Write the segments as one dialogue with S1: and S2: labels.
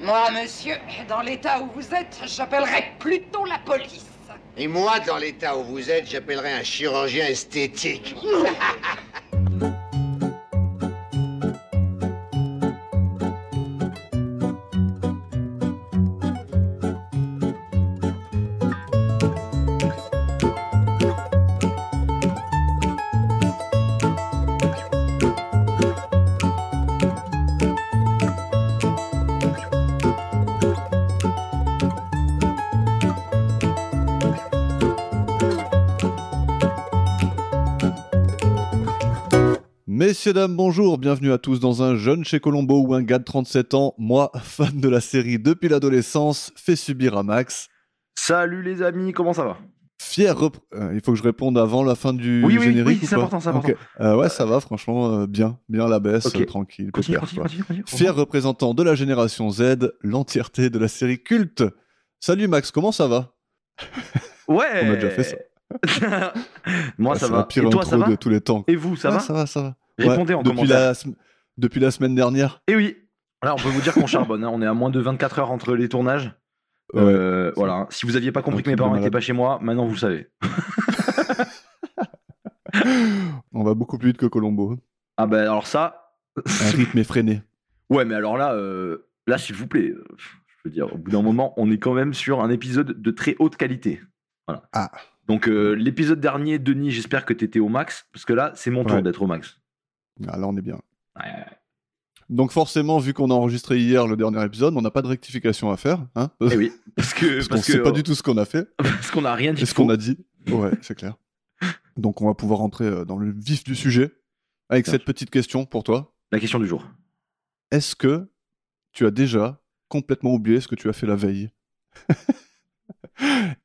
S1: Moi, monsieur, dans l'état où vous êtes, j'appellerais plutôt la police.
S2: Et moi, dans l'état où vous êtes, j'appellerais un chirurgien esthétique.
S3: Messieurs, dames, bonjour, bienvenue à tous dans un jeune chez Colombo où un gars de 37 ans, moi, fan de la série depuis l'adolescence, fait subir à Max.
S4: Salut les amis, comment ça va
S3: Fier repr- euh, Il faut que je réponde avant la fin du
S4: Oui, oui,
S3: générique.
S4: oui,
S3: ou
S4: c'est
S3: pas
S4: important, c'est
S3: Ok.
S4: important.
S3: Euh, ouais, ça va, franchement, euh, bien. Bien à la baisse,
S4: Ok.
S3: euh, tranquille,
S4: Continue,
S3: pépère,
S4: continue,
S3: quoi.
S4: continue, continue.
S3: Fier représentant de la génération Z, l'entièreté de la série culte. Salut Max, comment ça va
S4: Ouais
S3: On a déjà fait ça.
S4: Moi
S3: Ah,
S4: ça
S3: c'est
S4: va.
S3: la pire
S4: Et toi
S3: intro
S4: ça va
S3: de tous les temps.
S4: Et vous ça
S3: Ouais,
S4: va
S3: ça va, ça va. Ouais,
S4: Répondez en
S3: depuis
S4: commentaire.
S3: la, sem- depuis la semaine dernière.
S4: Et oui Là on peut vous dire qu'on charbonne, hein. on est à moins de 24 heures entre les tournages.
S3: Ouais.
S4: Euh, voilà, hein. si vous aviez pas compris
S3: Un
S4: que
S3: truc
S4: mes
S3: de
S4: parents n'étaient
S3: malade.
S4: pas chez moi, maintenant vous le savez.
S3: On va beaucoup plus vite que Colombo.
S4: Ah ben alors ça...
S3: Un rythme effréné.
S4: ouais mais alors là, euh, là s'il vous plaît, euh, je veux dire, au bout d'un moment, on est quand même sur un épisode de très haute qualité. Voilà.
S3: Ah.
S4: Donc euh, l'épisode dernier, Denis, j'espère que t'étais au max, parce que là c'est mon tour
S3: Ouais.
S4: d'être au max.
S3: Ah, là, on est bien.
S4: Ouais, ouais, ouais.
S3: Donc forcément, vu qu'on a enregistré hier le dernier épisode, on n'a pas de rectification à faire, hein
S4: Eh oui, parce que...
S3: parce qu'on sait
S4: que- euh,
S3: pas du tout ce qu'on a fait,
S4: Parce qu'on n'a rien dit.
S3: et ce qu'on a dit. Ouais, c'est clair. Donc on va pouvoir rentrer euh, dans le vif du sujet avec
S4: Bien
S3: cette petite question pour toi.
S4: La question du jour.
S3: Est-ce que tu as déjà complètement oublié ce que tu as fait la veille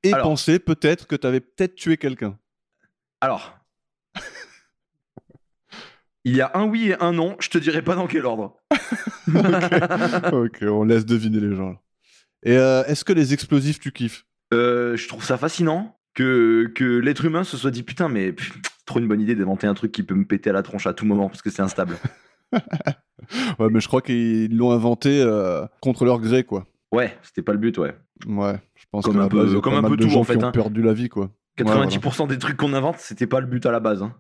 S3: Et
S4: Alors-
S3: pensé peut-être que tu avais peut-être tué quelqu'un.
S4: Alors. Il y a un oui et un non, je te dirai pas dans quel ordre.
S3: ok, on laisse deviner les gens. là. Et euh, est-ce que les explosifs tu kiffes
S4: Euh, je trouve ça fascinant que, que l'être humain se soit dit putain, mais pff, trop une bonne idée d'inventer un truc qui peut me péter à la tronche à tout moment parce que c'est instable.
S3: Ouais, mais je crois qu'ils l'ont inventé euh, contre leur gré, quoi.
S4: Ouais, c'était pas le but, ouais.
S3: Ouais, je pense
S4: Comme
S3: que
S4: un
S3: la
S4: peu-
S3: base, il y a
S4: comme
S3: pas
S4: un
S3: mal
S4: peu
S3: de
S4: tout,
S3: gens
S4: en fait,
S3: qui ont
S4: hein.
S3: perdu la vie, quoi.
S4: 90% des trucs qu'on invente, c'était pas le but à la base. hein.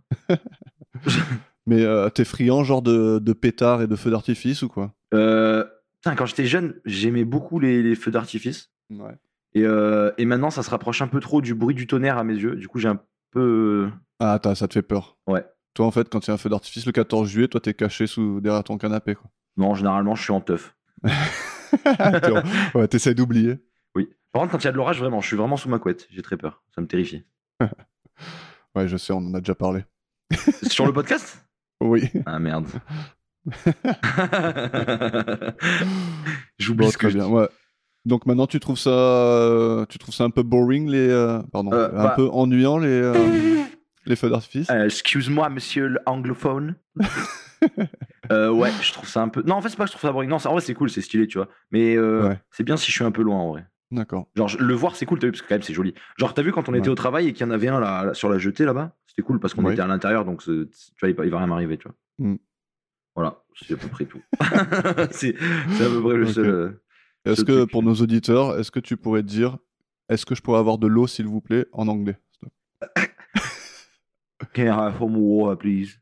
S3: Mais euh, t'es friand, genre de, de pétards et de feux d'artifice ou quoi
S4: Euh, putain, quand j'étais jeune, j'aimais beaucoup les, les feux d'artifice.
S3: Ouais.
S4: Et, euh, et maintenant, ça se rapproche un peu trop du bruit du tonnerre à mes yeux. Du coup, j'ai un peu.
S3: Ah, attends, ça te fait peur.
S4: Ouais.
S3: Toi, en fait, quand il y a un feu d'artifice le 14 juillet, toi, t'es caché sous, derrière ton canapé, quoi.
S4: Non, généralement, je suis en teuf.
S3: T'es- ouais, t'essayes d'oublier.
S4: Oui. Par contre, quand il y a de l'orage, vraiment, je suis vraiment sous ma couette. J'ai très peur. Ça me terrifie.
S3: Ouais, je sais, on en a déjà parlé.
S4: Sur le podcast
S3: Oui.
S4: Ah merde. J'oublie
S3: Bon,
S4: ce que
S3: très
S4: je
S3: bien,
S4: dis.
S3: ouais. Donc maintenant, tu trouves ça, euh, tu trouves ça un peu boring, les. euh, pardon,
S4: Euh,
S3: un
S4: bah-
S3: peu ennuyant, les, euh, les feux d'artifice
S4: Euh, Excuse-moi, monsieur l'anglophone. Euh, ouais, je trouve ça un peu. Non, en fait, c'est pas que je trouve ça boring. Non, ça- en vrai, c'est cool, c'est stylé, tu vois. Mais euh,
S3: Ouais.
S4: c'est bien si je suis un peu loin, en vrai.
S3: D'accord.
S4: Genre, je- le voir, c'est cool, t'as vu, parce que quand même, c'est joli. Genre, t'as vu quand on était
S3: Ouais.
S4: au travail et qu'il y en avait un là, là, sur la jetée là-bas C'était cool parce qu'on
S3: Oui.
S4: était à l'intérieur, donc c'est- tu vois, il va- il va rien m'arriver, tu vois.
S3: Mm.
S4: Voilà, c'est à peu près tout. c'est c'est à peu près le
S3: Ok.
S4: seul. euh,
S3: Est-ce
S4: Ce
S3: que
S4: truc. euh,
S3: pour nos auditeurs, est-ce que tu pourrais dire, est-ce que je pourrais avoir de l'eau, s'il vous plaît, en anglais
S4: Can I have some water, please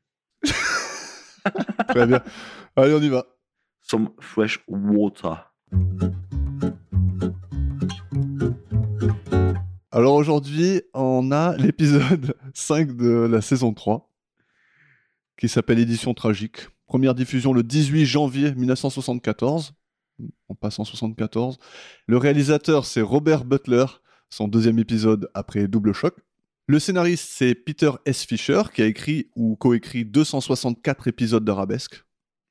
S3: Très bien. Allez, on y va.
S4: Some fresh water.
S3: Alors aujourd'hui, on a l'épisode 5 de la saison 3, qui s'appelle Édition tragique. Première diffusion le 18 janvier 1974. On passe en 74. Le réalisateur, c'est Robert Butler, son deuxième épisode après Double Choc. Le scénariste, c'est Peter S. Fisher, qui a écrit ou coécrit 264 épisodes d'Arabesque.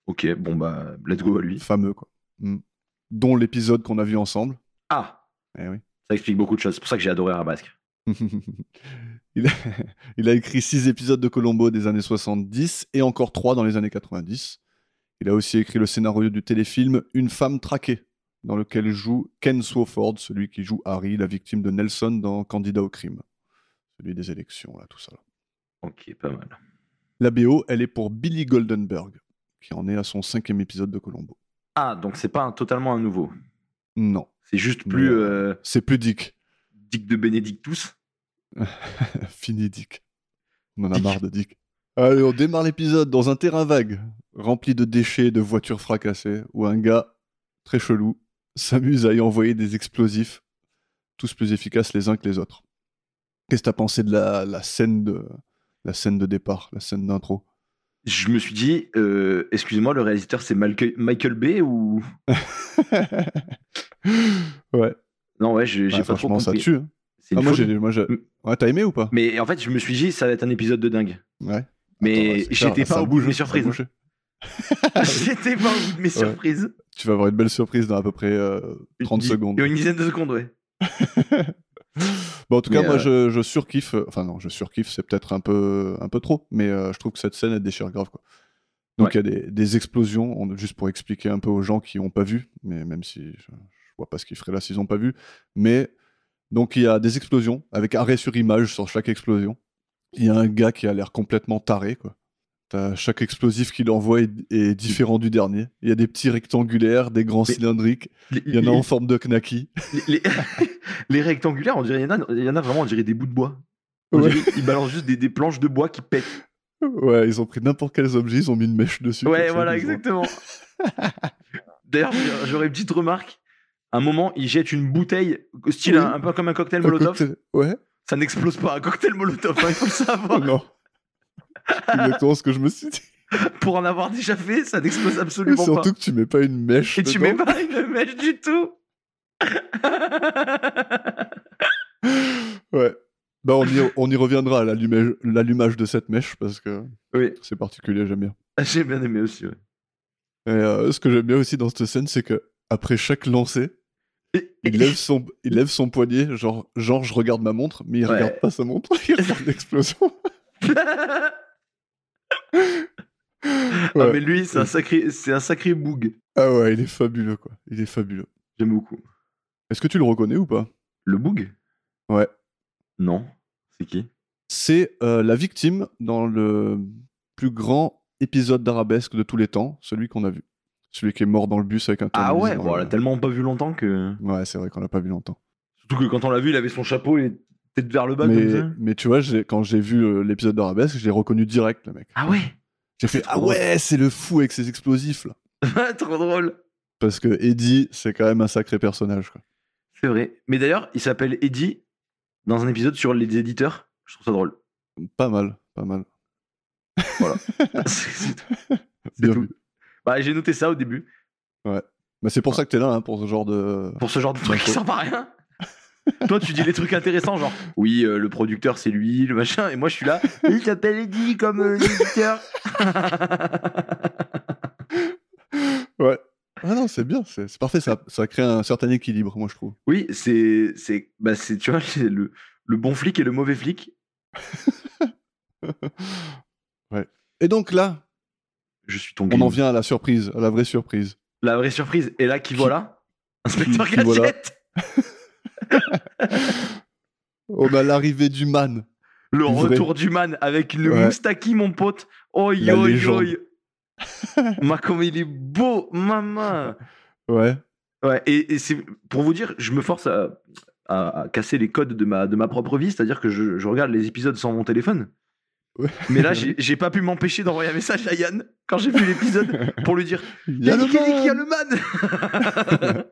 S4: Ok, bon bah, let's go à lui.
S3: fameux, quoi. Mm. Dont l'épisode qu'on a vu ensemble.
S4: Ah,
S3: Eh oui.
S4: ça explique beaucoup de choses. C'est pour ça que j'ai adoré Arabasque.
S3: il, a, il a écrit six épisodes de Colombo des années 70 et encore trois dans les années 90. Il a aussi écrit le scénario du téléfilm Une femme traquée, dans lequel joue Ken Swoford, celui qui joue Harry, la victime de Nelson dans Candidat au crime. Celui des élections, là, tout ça. là.
S4: Ok, pas mal.
S3: La BO, elle est pour Billy Goldenberg, qui en est à son cinquième épisode de Colombo.
S4: Ah, donc c'est pas un- totalement un nouveau.
S3: Non,
S4: C'est juste plus
S3: Mais-
S4: euh,
S3: c'est plus Dick.
S4: Dick de Bénédictus.
S3: Fini Dick. On en a
S4: Dick.
S3: marre de Dick. Allez, on démarre l'épisode dans un terrain vague, rempli de déchets, de voitures fracassées, où un gars, très chelou, s'amuse à y envoyer des explosifs, tous plus efficaces les uns que les autres. Qu'est-ce que t'as pensé de la, la scène de la scène de départ, la scène d'intro
S4: Je me suis dit, euh, excusez-moi, le réalisateur c'est Malke- Michael Bay ou.
S3: Ouais,
S4: Non, ouais, j'ai j'ai
S3: bah,
S4: pas trop
S3: franchement, ça
S4: compris.
S3: tue. hein.
S4: C'est une
S3: Ah, moi,
S4: folie.
S3: j'ai, moi, j'ai-
S4: Mm.
S3: Ouais, t'as aimé ou pas
S4: Mais en fait, je me suis dit, ça va être un épisode de dingue.
S3: Ouais. Attends, ouais,
S4: Mm. Mais
S3: c'est clair,
S4: j'étais
S3: ça
S4: pas au bout
S3: bouge,
S4: de mes
S3: ça
S4: surprises.
S3: bouge. Ah,
S4: J'étais pas au bout de mes surprises.
S3: Tu vas avoir une belle surprise dans à peu près euh, 30
S4: Une-
S3: secondes.
S4: Une dizaine de secondes, ouais.
S3: Bon, en tout cas,
S4: Mais,
S3: moi, je, je surkiffe. euh, Enfin, non, je surkiffe, c'est peut-être un peu, un peu trop, mais euh, je trouve que cette scène, elle déchire grave. Quoi. Donc, il y a des, des explosions, on- juste pour expliquer un peu aux gens qui n'ont pas vu, mais même si je, je vois pas ce qu'ils feraient là s'ils n'ont pas vu. Mais donc, il y a des explosions avec arrêt sur image sur chaque explosion. Il y a un gars qui a l'air complètement taré, quoi. T'as- chaque explosif qu'il envoie est, est différent du dernier. Il y a des petits rectangulaires, des grands
S4: Mais-
S3: cylindriques.
S4: Les,
S3: Il y en a en
S4: les-
S3: forme de knacky.
S4: les- les rectangulaires, on dirait, il y, en a- il y en a vraiment, on dirait des bouts de bois. On
S3: Ouais.
S4: dirait- ils balancent juste des, des planches de bois qui pètent.
S3: Ouais, ils ont pris n'importe quels objets, ils ont mis une mèche dessus. comme
S4: Ouais,
S3: ça, ils ont-
S4: voilà, exactement. D'ailleurs, j'ai- j'aurais une petite remarque. Un moment, ils jettent une bouteille, style
S3: Oui.
S4: un, un peu comme un cocktail
S3: Un
S4: Molotov.
S3: cocktail- Ouais,
S4: Ça n'explose pas. Un cocktail Molotov, hein, il faut le
S3: oh
S4: savoir.
S3: non. C'est exactement ce que je me suis dit.
S4: Pour en avoir déjà fait, ça n'explose
S3: Et
S4: absolument pas.
S3: surtout que tu mets pas une mèche.
S4: Et tu
S3: dedans.
S4: mets pas une mèche du tout.
S3: Ouais. Bah, on, y, on y reviendra à l'allumage l'allumage de cette mèche parce que
S4: Oui.
S3: c'est particulier, j'aime bien.
S4: Ah, J'ai bien aimé aussi, ouais.
S3: Et euh, ce que j'aime bien aussi dans cette scène, c'est que après chaque lancer,
S4: Et-
S3: il lève son, il lève son poignet, genre, genre je regarde ma montre, mais il
S4: Ouais.
S3: regarde pas sa montre, il regarde l'explosion.
S4: Ah,
S3: Ouais.
S4: mais lui, c'est un sacré, c'est un sacré boug.
S3: Ah ouais, il est fabuleux quoi, il est fabuleux.
S4: J'aime beaucoup.
S3: Est-ce que tu le reconnais ou pas
S4: Le boug
S3: Ouais.
S4: Non. C'est qui
S3: C'est euh, la victime dans le plus grand épisode d'arabesque de tous les temps, celui qu'on a vu. Celui qui est mort dans le bus avec un
S4: Ah
S3: tournevis
S4: ouais,
S3: dans
S4: bon, on
S3: le-
S4: l'a tellement pas vu longtemps que.
S3: Ouais, c'est vrai qu'on l'a pas vu longtemps.
S4: Surtout que quand on l'a vu, il avait son chapeau et tête vers le bas comme
S3: Mais,
S4: ça.
S3: mais tu vois, j'ai- quand j'ai vu euh, l'épisode d'arabesque, j'ai reconnu direct le mec.
S4: Ah ouais
S3: J'ai fait Ah ouais, c'est le fou avec ses explosifs là.
S4: Trop drôle.
S3: Parce que Eddie, c'est quand même un sacré personnage. Quoi.
S4: C'est vrai. Mais d'ailleurs, il s'appelle Eddie dans un épisode sur les éditeurs. Je trouve ça drôle.
S3: Pas mal, pas mal.
S4: C'est- c'est tout. C'est
S3: Bien
S4: tout.
S3: vu.
S4: Bah, j'ai noté ça au début.
S3: Mais
S4: Ah.
S3: c'est pour ça que t'es là, hein, pour ce genre de.
S4: Pour ce genre de truc qui
S3: D'accord.
S4: sert à rien. Toi, tu dis les trucs intéressants, genre oui, euh, le producteur c'est lui, le machin, et moi je suis là. Il s'appelle Eddie comme euh, l'éditeur.
S3: Ouais. Ah non, c'est bien, c'est c'est parfait, ça, ça crée un certain équilibre, moi je trouve.
S4: Oui, c'est, c'est, bah c'est, tu vois, c'est le, le bon flic et le mauvais flic.
S3: Et donc là,
S4: Je suis ton
S3: on en
S4: guide.
S3: vient à la surprise, à la vraie surprise.
S4: La vraie surprise. Et là, qui, voilà Inspecteur
S3: qui
S4: Gadget.
S3: voilà On a Oh, bah, l'arrivée du man.
S4: Le
S3: Vrai.
S4: retour du man avec le
S3: Ouais.
S4: moustaki, mon pote. Oi,
S3: La
S4: oi,
S3: légende.
S4: oi. Ma, comme il est beau, maman.
S3: Ouais.
S4: Ouais, et, et c'est pour vous dire, je me force à, à- à casser les codes de ma, de ma propre vie, c'est-à-dire que je, je regarde les épisodes sans mon téléphone.
S3: Ouais.
S4: Mais là, j'ai j'ai pas pu m'empêcher d'envoyer un message à Yann quand j'ai vu l'épisode pour lui dire
S3: Il
S4: Il y a, Nicky Nick, il y a
S3: man.
S4: le man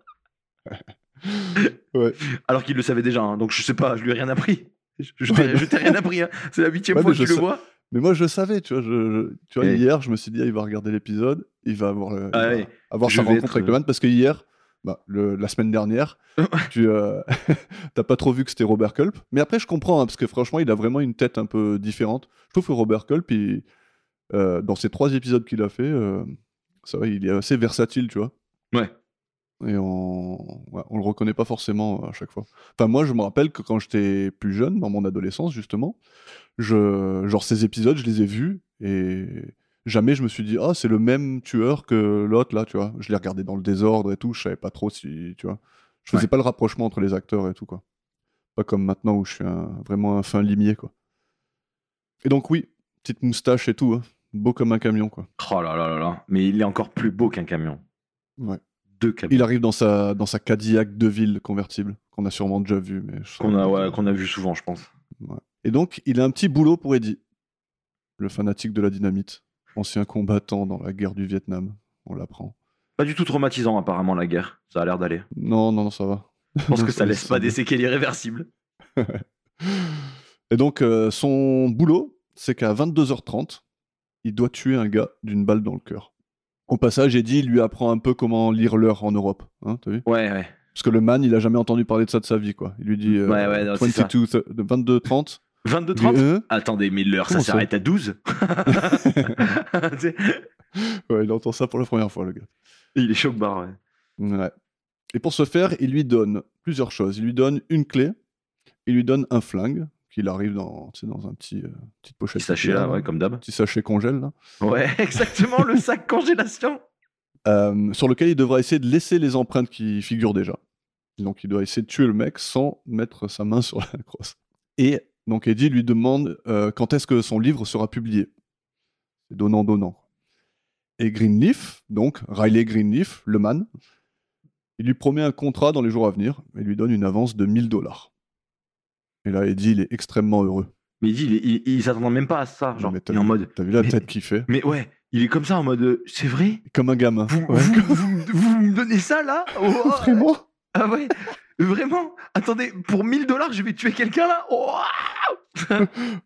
S3: Ouais.
S4: Alors qu'il le savait déjà, hein, donc je sais pas, je lui ai rien appris. Je, je
S3: Ouais,
S4: t'ai- je t'ai rien appris, hein. c'est la huitième
S3: Ouais,
S4: fois
S3: mais
S4: que tu
S3: je
S4: le
S3: sais-
S4: vois.
S3: Mais moi je le savais, tu vois. Je, je- tu vois
S4: Et-
S3: Hier, je me suis dit, ah, il va regarder l'épisode, il va avoir, le- il
S4: Ah
S3: va
S4: ouais,
S3: avoir
S4: je
S3: sa
S4: vais
S3: rencontre
S4: être- euh,
S3: avec le man, parce que hier, bah, le- la semaine dernière, tu euh, t'as pas trop vu que c'était Robert Culp. Mais après, je comprends, hein, parce que franchement, il a vraiment une tête un peu différente. Je trouve que Robert Culp, il- euh, dans ces trois épisodes qu'il a fait, euh, ça va, il est assez versatile, tu vois.
S4: Ouais.
S3: Et on... ouais, on le reconnaît pas forcément euh, à chaque fois. Enfin, moi, je me rappelle que quand j'étais plus jeune, dans mon adolescence, justement, je... genre ces épisodes, je les ai vus et jamais je me suis dit, ah, c'est le même tueur que l'autre, là, tu vois. Je les regardais dans le désordre et tout, je savais pas trop si, tu vois. Je faisais
S4: Ouais.
S3: pas le rapprochement entre les acteurs et tout, quoi. Pas comme maintenant où je suis un- vraiment un fin limier, quoi. Et donc, oui, petite moustache et tout, hein. beau comme un camion, quoi.
S4: Oh là là là là, mais il est encore plus beau qu'un camion.
S3: Ouais.
S4: Deux cabos.
S3: Il arrive dans sa, dans sa Cadillac de ville convertible, qu'on a sûrement déjà vu. Mais je-
S4: Qu'on a, ouais, qu'on a vu souvent, je pense.
S3: Et donc, il a un petit boulot pour Eddie, le fanatique de la dynamite, ancien combattant dans la guerre du Vietnam, on l'apprend.
S4: Pas du tout traumatisant, apparemment, la guerre. Ça a l'air d'aller.
S3: Non, non, non, ça va.
S4: Je pense
S3: Non,
S4: que ça laisse pas
S3: semble.
S4: des séquelles irréversibles.
S3: Et donc, euh, son boulot, c'est qu'à 22h30, il doit tuer un gars d'une balle dans le cœur. Au passage, Eddie lui apprend un peu comment lire l'heure en Europe. Hein, t'as vu
S4: Ouais, ouais.
S3: Parce que le man, il a jamais entendu parler de ça de sa vie, quoi. Il lui dit euh,
S4: Ouais, ouais, non, c'est ça.
S3: 22, th- de 22 30.
S4: 22
S3: Il dit,
S4: 30
S3: Hein
S4: Attendez, mais l'heure, ça
S3: Comment ça
S4: s'arrête à 12 Tu sais,
S3: Ouais, il entend ça pour la première fois, le gars.
S4: Il est choc barre, ouais.
S3: Ouais. Et pour ce faire, il lui donne plusieurs choses. Il lui donne une clé, il lui donne un flingue, qu'il arrive dans, tu sais, dans un petit euh, petite
S4: Petit
S3: pochette.
S4: sachet là,
S3: là,
S4: ouais, comme d'hab.
S3: Petit sachet congèle, là.
S4: Ouais, exactement, le sac congélation.
S3: Euh, sur lequel il devra essayer de laisser les empreintes qui figurent déjà. Donc il doit essayer de tuer le mec sans mettre sa main sur la crosse. Et donc Eddie lui demande euh, quand est-ce que son livre sera publié. C'est donnant, donnant. Et Greenleaf, donc Riley Greenleaf, le man, il lui promet un contrat dans les jours à venir et lui donne une avance de 1000 dollars. Et là, Eddie, il est extrêmement heureux.
S4: Mais il dit, il, il, il s'attendait même pas à ça. Genre,
S3: Mais t'as
S4: il est en
S3: vu-
S4: mode.
S3: T'as vu la
S4: Mais-
S3: tête qu'il fait
S4: Mais ouais, il est comme ça en mode. euh, C'est vrai
S3: Comme un gamin.
S4: vous,
S3: Ouais.
S4: vous, vous- vous me donnez ça là Oh,
S3: Vraiment
S4: Ah ouais Vraiment Attendez, pour 1000 dollars, je vais tuer quelqu'un là Oh, ah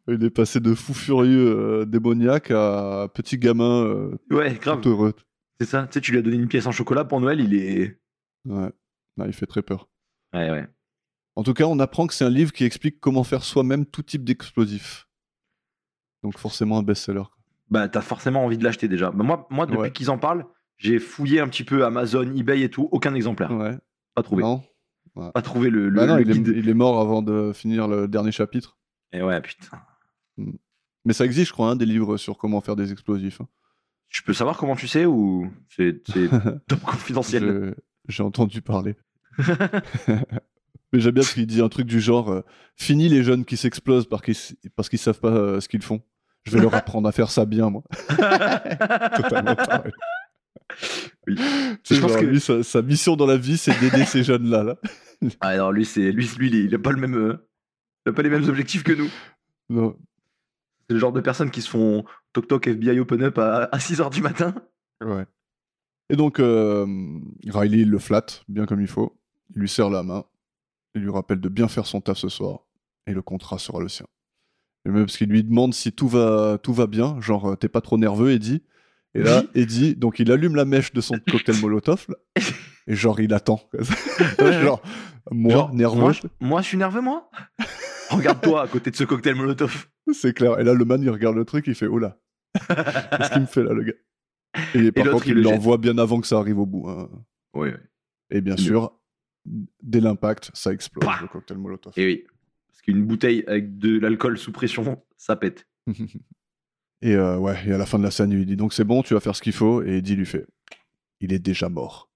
S3: Il est passé de fou furieux euh, démoniaque à petit gamin euh,
S4: Ouais, grave.
S3: tout heureux.
S4: C'est ça, tu sais, tu lui as donné une pièce en chocolat pour Noël, il est.
S3: Ouais. Non, il fait très peur.
S4: Ouais, ouais.
S3: En tout cas, on apprend que c'est un livre qui explique comment faire soi-même tout type d'explosifs. Donc forcément un best-seller.
S4: Bah, t'as forcément envie de l'acheter déjà. Bah, moi, moi, depuis
S3: Ouais.
S4: qu'ils en parlent, j'ai fouillé un petit peu Amazon, eBay et tout, aucun exemplaire.
S3: Ouais.
S4: Pas trouvé.
S3: Non,
S4: Pas trouvé le, Ah. le,
S3: Bah non
S4: le
S3: il, est,
S4: guide.
S3: il est mort avant de finir le dernier chapitre.
S4: Et ouais, putain.
S3: Mais ça existe, je crois, hein, des livres sur comment faire des explosifs. hein.
S4: Je peux savoir comment tu sais ou c'est c'est top confidentiel
S3: Je- J'ai entendu parler. Mais j'aime bien parce qu'il dit un truc du genre euh, Fini les jeunes qui s'explosent par- qui- parce qu'ils savent pas euh, ce qu'ils font. Je vais leur apprendre à faire ça bien, moi. Totalement pareil.
S4: Oui.
S3: C'est
S4: Je pense
S3: genre,
S4: que-
S3: lui, sa, sa mission dans la vie, c'est d'aider ces jeunes-là. Là.
S4: Ah non, lui, c'est lui, lui, il est- il a pas le même, euh, il a pas les mêmes objectifs que nous.
S3: Non.
S4: C'est le genre de personnes qui se font toc toc FBI open up à, 6h du matin.
S3: Et donc, euh, Riley il le flatte bien comme il faut. Il lui serre la main. Il lui rappelle de bien faire son taf ce soir. Et le contrat sera le sien. Et même parce qu'il lui demande si tout va, tout va bien. Genre, euh, t'es pas trop nerveux, Eddie. Et là, Eddie, donc il allume la mèche de son cocktail Molotov. là. et genre, il attend. genre, moi,
S4: Genre,
S3: nerveux.
S4: Moi, je, moi, je suis nerveux, moi Regarde-toi à côté de ce cocktail Molotov.
S3: C'est clair. Et là, le man, il regarde le truc, il fait Oh là Qu'est-ce qu'il me fait là, le gars Et par
S4: l'autre,
S3: contre,
S4: il
S3: il
S4: le
S3: l'envoie bien avant que ça arrive au bout. hein.
S4: Oui, oui.
S3: Et bien
S4: Mieux.
S3: sûr, dès l'impact, ça explose,
S4: Pouah
S3: le cocktail Molotov.
S4: Et Eh oui. Parce qu'une bouteille avec de l'alcool sous pression, ça pète.
S3: Et euh, ouais, et à la fin de la scène, il lui dit donc c'est bon, tu vas faire ce qu'il faut. Et Eddie lui fait il est déjà mort.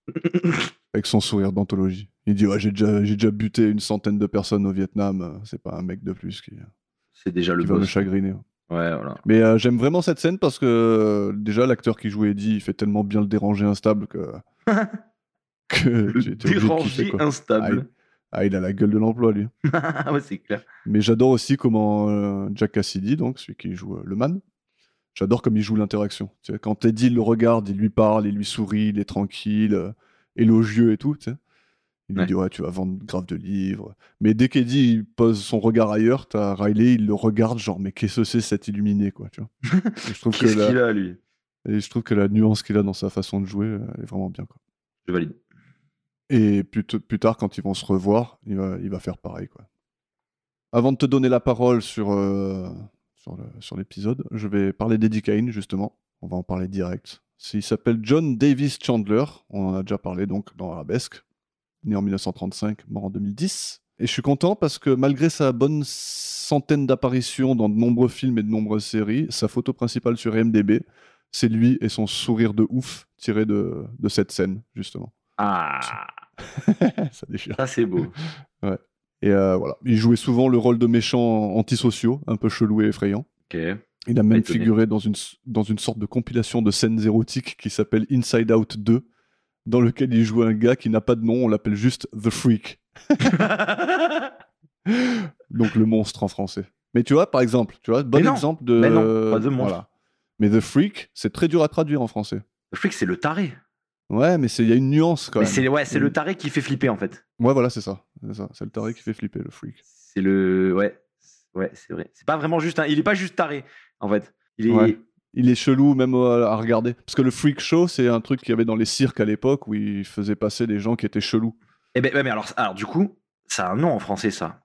S3: Avec son sourire d'anthologie. Il dit ouais, j'ai déjà, j'ai déjà buté une centaine de personnes au Vietnam. euh, C'est pas un mec de plus qui,
S4: C'est déjà le
S3: qui va me
S4: boss.
S3: chagriner.
S4: Ouais, voilà.
S3: Mais euh, j'aime vraiment cette scène parce que euh, déjà, l'acteur qui jouait Eddie, il fait tellement bien le déranger instable que. que tu-
S4: Le
S3: t'es obligé de kiffer,
S4: dérangé
S3: quoi.
S4: instable. Ah
S3: Ah, il a la gueule de l'emploi, lui.
S4: ouais, c'est clair.
S3: Mais j'adore aussi comment euh, Jack Cassidy, donc celui qui joue euh, le man, j'adore comme il joue l'interaction. Tu sais, quand Eddie le regarde, il lui parle, il lui sourit, il est tranquille, euh, élogieux et tout. tu sais. Il
S4: Ouais.
S3: lui dit ouais, tu vas vendre grave de livres. Mais dès qu'Eddie il pose son regard ailleurs, t'as Riley, il le regarde genre mais qu'est-ce que c'est cet illuminé quoi, tu vois. Et je trouve que
S4: Qu'est-ce
S3: la,
S4: qu'il a, lui
S3: et je trouve que la nuance qu'il a dans sa façon de jouer, euh, elle est vraiment bien quoi.
S4: Je valide.
S3: Et plus, t- plus tard, quand ils vont se revoir, il va, il va faire pareil. Quoi. Avant de te donner la parole sur, euh, sur, le- sur l'épisode, je vais parler d'Eddie Kane, justement. On va en parler direct. Il s'appelle John Davis Chandler. On en a déjà parlé, donc, dans Arabesque. Né en 1935, mort en 2010. Et je suis content parce que malgré sa bonne centaine d'apparitions dans de nombreux films et de nombreuses séries, sa photo principale sur IMDb, c'est lui et son sourire de ouf tiré de, de cette scène, justement. Eh,
S4: Ah,
S3: Ça déchire.
S4: ça, c'est beau.
S3: Et euh, voilà, il jouait souvent le rôle de méchants antisociaux, un peu chelou et effrayant.
S4: Ok.
S3: Il a même
S4: Étonné.
S3: figuré dans une, s- dans une sorte de compilation de scènes érotiques qui s'appelle Inside Out 2, dans lequel il joue un gars qui n'a pas de nom, on l'appelle juste The Freak. Donc le monstre en français. Mais tu vois, par exemple, tu vois, bon
S4: non,
S3: exemple de.
S4: mais non, pas The Monstre.
S3: Voilà. Mais The Freak, c'est très dur à traduire en français.
S4: Le flic, c'est le taré.
S3: Ouais, mais c'est- il y a une nuance quand
S4: Mais
S3: même.
S4: c'est ouais, c'est
S3: Mm.
S4: le taré qui fait flipper en fait.
S3: Ouais, voilà, c'est ça. C'est ça. C'est le taré qui fait flipper, le freak.
S4: C'est le ouais, ouais, c'est vrai. C'est pas vraiment juste. un- Il est pas juste taré en fait. Il est
S3: Ouais. Il est chelou même euh, à regarder. Parce que le freak show, c'est un truc qu'il y avait dans les cirques à l'époque où ils faisaient passer des gens qui étaient chelous.
S4: Eh ben, ouais, mais alors, alors, du coup, ça a un nom en français, ça.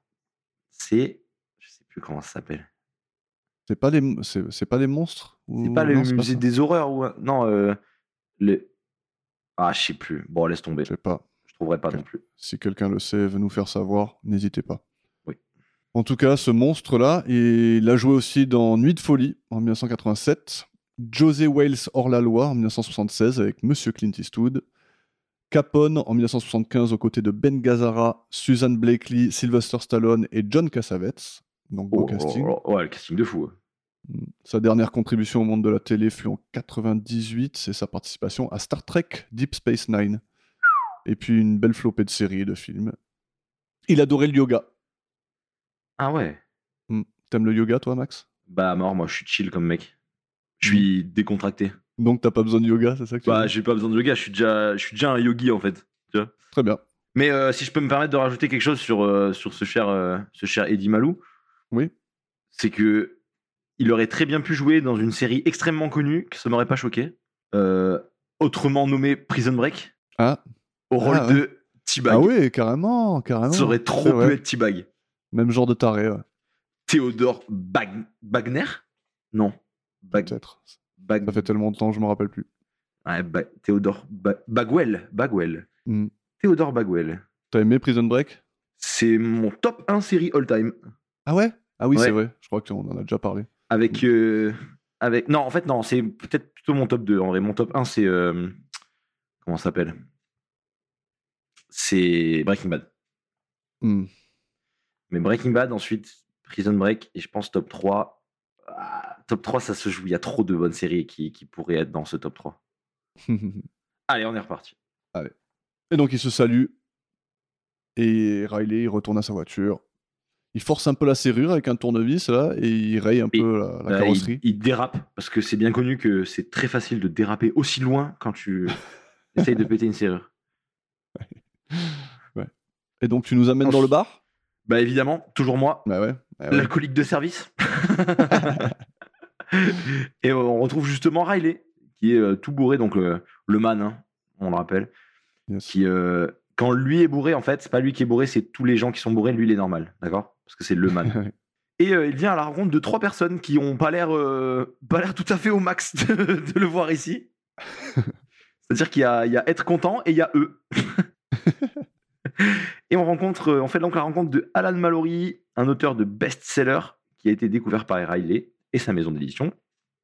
S4: C'est. Je sais plus comment ça s'appelle.
S3: C'est pas des, c'est, c'est pas des monstres ou-
S4: C'est pas le
S3: non, c'est
S4: musée
S3: ça.
S4: des horreurs ou. un- Non, euh, le. Ah, je sais plus. Bon, laisse tomber.
S3: Je sais pas.
S4: Je trouverai pas
S3: Ok.
S4: non plus.
S3: Si quelqu'un le sait, veut nous faire savoir, n'hésitez pas.
S4: Oui.
S3: En tout cas, ce monstre-là, il a joué aussi dans Nuit de folie en 1987, José Wales hors la loi en 1976 avec Monsieur Clint Eastwood, Capone en 1975 aux côtés de Ben Gazzara, Susan Blakely, Sylvester Stallone et John Cassavetes. Donc beau
S4: Oh,
S3: casting.
S4: oh, oh, ouais, le casting de fou. ouais.
S3: Sa dernière contribution au monde de la télé fut en 98, c'est sa participation à Star Trek Deep Space Nine. Et puis une belle flopée de séries et de films. Il adorait le yoga.
S4: Ah ouais.
S3: T'aimes le yoga, toi, Max
S4: Bah, mort, moi, je suis chill comme mec. Je
S3: Mm.
S4: suis décontracté.
S3: Donc t'as pas besoin de yoga, c'est ça que tu
S4: Bah,
S3: dis
S4: j'ai pas besoin de yoga, je suis déjà, je suis déjà un yogi en fait.
S3: Très bien.
S4: Mais euh, si je peux me permettre de rajouter quelque chose sur, euh, sur ce, cher, euh, ce cher Eddie Malou,
S3: Oui.
S4: c'est que il aurait très bien pu jouer dans une série extrêmement connue, que ça m'aurait pas choqué, euh, autrement nommée Prison Break,
S3: Ah,
S4: au rôle
S3: ouais.
S4: de T-Bag.
S3: ah oui, Ah carrément, carrément.
S4: ça aurait trop
S3: ouais.
S4: pu être T-Bag.
S3: Même genre de taré, ouais,
S4: Théodore Bag- Bagner Non. Bag...
S3: peut-être.
S4: Bag...
S3: Ça fait tellement longtemps, je me rappelle plus.
S4: ouais, Ba- Théodore Ba- Bagwell. Bagwell.
S3: Mm.
S4: Théodore Bagwell.
S3: T'as aimé Prison Break
S4: C'est mon top 1 série all-time.
S3: Ah ouais Ah oui,
S4: Ouais.
S3: c'est vrai. Je crois qu'on en a déjà parlé.
S4: Avec. euh, avec... Non, en fait, non, c'est peut-être plutôt mon top 2. En vrai, mon top 1, c'est. euh, Comment ça s'appelle C'est Breaking Bad.
S3: Hmm.
S4: Mais Breaking Bad, ensuite Prison Break, et je pense top 3. Ah, top 3, ça se joue. Il y a trop de bonnes séries qui, qui pourraient être dans ce top 3. Allez, on est reparti.
S3: Et donc ils se saluent. Et Riley il retourne à sa voiture. Il force un peu la serrure avec un tournevis là et il raye un
S4: Et-
S3: peu la, la
S4: Bah,
S3: carrosserie.
S4: il, il dérape, parce que c'est bien connu que c'est très facile de déraper aussi loin quand tu essayes de péter une serrure.
S3: Et donc tu nous amènes dans le bar
S4: Bah évidemment, toujours moi,
S3: Bah ouais. bah ouais.
S4: l'alcoolique de service. et on retrouve justement Riley, qui est euh, tout bourré, donc le, le man, hein, on le rappelle,
S3: Yes.
S4: qui euh, quand lui est bourré, en fait, c'est pas lui qui est bourré, c'est tous les gens qui sont bourrés, lui il est normal, d'accord Parce que c'est le man. Et euh, il vient à la rencontre de trois personnes qui ont pas l'air euh, pas l'air tout à fait au max de, de le voir ici. C'est-à-dire qu'il y a, il y a être content et il y a eux. et on rencontre, euh, on fait donc la rencontre de Alan Mallory, un auteur de best-seller qui a été découvert par Riley et sa maison d'édition.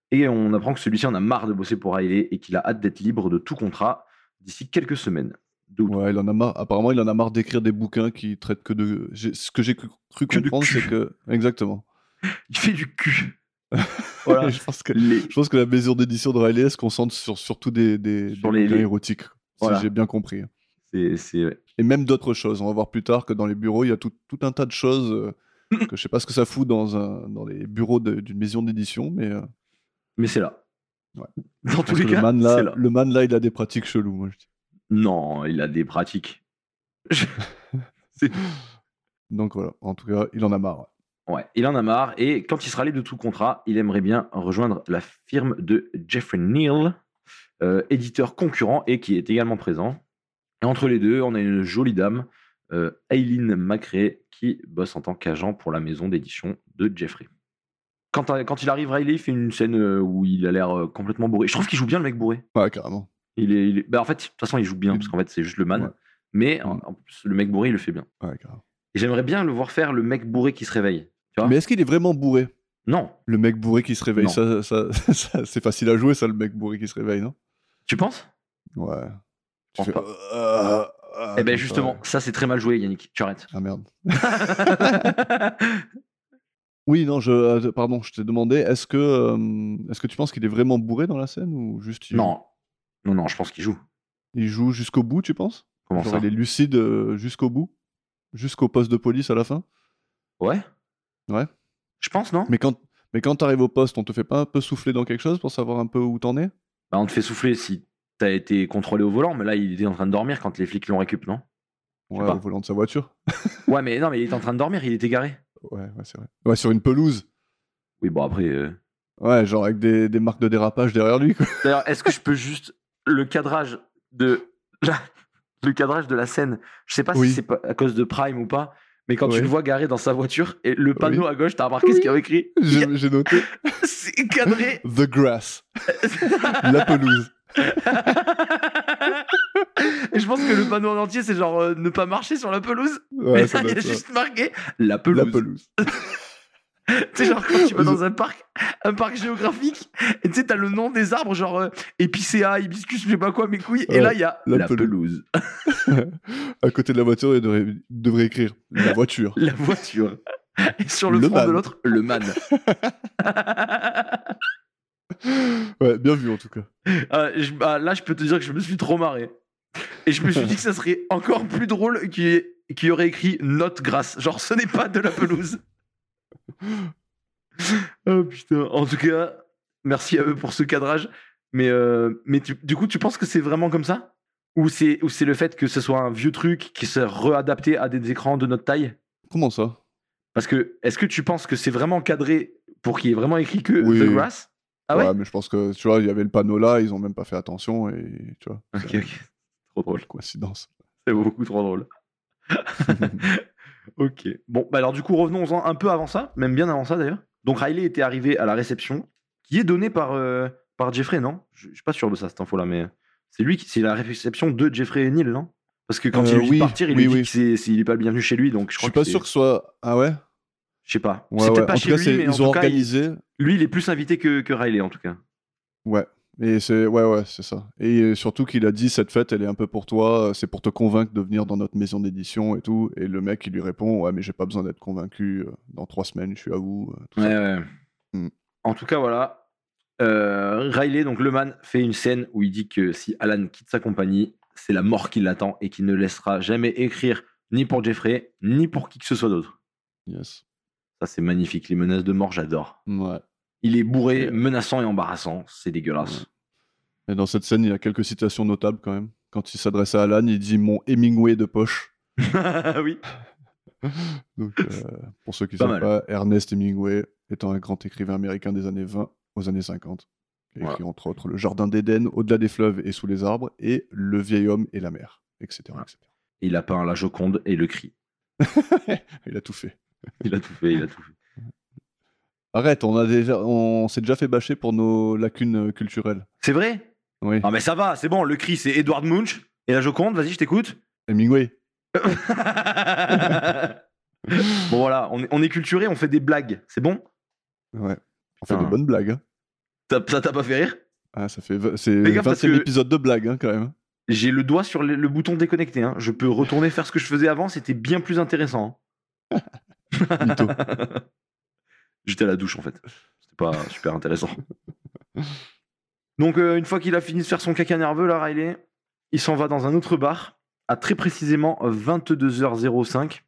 S4: Et on apprend que celui-ci en a marre de bosser pour Riley et qu'il a hâte d'être libre de tout contrat d'ici quelques semaines. Deux ou
S3: Ouais, il en a marre. Apparemment, il en a marre d'écrire des bouquins qui traitent que de. j'ai- Ce que j'ai cru cru
S4: Que de
S3: comprendre,
S4: cul.
S3: c'est que exactement.
S4: trois. Il fait du cul. voilà.
S3: je pense que
S4: Les-
S3: je pense que la maison d'édition de Riley elle se concentre sur surtout des des,
S4: Sur
S3: des
S4: les-
S3: bouquins
S4: les-
S3: érotiques,
S4: Voilà.
S3: si j'ai bien compris.
S4: C'est, c'est, ouais.
S3: Et même d'autres choses. On va voir plus tard que dans les bureaux, il y a tout, tout un tas de choses euh, que je sais pas ce que ça fout dans, un, dans les bureaux de- d'une maison d'édition, mais euh,
S4: Mais c'est là.
S3: Ouais.
S4: Dans tous
S3: parce
S4: les
S3: que le
S4: cas,
S3: man
S4: c'est
S3: là,
S4: là.
S3: le man là, il a des pratiques cheloues. Moi, je dis.
S4: Non, il a des pratiques. Je- C'est-
S3: Donc voilà. En tout cas, il en a marre.
S4: ouais, il en a marre. Et quand il sera libre de tout contrat, il aimerait bien rejoindre la firme de Jeffrey Neal, euh, éditeur concurrent et qui est également présent. Et entre les deux, on a une jolie dame, euh, Aileen Macrae, qui bosse en tant qu'agent pour la maison d'édition de Jeffrey. Quand, euh, quand il arrive, Riley il fait une scène euh, où il a l'air euh, complètement bourré. Je trouve qu'il joue bien le mec bourré.
S3: Ouais, carrément.
S4: Il est, il est- bah, en fait, de toute façon, il joue bien, parce qu'en fait, c'est juste le man.
S3: Ouais.
S4: Mais en- en plus, le mec bourré, il le fait bien.
S3: Ouais, carrément.
S4: Et J'aimerais bien le voir faire le mec bourré qui se réveille. Tu vois
S3: Mais est-ce qu'il est vraiment bourré
S4: Non.
S3: Le mec bourré qui se réveille,
S4: Non.
S3: ça, ça, ça- c'est facile à jouer, ça, le mec bourré qui se réveille, non
S4: Tu penses
S3: Ouais. Tu
S4: pense
S3: fais,
S4: pas.
S3: euh, euh,
S4: Eh ben
S3: comme ça,
S4: justement,
S3: ouais.
S4: ça c'est très mal joué, Yannick. Tu arrêtes.
S3: Ah merde. Oui, non, je, euh, pardon, je t'ai demandé, est-ce que, euh, est-ce que tu penses qu'il est vraiment bourré dans la scène ou juste il,
S4: non. Non, non, je pense qu'il joue.
S3: Il joue jusqu'au bout, tu penses
S4: Comment
S3: Genre,
S4: ça
S3: il est lucide euh, jusqu'au bout Jusqu'au poste de police à la fin
S4: Ouais
S3: Ouais.
S4: Je pense, non
S3: Mais quand, mais quand t'arrives au poste, on te fait pas un peu souffler dans quelque chose pour savoir un peu où t'en es
S4: Bah, on te fait souffler si t'as été contrôlé au volant, mais là, il était en train de dormir quand les flics l'ont récup, non sais
S3: Ouais,
S4: pas.
S3: au volant de sa voiture.
S4: Ouais, mais non, mais il était en train de dormir, il était garé.
S3: Ouais, ouais, c'est vrai. Ouais, sur une pelouse.
S4: Oui, bon, après. euh,
S3: Ouais, genre avec des, des marques de dérapage derrière lui, quoi.
S4: D'ailleurs, est-ce que je peux juste le cadrage de la... le cadrage de la scène Je sais pas
S3: Oui.
S4: si c'est pas à cause de Prime ou pas, mais quand
S3: Ouais.
S4: tu le vois garé dans sa voiture et le panneau à gauche, t'as remarqué ce qu'il y avait écrit
S3: J'ai j'ai noté
S4: C'est cadré.
S3: The Grass. la pelouse.
S4: et je pense que le panneau en entier, c'est genre euh, ne pas marcher sur la pelouse.
S3: Ouais,
S4: mais
S3: ça
S4: ça,
S3: doit
S4: il y a
S3: être ça.
S4: juste marqué la
S3: La
S4: pelouse.
S3: pelouse.
S4: Tu sais, genre quand tu vas dans un parc, un parc géographique, et tu sais, t'as le nom des arbres, genre euh, épicéa, hibiscus, je sais pas quoi, mes couilles,
S3: Ouais,
S4: et là, il y a
S3: la
S4: la,
S3: pelouse.
S4: pelouse.
S3: À côté de la voiture, il devrait, il devrait écrire la voiture.
S4: la voiture. Et sur le,
S3: Le
S4: front
S3: man.
S4: de l'autre, le man.
S3: Ouais, bien vu en tout cas.
S4: Euh, je- bah, là, je peux te dire que je me suis trop marré. Et je me suis dit que ça serait encore plus drôle qu'il y, ait- qu'il y aurait écrit note grasse. Genre, ce n'est pas de la pelouse. oh putain. En tout cas, merci à eux pour ce cadrage. Mais, euh, mais tu- du coup, tu penses que c'est vraiment comme ça Ou c'est ou c'est le fait que ce soit un vieux truc qui s'est réadapté à des écrans de notre taille
S3: Comment ça
S4: Parce que, est-ce que tu penses que c'est vraiment cadré pour qu'il y ait vraiment écrit que
S3: Oui.
S4: The Grass Ah ouais
S3: mais je pense que tu vois, il y avait le panneau là, ils ont même pas fait attention et tu vois,
S4: Ok, ok. Trop drôle.
S3: coïncidence.
S4: C'est beaucoup trop drôle. ok. Bon, bah alors du coup, revenons-en un peu avant ça, même bien avant ça d'ailleurs. Donc Riley était arrivé à la réception, qui est donnée par, euh, par Jeffrey, non Je je suis pas sûr de ça, cette info-là, mais euh, c'est lui qui. C'est la réception de Jeffrey et Neil, non Parce que quand
S3: Euh,
S4: il lui dit de
S3: oui,
S4: partir, il
S3: oui,
S4: lui
S3: oui.
S4: dit qu'il est, pas le bienvenu chez lui, donc je
S3: Je
S4: crois
S3: suis pas
S4: que
S3: sûr
S4: c'est-
S3: que ce soit. Ah ouais,
S4: Je sais pas.
S3: ouais,
S4: c'est
S3: ouais.
S4: peut-être pas
S3: En tout
S4: chez
S3: cas,
S4: lui,
S3: c'est-
S4: mais en
S3: ils
S4: tout
S3: ont
S4: cas,
S3: organisé.
S4: il- lui, il est plus invité que, que Riley, en tout cas.
S3: Et c'est ouais ouais c'est ça. Et surtout qu'il a dit cette fête elle est un peu pour toi, euh, c'est pour te convaincre de venir dans notre maison d'édition et tout. Et le mec il lui répond ouais mais j'ai pas besoin d'être convaincu. euh, Dans trois semaines je suis à vous. euh, tout
S4: Ouais,
S3: ça.
S4: ouais.
S3: Mm.
S4: En tout cas, voilà. Euh, Riley, donc le man, fait une scène où il dit que si Alan quitte sa compagnie, c'est la mort qui l'attend et qu'il ne laissera jamais écrire ni pour Jeffrey, ni pour qui que ce soit d'autre.
S3: Yes.
S4: Ça, c'est magnifique. Les menaces de mort, j'adore.
S3: Ouais.
S4: Il est bourré,
S3: Et- euh,
S4: menaçant et embarrassant. C'est dégueulasse.
S3: Et dans cette scène il y a quelques citations notables quand même. Quand il s'adresse à Alan il dit mon Hemingway de poche. Mm.
S4: oui.
S3: Donc, euh, pour ceux qui ne
S4: Pas
S3: savent
S4: mal.
S3: pas, Ernest Hemingway étant un grand écrivain américain des années 20 aux années 50, qui a écrit entre autres Le Jardin d'Éden, Au-delà des fleuves et sous les arbres, et Le vieil homme et la mer, etc.
S4: Voilà.
S3: etc.
S4: Il a peint la Joconde et le cri.
S3: Il a tout fait.
S4: Il a tout fait, il a tout fait.
S3: Arrête, on, a déjà, on s'est déjà fait bâcher pour nos lacunes euh, culturelles.
S4: C'est vrai
S3: Oui,
S4: Ah, mais ça va, c'est bon. Le cri, c'est Edward Munch. Et la Joconde, vas-y, je t'écoute.
S3: Hemingway.
S4: bon voilà, on est, on est culturé, on fait des blagues, c'est bon
S3: Ouais. On fait
S4: Putain.
S3: de bonnes blagues. hein.
S4: Ça ça t'a pas fait rire
S3: Ah, ça fait v- c'est
S4: Fais gaffe, parce
S3: 20e
S4: que-
S3: épisode de blagues, hein, quand même.
S4: J'ai le doigt sur le, le bouton déconnecté, hein. je peux retourner faire ce que je faisais avant, c'était bien plus intéressant. hein.
S3: hein, Mytho.
S4: J'étais à la douche en fait, c'était pas super intéressant. Donc euh, une fois qu'il a fini de faire son caca nerveux là, Riley, il s'en va dans un autre bar à très précisément euh, 22h05,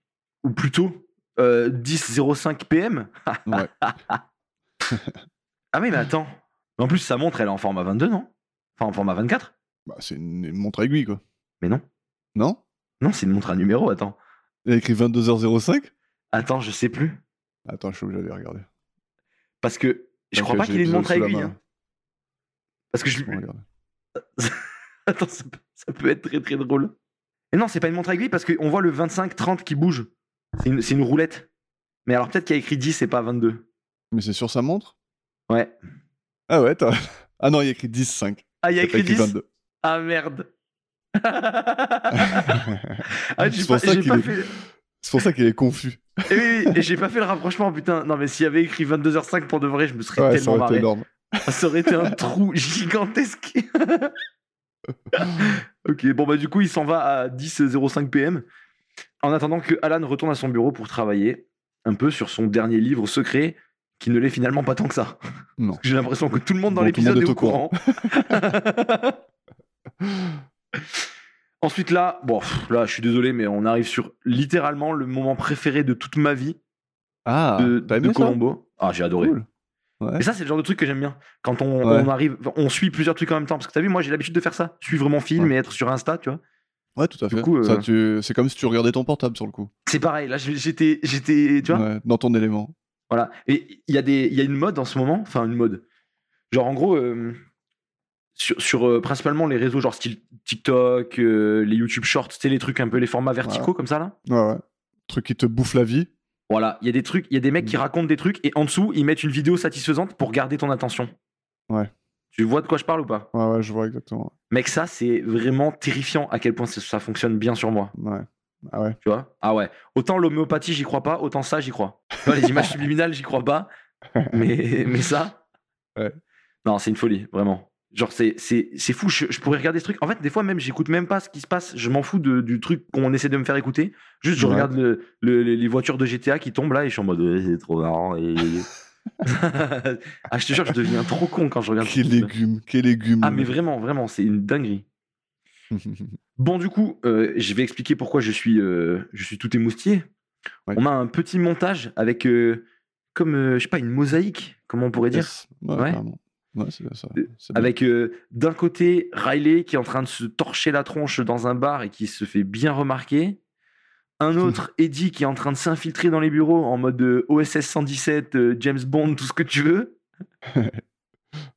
S4: ou plutôt euh, 10h05 PM.
S3: Ouais.
S4: Ah oui, mais attends. En plus, sa montre, elle est en format 22, non Enfin, en format 24
S3: Bah, c'est une, une montre à aiguille, quoi.
S4: Mais non.
S3: Non
S4: Non, c'est une montre à numéro, attends.
S3: Il a écrit 22h05
S4: Attends, je sais plus.
S3: Attends, je suis obligé d'aller regarder.
S4: Parce que je
S3: Parce
S4: crois
S3: que
S4: pas
S3: j'ai
S4: qu'il ait une
S3: l'épisode
S4: montre à
S3: sous la
S4: aiguille.
S3: main.
S4: hein. Parce que je...
S3: Laisse-moi regarder.
S4: Attends, ça peut, ça peut être très très drôle. Et non, c'est pas une montre à aiguille parce qu'on voit le 25-30 qui bouge. C'est une, c'est une roulette. Mais alors peut-être qu'il a écrit 10 et pas 22.
S3: Mais c'est sur sa montre
S4: Ouais.
S3: Ah ouais, t'as- Ah non, il y a écrit 10, 5.
S4: Ah, il y a écrit 10
S3: 22.
S4: Ah merde. ah, j'ai
S3: C'est
S4: pas,
S3: pour ça
S4: j'ai
S3: qu'il
S4: pas
S3: est-
S4: fait...
S3: C'est pour ça qu'il est confus.
S4: Eh oui, oui, et j'ai pas fait le rapprochement, putain. Non, mais s'il y avait écrit 22h05 pour de vrai, je me serais
S3: Ouais, ça
S4: tellement
S3: aurait été
S4: marré.
S3: énorme.
S4: Ça aurait été un trou gigantesque. ok, bon, bah, du coup, il s'en va à 10h05 PM. En attendant que Alan retourne à son bureau pour travailler un peu sur son dernier livre secret, qui ne l'est finalement pas tant que ça.
S3: Non.
S4: J'ai l'impression que tout le monde dans
S3: Bon, tout le monde
S4: l'épisode
S3: est
S4: est
S3: au
S4: au courant. Ensuite, là, bon, pff, là, je suis désolé, mais on arrive sur littéralement le moment préféré de toute ma vie
S3: Ah,
S4: de,
S3: t'as
S4: de
S3: aimé ça
S4: Colombo. Ah, j'ai adoré.
S3: Cool. Ouais.
S4: Et ça, c'est le genre de truc que j'aime bien. Quand on,
S3: Ouais.
S4: on arrive, on suit plusieurs trucs en même temps. Parce que t'as vu, moi, j'ai l'habitude de faire ça. Suivre mon film et être sur Insta, tu vois.
S3: Ouais, tout à
S4: Du
S3: fait.
S4: coup,
S3: Ça,
S4: euh,
S3: tu- C'est comme si tu regardais ton portable sur le coup.
S4: C'est pareil, là, je- j'étais, j'étais, tu vois.
S3: Ouais, dans ton élément.
S4: Voilà. Et il y, a des- il y a une mode en ce moment, enfin une mode. Genre en gros, euh, sur, sur, euh, principalement les réseaux genre style TikTok, euh, les YouTube Shorts, tu sais, les trucs un peu, les formats verticaux comme ça là.
S3: Ouais, ouais. Truc qui te bouffe la vie.
S4: Voilà, il y a des trucs, il y a des mecs qui
S3: Mm.
S4: racontent des trucs et en dessous, ils mettent une vidéo satisfaisante pour garder ton attention.
S3: Ouais.
S4: Tu vois de quoi je parle ou pas
S3: Ouais, ouais, je vois exactement.
S4: Mec, ça, c'est vraiment terrifiant à quel point ça- ça fonctionne bien sur moi.
S3: Ouais. Ah ouais.
S4: Tu vois Ah ouais. Autant l'homéopathie, j'y crois pas, autant ça, j'y crois. Tu vois, les images subliminales, j'y crois pas. Mais, mais ça.
S3: Ouais.
S4: Non, c'est une folie, vraiment. Genre, c'est, c'est, c'est fou. Je, je pourrais regarder ce truc. En fait, des fois, même, j'écoute même pas ce qui se passe. Je m'en fous de- du truc qu'on essaie de me faire écouter. Juste, je
S3: Ouais.
S4: regarde le- le- les, les voitures de GTA qui tombent là et je suis en mode, Eh, c'est trop marrant. et- ah, je te jure, je deviens trop con quand je regarde ce
S3: Quels
S4: truc-là.
S3: légumes, quels légumes.
S4: Ah, mais vraiment, vraiment, c'est une dinguerie. Bon, du coup, euh, je vais expliquer pourquoi je suis, euh, je suis tout émoustillé.
S3: Ouais.
S4: On a un petit montage avec, euh, comme, euh, je sais pas, une mosaïque, comment on pourrait dire
S3: Yes. Ouais,
S4: Ouais.
S3: carrément. Ouais, c'est ça.
S4: Euh,
S3: c'est bien.
S4: Avec euh, d'un côté Riley qui est en train de se torcher la tronche dans un bar et qui se fait bien remarquer. Un
S3: Mmh.
S4: autre, Eddie, qui est en train de s'infiltrer dans les bureaux en mode euh, OSS 117, euh, James Bond, tout ce que tu veux.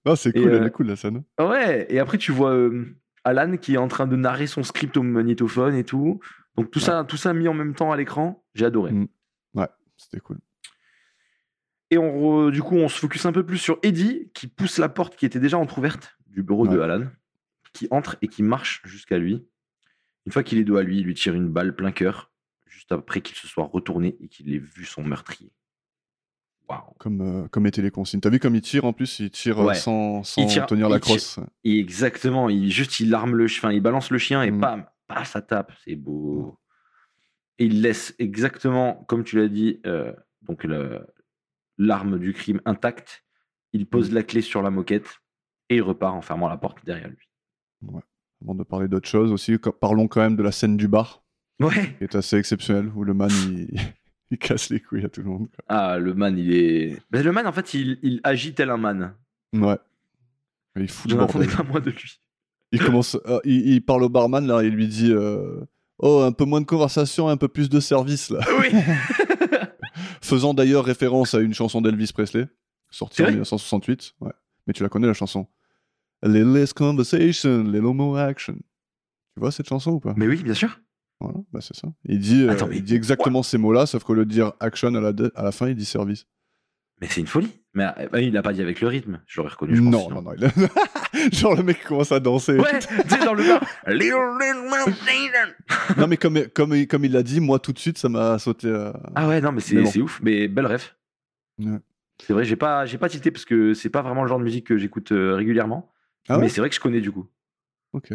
S3: Ah, c'est
S4: et,
S3: cool, elle
S4: euh,
S3: est cool la scène.
S4: Ouais, et après tu vois euh, Alan qui est en train de narrer son script au magnétophone et tout. Donc tout ça tout ça mis en même temps à l'écran, j'ai adoré.
S3: Mm. C'était cool.
S4: Et on re- du coup, on se focus un peu plus sur Eddie qui pousse la porte qui était déjà entr'ouverte du bureau de
S3: Ouais.
S4: Alan, qui entre et qui marche jusqu'à lui. Une fois qu'il est dos à lui, il lui tire une balle plein cœur, juste après qu'il se soit retourné et qu'il ait vu son meurtrier. Waouh!
S3: Comme, euh, comme étaient les consignes. T'as vu comme il tire en plus Il tire euh,
S4: Ouais.
S3: sans, sans
S4: tire-
S3: tenir la
S4: il tire-
S3: crosse.
S4: Et exactement, il juste il arme le chien, il balance le chien et
S3: Mm.
S4: pam, pam, ça tape, c'est beau. Et il laisse exactement, comme tu l'as dit, euh, donc le- l'arme du crime intacte. Il pose
S3: Mm.
S4: la clé sur la moquette et il repart en fermant la porte derrière lui.
S3: Avant de parler d'autre chose aussi, co- parlons quand même de la scène du bar,
S4: Ouais.
S3: qui est assez exceptionnelle, où le man il, il casse les couilles à tout le monde. quoi.
S4: Ah, le man, il est. Mais Bah, le man, en fait, il, il agit tel un man.
S3: Ouais. Et il fout
S4: Je
S3: le
S4: n'en attendais
S3: bordel.
S4: pas moins de lui.
S3: Il commence, euh, il, il parle au barman là, il lui dit euh, Oh, un peu moins de conversation, un peu plus de service là.
S4: Ah Oui.
S3: Faisant d'ailleurs référence à une chanson d'Elvis Presley, sortie
S4: C'est
S3: en
S4: vrai
S3: 1968. Ouais. Mais tu la connais la chanson A little less conversation, little more action. Tu vois cette chanson ou pas
S4: Mais oui, bien sûr.
S3: Voilà, bah c'est ça. Il dit, euh,
S4: Attends, mais-
S3: il dit exactement ces mots-là, sauf que le dire action à la, de- à la fin, il dit service.
S4: Mais c'est une folie. Mais euh, bah, il l'a pas dit avec le rythme. Je l'aurais reconnu. Je pense,
S3: Non,
S4: sinon.
S3: non, non. il a- Genre le mec commence à danser.
S4: Ouais, tu sais, dans le bar. Little, little mountain.
S3: Non, mais comme, comme, il- comme il l'a dit, moi tout de suite, ça m'a sauté. euh,
S4: Ah ouais, non, mais c'est
S3: Mais bon.
S4: c'est ouf, mais belle ref.
S3: Ouais.
S4: C'est vrai, j'ai pas, j'ai pas tilté parce que c'est pas vraiment le genre de musique que j'écoute euh, régulièrement.
S3: Ah ouais
S4: mais c'est vrai que je connais du coup.
S3: Ok.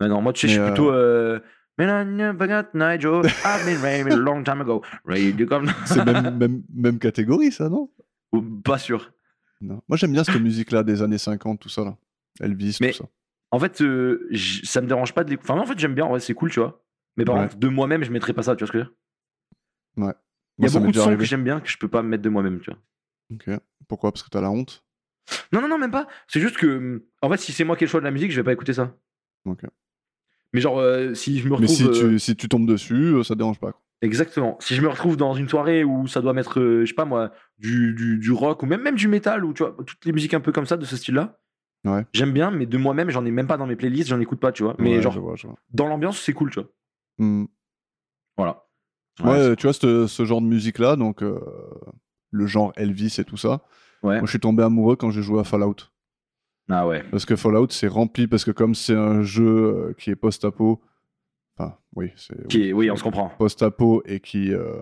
S4: Mais non, moi tu sais, je
S3: Mais,
S4: suis
S3: euh,
S4: plutôt. Euh... Melania Bagat Nigel, I've been ready a long time ago. Ready to come.
S3: C'est même, même, même catégorie, ça, non,
S4: Ou Pas sûr.
S3: non. Moi, j'aime bien cette musique-là des années 50, tout ça. Là. Elvis,
S4: Mais-
S3: tout ça.
S4: En fait, euh, j- ça me dérange pas de l'écouter. Enfin, en fait, j'aime bien, en vrai, c'est cool, tu vois. Mais par
S3: Ouais.
S4: contre, de moi-même, je mettrais pas ça, tu vois ce que je veux dire Il y
S3: Moi,
S4: a
S3: ça m'est
S4: beaucoup de
S3: déjà
S4: sons que
S3: arrivé.
S4: j'aime bien que je peux pas mettre de moi-même, tu vois.
S3: Ok. Pourquoi Parce que t'as la honte
S4: Non, non, non, même pas. C'est juste que, mm, en fait, si c'est moi qui ai le choix de la musique, je vais pas écouter ça.
S3: Ok.
S4: Mais genre, euh, si je me retrouve.
S3: Mais si,
S4: euh,
S3: tu, si tu tombes dessus, euh, ça te dérange pas. quoi.
S4: Exactement. Si je me retrouve dans une soirée où ça doit mettre, euh, je sais pas moi, du, du, du rock ou même, même du métal ou tu vois, toutes les musiques un peu comme ça de ce style-là.
S3: Ouais.
S4: J'aime bien, mais de moi-même, j'en ai même pas dans mes playlists, j'en écoute pas, tu vois. Mais
S3: Ouais,
S4: genre,
S3: je vois, je vois.
S4: dans l'ambiance, c'est cool, tu vois.
S3: Hmm.
S4: Voilà.
S3: Ouais,
S4: Ouais,
S3: tu vois, ce, ce genre de musique-là, donc euh, le genre Elvis et tout ça.
S4: Ouais.
S3: Moi, je suis tombé amoureux quand j'ai joué à Fallout.
S4: Ah ouais.
S3: Parce que Fallout, c'est rempli, parce que comme c'est un jeu euh, qui est post-apo, enfin, oui, c'est oui,
S4: Qui est- oui, on se comprend.
S3: post-apo et qui. euh,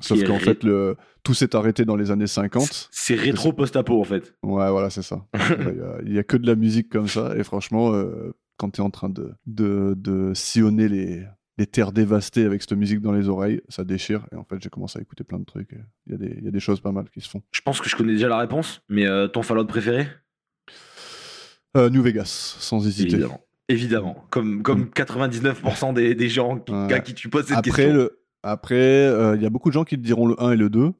S3: sauf
S4: Qui est
S3: qu'en
S4: ré-
S3: fait, le, tout s'est arrêté dans les années 50.
S4: C'est rétro post-apo, en fait.
S3: Ouais, voilà, c'est ça. Il y a- Il n'y a, que de la musique comme ça, et franchement, euh, quand tu es en train de, de, de sillonner les. les terres dévastées avec cette musique dans les oreilles, ça déchire. Et en fait, j'ai commencé à écouter plein de trucs. et Il y, a des- il y a des choses pas mal qui se font.
S4: Je pense que je connais déjà la réponse, mais euh, ton Fallout préféré
S3: Euh, New Vegas, sans hésiter.
S4: Évidemment. Évidemment, comme, comme 99% des, des gens qui-
S3: Mm. Ouais.
S4: à qui tu poses cette
S3: Après,
S4: question.
S3: le... Après, euh, il y a beaucoup de gens qui te diront le 1 et le 2,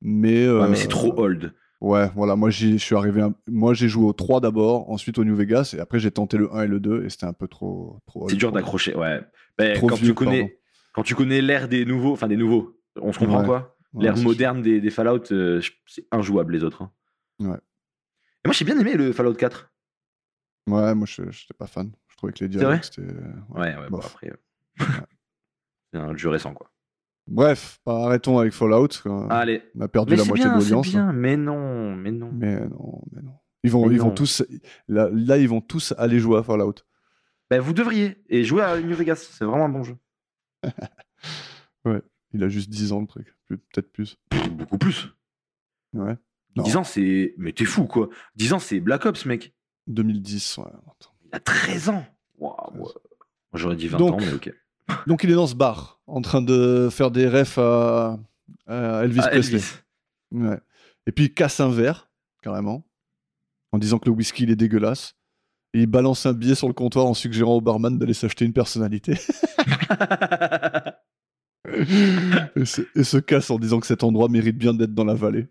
S3: mais...
S4: Ouais,
S3: euh,
S4: mais c'est trop old.
S3: Ouais, voilà, moi j'y- je suis arrivé, un- moi j'ai joué au 3 d'abord, ensuite au New Vegas, et après j'ai tenté le 1 et le 2, et c'était un peu trop... trop
S4: C'est dur
S3: trop-
S4: d'accrocher, ouais. Ben,
S3: Trop
S4: quand,
S3: vieux,
S4: tu
S3: pardon.
S4: connais, quand tu connais l'ère des nouveaux, enfin des nouveaux, on se comprend
S3: Ouais.
S4: quoi
S3: Ouais,
S4: L'ère
S3: c'est-
S4: moderne des, des Fallout, euh, je- c'est injouable les autres. hein.
S3: Ouais.
S4: Et moi j'ai bien aimé le Fallout 4.
S3: Ouais, moi je j'étais pas fan, je trouvais que les dialogues
S4: vrai
S3: c'était...
S4: Ouais, ouais, bon,
S3: bof.
S4: après. euh, c'est un jeu récent quoi.
S3: Bref, bah, arrêtons avec Fallout, quoi.
S4: Allez.
S3: on a perdu
S4: Ah, Mais
S3: la
S4: c'est
S3: moitié
S4: bien,
S3: de
S4: c'est
S3: l'audience. hein.
S4: bien, mais non, mais non.
S3: Mais non, mais non. Ils vont,
S4: Mais
S3: ils vont
S4: non.
S3: tous, là, là, ils vont tous aller jouer à Fallout.
S4: Ben, vous devriez. Et jouer à New Vegas, c'est vraiment un bon jeu.
S3: Il a juste 10 ans le truc, Plus- peut-être plus.
S4: Beaucoup plus.
S3: Ouais. Non.
S4: 10 ans, c'est. Mais t'es fou, quoi. 10 ans, c'est Black Ops, mec.
S3: 2010. ouais, attends.
S4: Il a 13 ans. Waouh. ouais. Moi, J'aurais dit 20
S3: Donc-
S4: ans, mais ok.
S3: Donc il est dans ce bar, en train de faire des refs à, à Elvis
S4: Ah,
S3: Presley.
S4: Elvis.
S3: Ouais. Et puis il casse un verre, carrément, en disant que le whisky il est dégueulasse. Et il balance un billet sur le comptoir en suggérant au barman d'aller s'acheter une personnalité.
S4: Ah,
S3: et, se, et se casse en disant que cet endroit mérite bien d'être dans la vallée.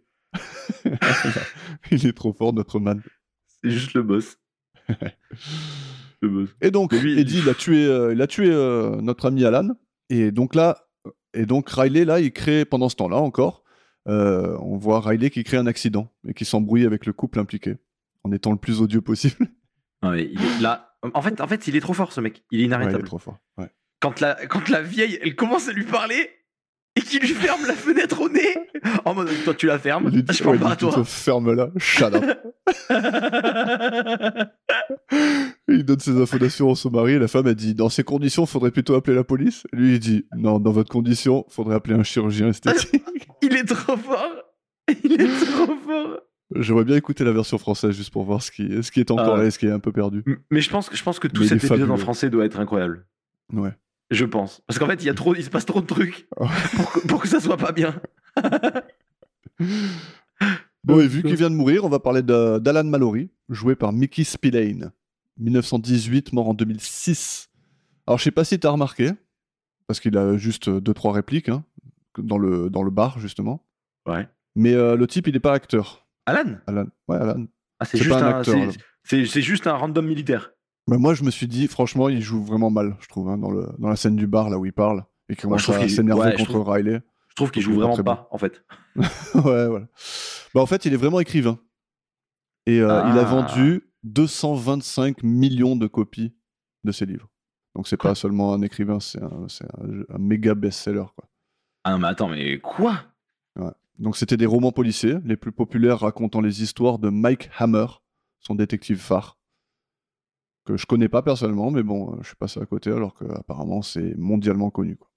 S3: il est trop fort, notre man.
S4: c'est juste le boss. le boss.
S3: Et donc,
S4: Mais lui, il-
S3: Eddie, il a tué, euh, il a tué euh, notre ami Alan. Et donc là, et donc Riley, là, il crée, pendant ce temps-là encore, euh, on voit Riley qui crée un accident et qui s'embrouille avec le couple impliqué, en étant le plus odieux possible.
S4: Non, mais il est là. En fait, en fait, il est trop fort, ce mec. Il
S3: Ouais, il
S4: est
S3: est
S4: inarrêtable.
S3: trop fort. Ouais.
S4: quand, la, quand la vieille, elle commence à lui parler et qu'il lui ferme la fenêtre au nez en mode Toi, tu la fermes.
S3: Il lui dit,
S4: Ah, Je
S3: ouais,
S4: parle
S3: il
S4: pas
S3: dit,
S4: à
S3: tu te
S4: toi.
S3: fermes là, shut up. il donne ses infos d'assurance au mari et la femme, elle dit, dans ces conditions, faudrait plutôt appeler la police. Et lui, il dit, non, dans votre condition, faudrait appeler un chirurgien esthétique.
S4: il est trop fort. Il est trop fort.
S3: J'aimerais bien écouter la version française juste pour voir ce qui, ce qui est encore
S4: Ah ouais.
S3: là et ce qui est un peu perdu.
S4: M- Mais je pense, que- je pense que tout
S3: Mais il est
S4: cet épisode en
S3: fabuleux.
S4: français doit être incroyable.
S3: Ouais.
S4: Je pense. Parce qu'en fait, il, y a trop, il se passe trop de trucs
S3: Ouais.
S4: pour, que, pour que ça soit pas bien.
S3: Bon, et vu qu'il vient de mourir, on va parler de- d'Alan Mallory, joué par Mickey Spillane, 1918, mort en 2006. Alors, je sais pas si tu as remarqué, parce qu'il a juste euh, deux, trois répliques hein, que- dans, le, dans le bar, justement.
S4: Ouais.
S3: Mais euh, le type, il n'est pas acteur,
S4: Alan
S3: Alan. Ouais, Alan.
S4: ah, C'est
S3: C'est
S4: juste,
S3: pas un
S4: un-
S3: acteur,
S4: c'est-
S3: là.
S4: c'est- c'est juste un random militaire.
S3: Mais moi, je me suis dit, franchement, il joue vraiment mal, je trouve, hein, dans, le, dans la scène du bar, là où il parle, et qu'il
S4: Moi,
S3: commence
S4: je trouve
S3: à
S4: qu'il-
S3: s'énerver
S4: ouais, je
S3: contre
S4: trouve-
S3: Riley.
S4: Je trouve qu'il
S3: Je
S4: joue
S3: trouve
S4: vraiment
S3: pas
S4: pas,
S3: très
S4: en fait.
S3: ouais, voilà. Bah, en fait, il est vraiment écrivain. Et euh, il a
S4: Ah.
S3: vendu 225 millions de copies de ses livres. Donc, c'est pas seulement un écrivain, c'est un, c'est un- un méga best-seller. quoi.
S4: Ah, mais attends, mais quoi
S3: Donc, c'était des romans policiers, les plus populaires racontant les histoires de Mike Hammer, son détective phare. Que je connais pas personnellement, mais bon, euh, je suis passé à côté alors que apparemment c'est mondialement connu. quoi.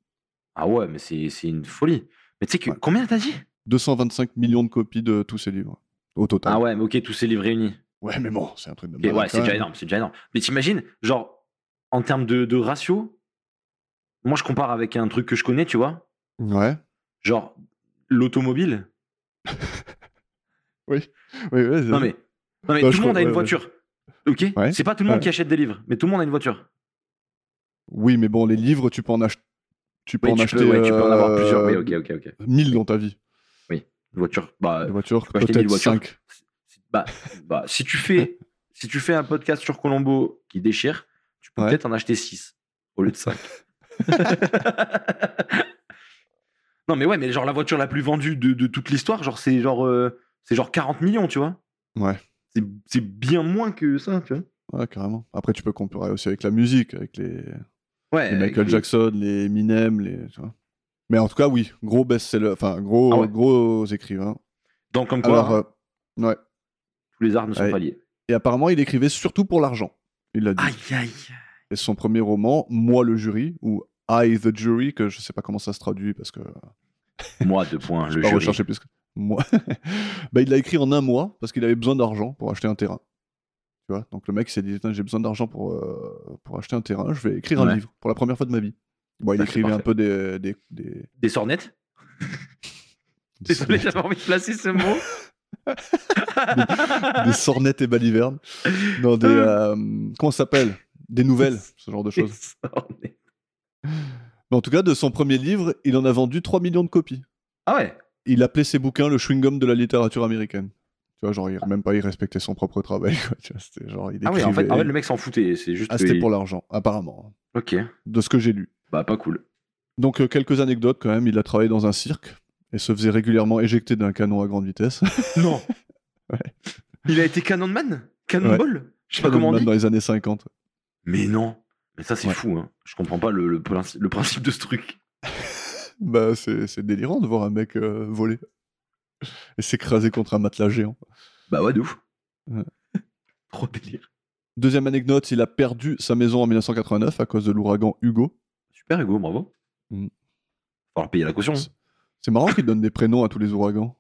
S4: Ah ouais, mais c'est c'est une folie. Mais tu sais que
S3: Ouais.
S4: combien t'as dit
S3: 225 millions de copies de tous ses livres au total.
S4: Ah ouais, mais ok, tous ces livres réunis.
S3: Ouais, mais bon, c'est un truc de
S4: Ok,
S3: malade
S4: ouais,
S3: Bah quand
S4: c'est déjà
S3: même.
S4: énorme, c'est déjà énorme. Mais t'imagines, genre, en termes de, de ratio, moi je compare avec un truc que je connais, tu vois,
S3: Ouais.
S4: genre l'automobile.
S3: Oui, oui, c'est-
S4: Non mais, non, mais
S3: Bah,
S4: tout
S3: je
S4: le monde a
S3: com-
S4: une
S3: ouais,
S4: voiture, ok
S3: Ouais,
S4: C'est pas tout le monde
S3: ouais.
S4: qui achète des livres, mais tout le monde a une voiture.
S3: Oui, mais bon, les livres, tu peux en, ach- tu peux
S4: Oui,
S3: en
S4: tu,
S3: acheter.
S4: peux, ouais, tu peux en avoir
S3: euh,
S4: plusieurs. Oui, ok, ok, ok.
S3: 1000 dans ta vie.
S4: Une voiture, bah,
S3: Des voitures,
S4: peux acheter 1000
S3: peut-être
S4: voitures.
S3: 5.
S4: si- bah, bah, si tu fais, si tu fais un podcast sur Colombo qui déchire, tu peux
S3: Ouais.
S4: peut-être en acheter 6 au lieu de 5. non, mais ouais, mais genre la voiture la plus vendue de, de toute l'histoire, genre c'est genre euh, c'est genre 40 millions, tu vois.
S3: Ouais.
S4: C'est- C'est bien moins que ça, tu vois.
S3: Ouais, carrément. Après, tu peux comparer aussi avec la musique, avec les,
S4: Ouais.
S3: les Michael
S4: avec-
S3: Jackson, les Eminem, les. tu vois. Mais en tout cas, oui, gros best-seller, enfin, gros,
S4: Ah ouais.
S3: gros écrivain.
S4: Donc comme quoi,
S3: Alors,
S4: hein,
S3: euh, ouais.
S4: tous les arts ne sont
S3: ouais.
S4: pas liés.
S3: Et apparemment, il écrivait surtout pour l'argent. Il l'a dit.
S4: Aïe aïe.
S3: Et son premier roman, Moi le jury, ou I the jury, que je sais pas comment ça se traduit parce que
S4: Moi deux points, Ah, le
S3: pas
S4: jury.
S3: recherché plus que moi. bah, il l'a écrit en un mois parce qu'il avait besoin d'argent pour acheter un terrain. Tu vois, donc le mec il s'est dit Putain, j'ai besoin d'argent pour, euh, pour acheter un terrain, je vais écrire un
S4: Ouais.
S3: livre pour la première fois de ma vie. Bon, il
S4: Ça, c'est
S3: écrivait un
S4: parfait.
S3: peu des. des, des-
S4: Des sornettes.
S3: des
S4: Désolé,
S3: sornettes-
S4: j'avais envie de placer ce mot. Ah.
S3: des sornettes et balivernes. Non, des. euh, comment ça s'appelle des nouvelles, ce genre de choses. Mais en tout cas, de son premier livre, il en a vendu 3 millions de copies.
S4: Ah ouais
S3: Il appelait ses bouquins le chewing-gum de la littérature américaine. Tu vois, genre, il, même pas, il respectait son propre travail. quoi. Tu vois, c'était genre, il
S4: Ah oui, en fait,
S3: écrivait-
S4: en fait, le mec s'en foutait. C'est juste.
S3: Ah,
S4: que-
S3: c'était pour l'argent, apparemment, hein,
S4: Ok.
S3: de ce que j'ai lu.
S4: Bah, pas cool.
S3: Donc, euh, quelques anecdotes quand même. Il a travaillé dans un cirque et se faisait régulièrement éjecter d'un canon à grande vitesse.
S4: Non Il a été Canon Man Cannonball Je sais pas comment on
S3: Même
S4: dit.
S3: dans les années 50.
S4: Mais non Mais ça, c'est
S3: Ouais.
S4: fou, hein. Je comprends pas le, le princi- le principe de ce truc.
S3: Bah, c'est c'est délirant de voir un mec euh, voler et s'écraser contre un matelas géant.
S4: Bah ouais, de ouf.
S3: Ouais.
S4: Trop délire.
S3: Deuxième anecdote, il a perdu sa maison en 1989 à cause de l'ouragan Hugo.
S4: Super, Hugo, bravo.
S3: Mm. Bah,
S4: Faut leur payer la caution. hein.
S3: C'est marrant qu'il donne des prénoms à tous les ouragans.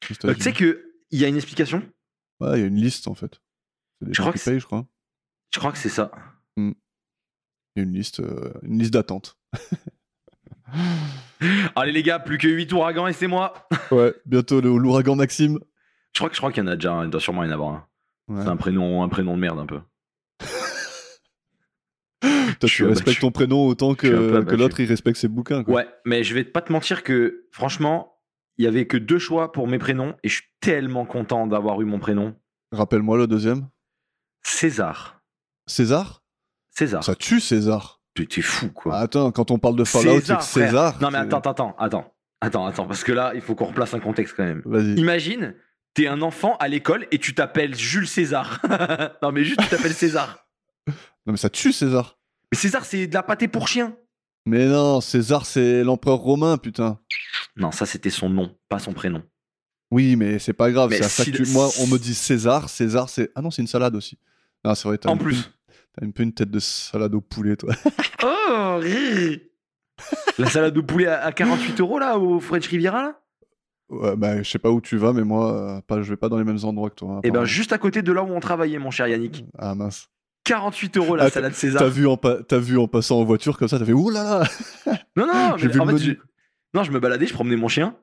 S3: aux
S4: Euh, tu sais
S3: États-Unis.
S4: que il y a une explication
S3: Ouais, il y a une liste en fait. C'est des
S4: Je
S3: gens
S4: crois
S3: qui
S4: que c'est-
S3: payent, je crois.
S4: Je crois que c'est ça.
S3: Il y a une liste, euh, une liste d'attente.
S4: Allez les gars, plus que 8 ouragans et c'est moi.
S3: Ouais, bientôt le- l'ouragan Maxime.
S4: Je crois que je crois qu'il y en a déjà, un, il doit sûrement y en avoir un.
S3: Ouais.
S4: C'est un prénom, un prénom de merde un peu.
S3: Toi,
S4: Je
S3: tu
S4: suis
S3: respectes
S4: abattu.
S3: ton prénom autant
S4: Je suis un peu
S3: que, que
S4: abattu.
S3: l'autre, il respecte ses bouquins. Quoi.
S4: Ouais, mais je vais pas te mentir que franchement, il y avait que deux choix pour mes prénoms et je suis tellement content d'avoir eu mon prénom
S3: Rappelle-moi le deuxième.
S4: César.
S3: César
S4: César.
S3: Ça tue César.
S4: T'es t'es fou Ah. quoi.
S3: Ah, attends, quand on parle de Fallout, c'est que
S4: frère.
S3: César.
S4: Ah, Non mais
S3: c'est-
S4: attends, attends, attends, attends, attends, parce que là, il faut qu'on replace un contexte quand même.
S3: Vas-y.
S4: Imagine, t'es un enfant à l'école et tu t'appelles Jules César. non mais juste tu t'appelles César.
S3: Non, mais ça tue César.
S4: Mais César, c'est de la pâtée pour chien.
S3: Mais non, César, c'est l'empereur romain, putain.
S4: Non, ça c'était son nom, pas son prénom.
S3: Oui, mais c'est pas grave.
S4: Mais
S3: c'est à ça que
S4: si-
S3: tu- Moi, on me dit César. César, c'est. Ah non, c'est une salade aussi. Non, c'est vrai. t'as
S4: En
S3: un peu-
S4: plus.
S3: T'as un peu une tête de salade au poulet, toi.
S4: Oh, rire. La salade de poulet à à 48 euros là au French Riviera là
S3: Ouais, bah, je sais pas où tu vas, mais moi, euh, pas, je vais pas dans les mêmes endroits que toi. hein,
S4: Eh ben
S3: apparemment.
S4: juste à côté de là où on travaillait mon cher Yannick.
S3: Ah mince.
S4: 48 euros la
S3: Ah,
S4: salade
S3: T'as
S4: César.
S3: vu, en pa- t'as vu en passant en voiture comme ça, t'as fait Ouh là là
S4: Non non,
S3: J'ai
S4: mais
S3: vu
S4: en
S3: le
S4: fait
S3: menu.
S4: je- non, je me baladais, je promenais mon chien.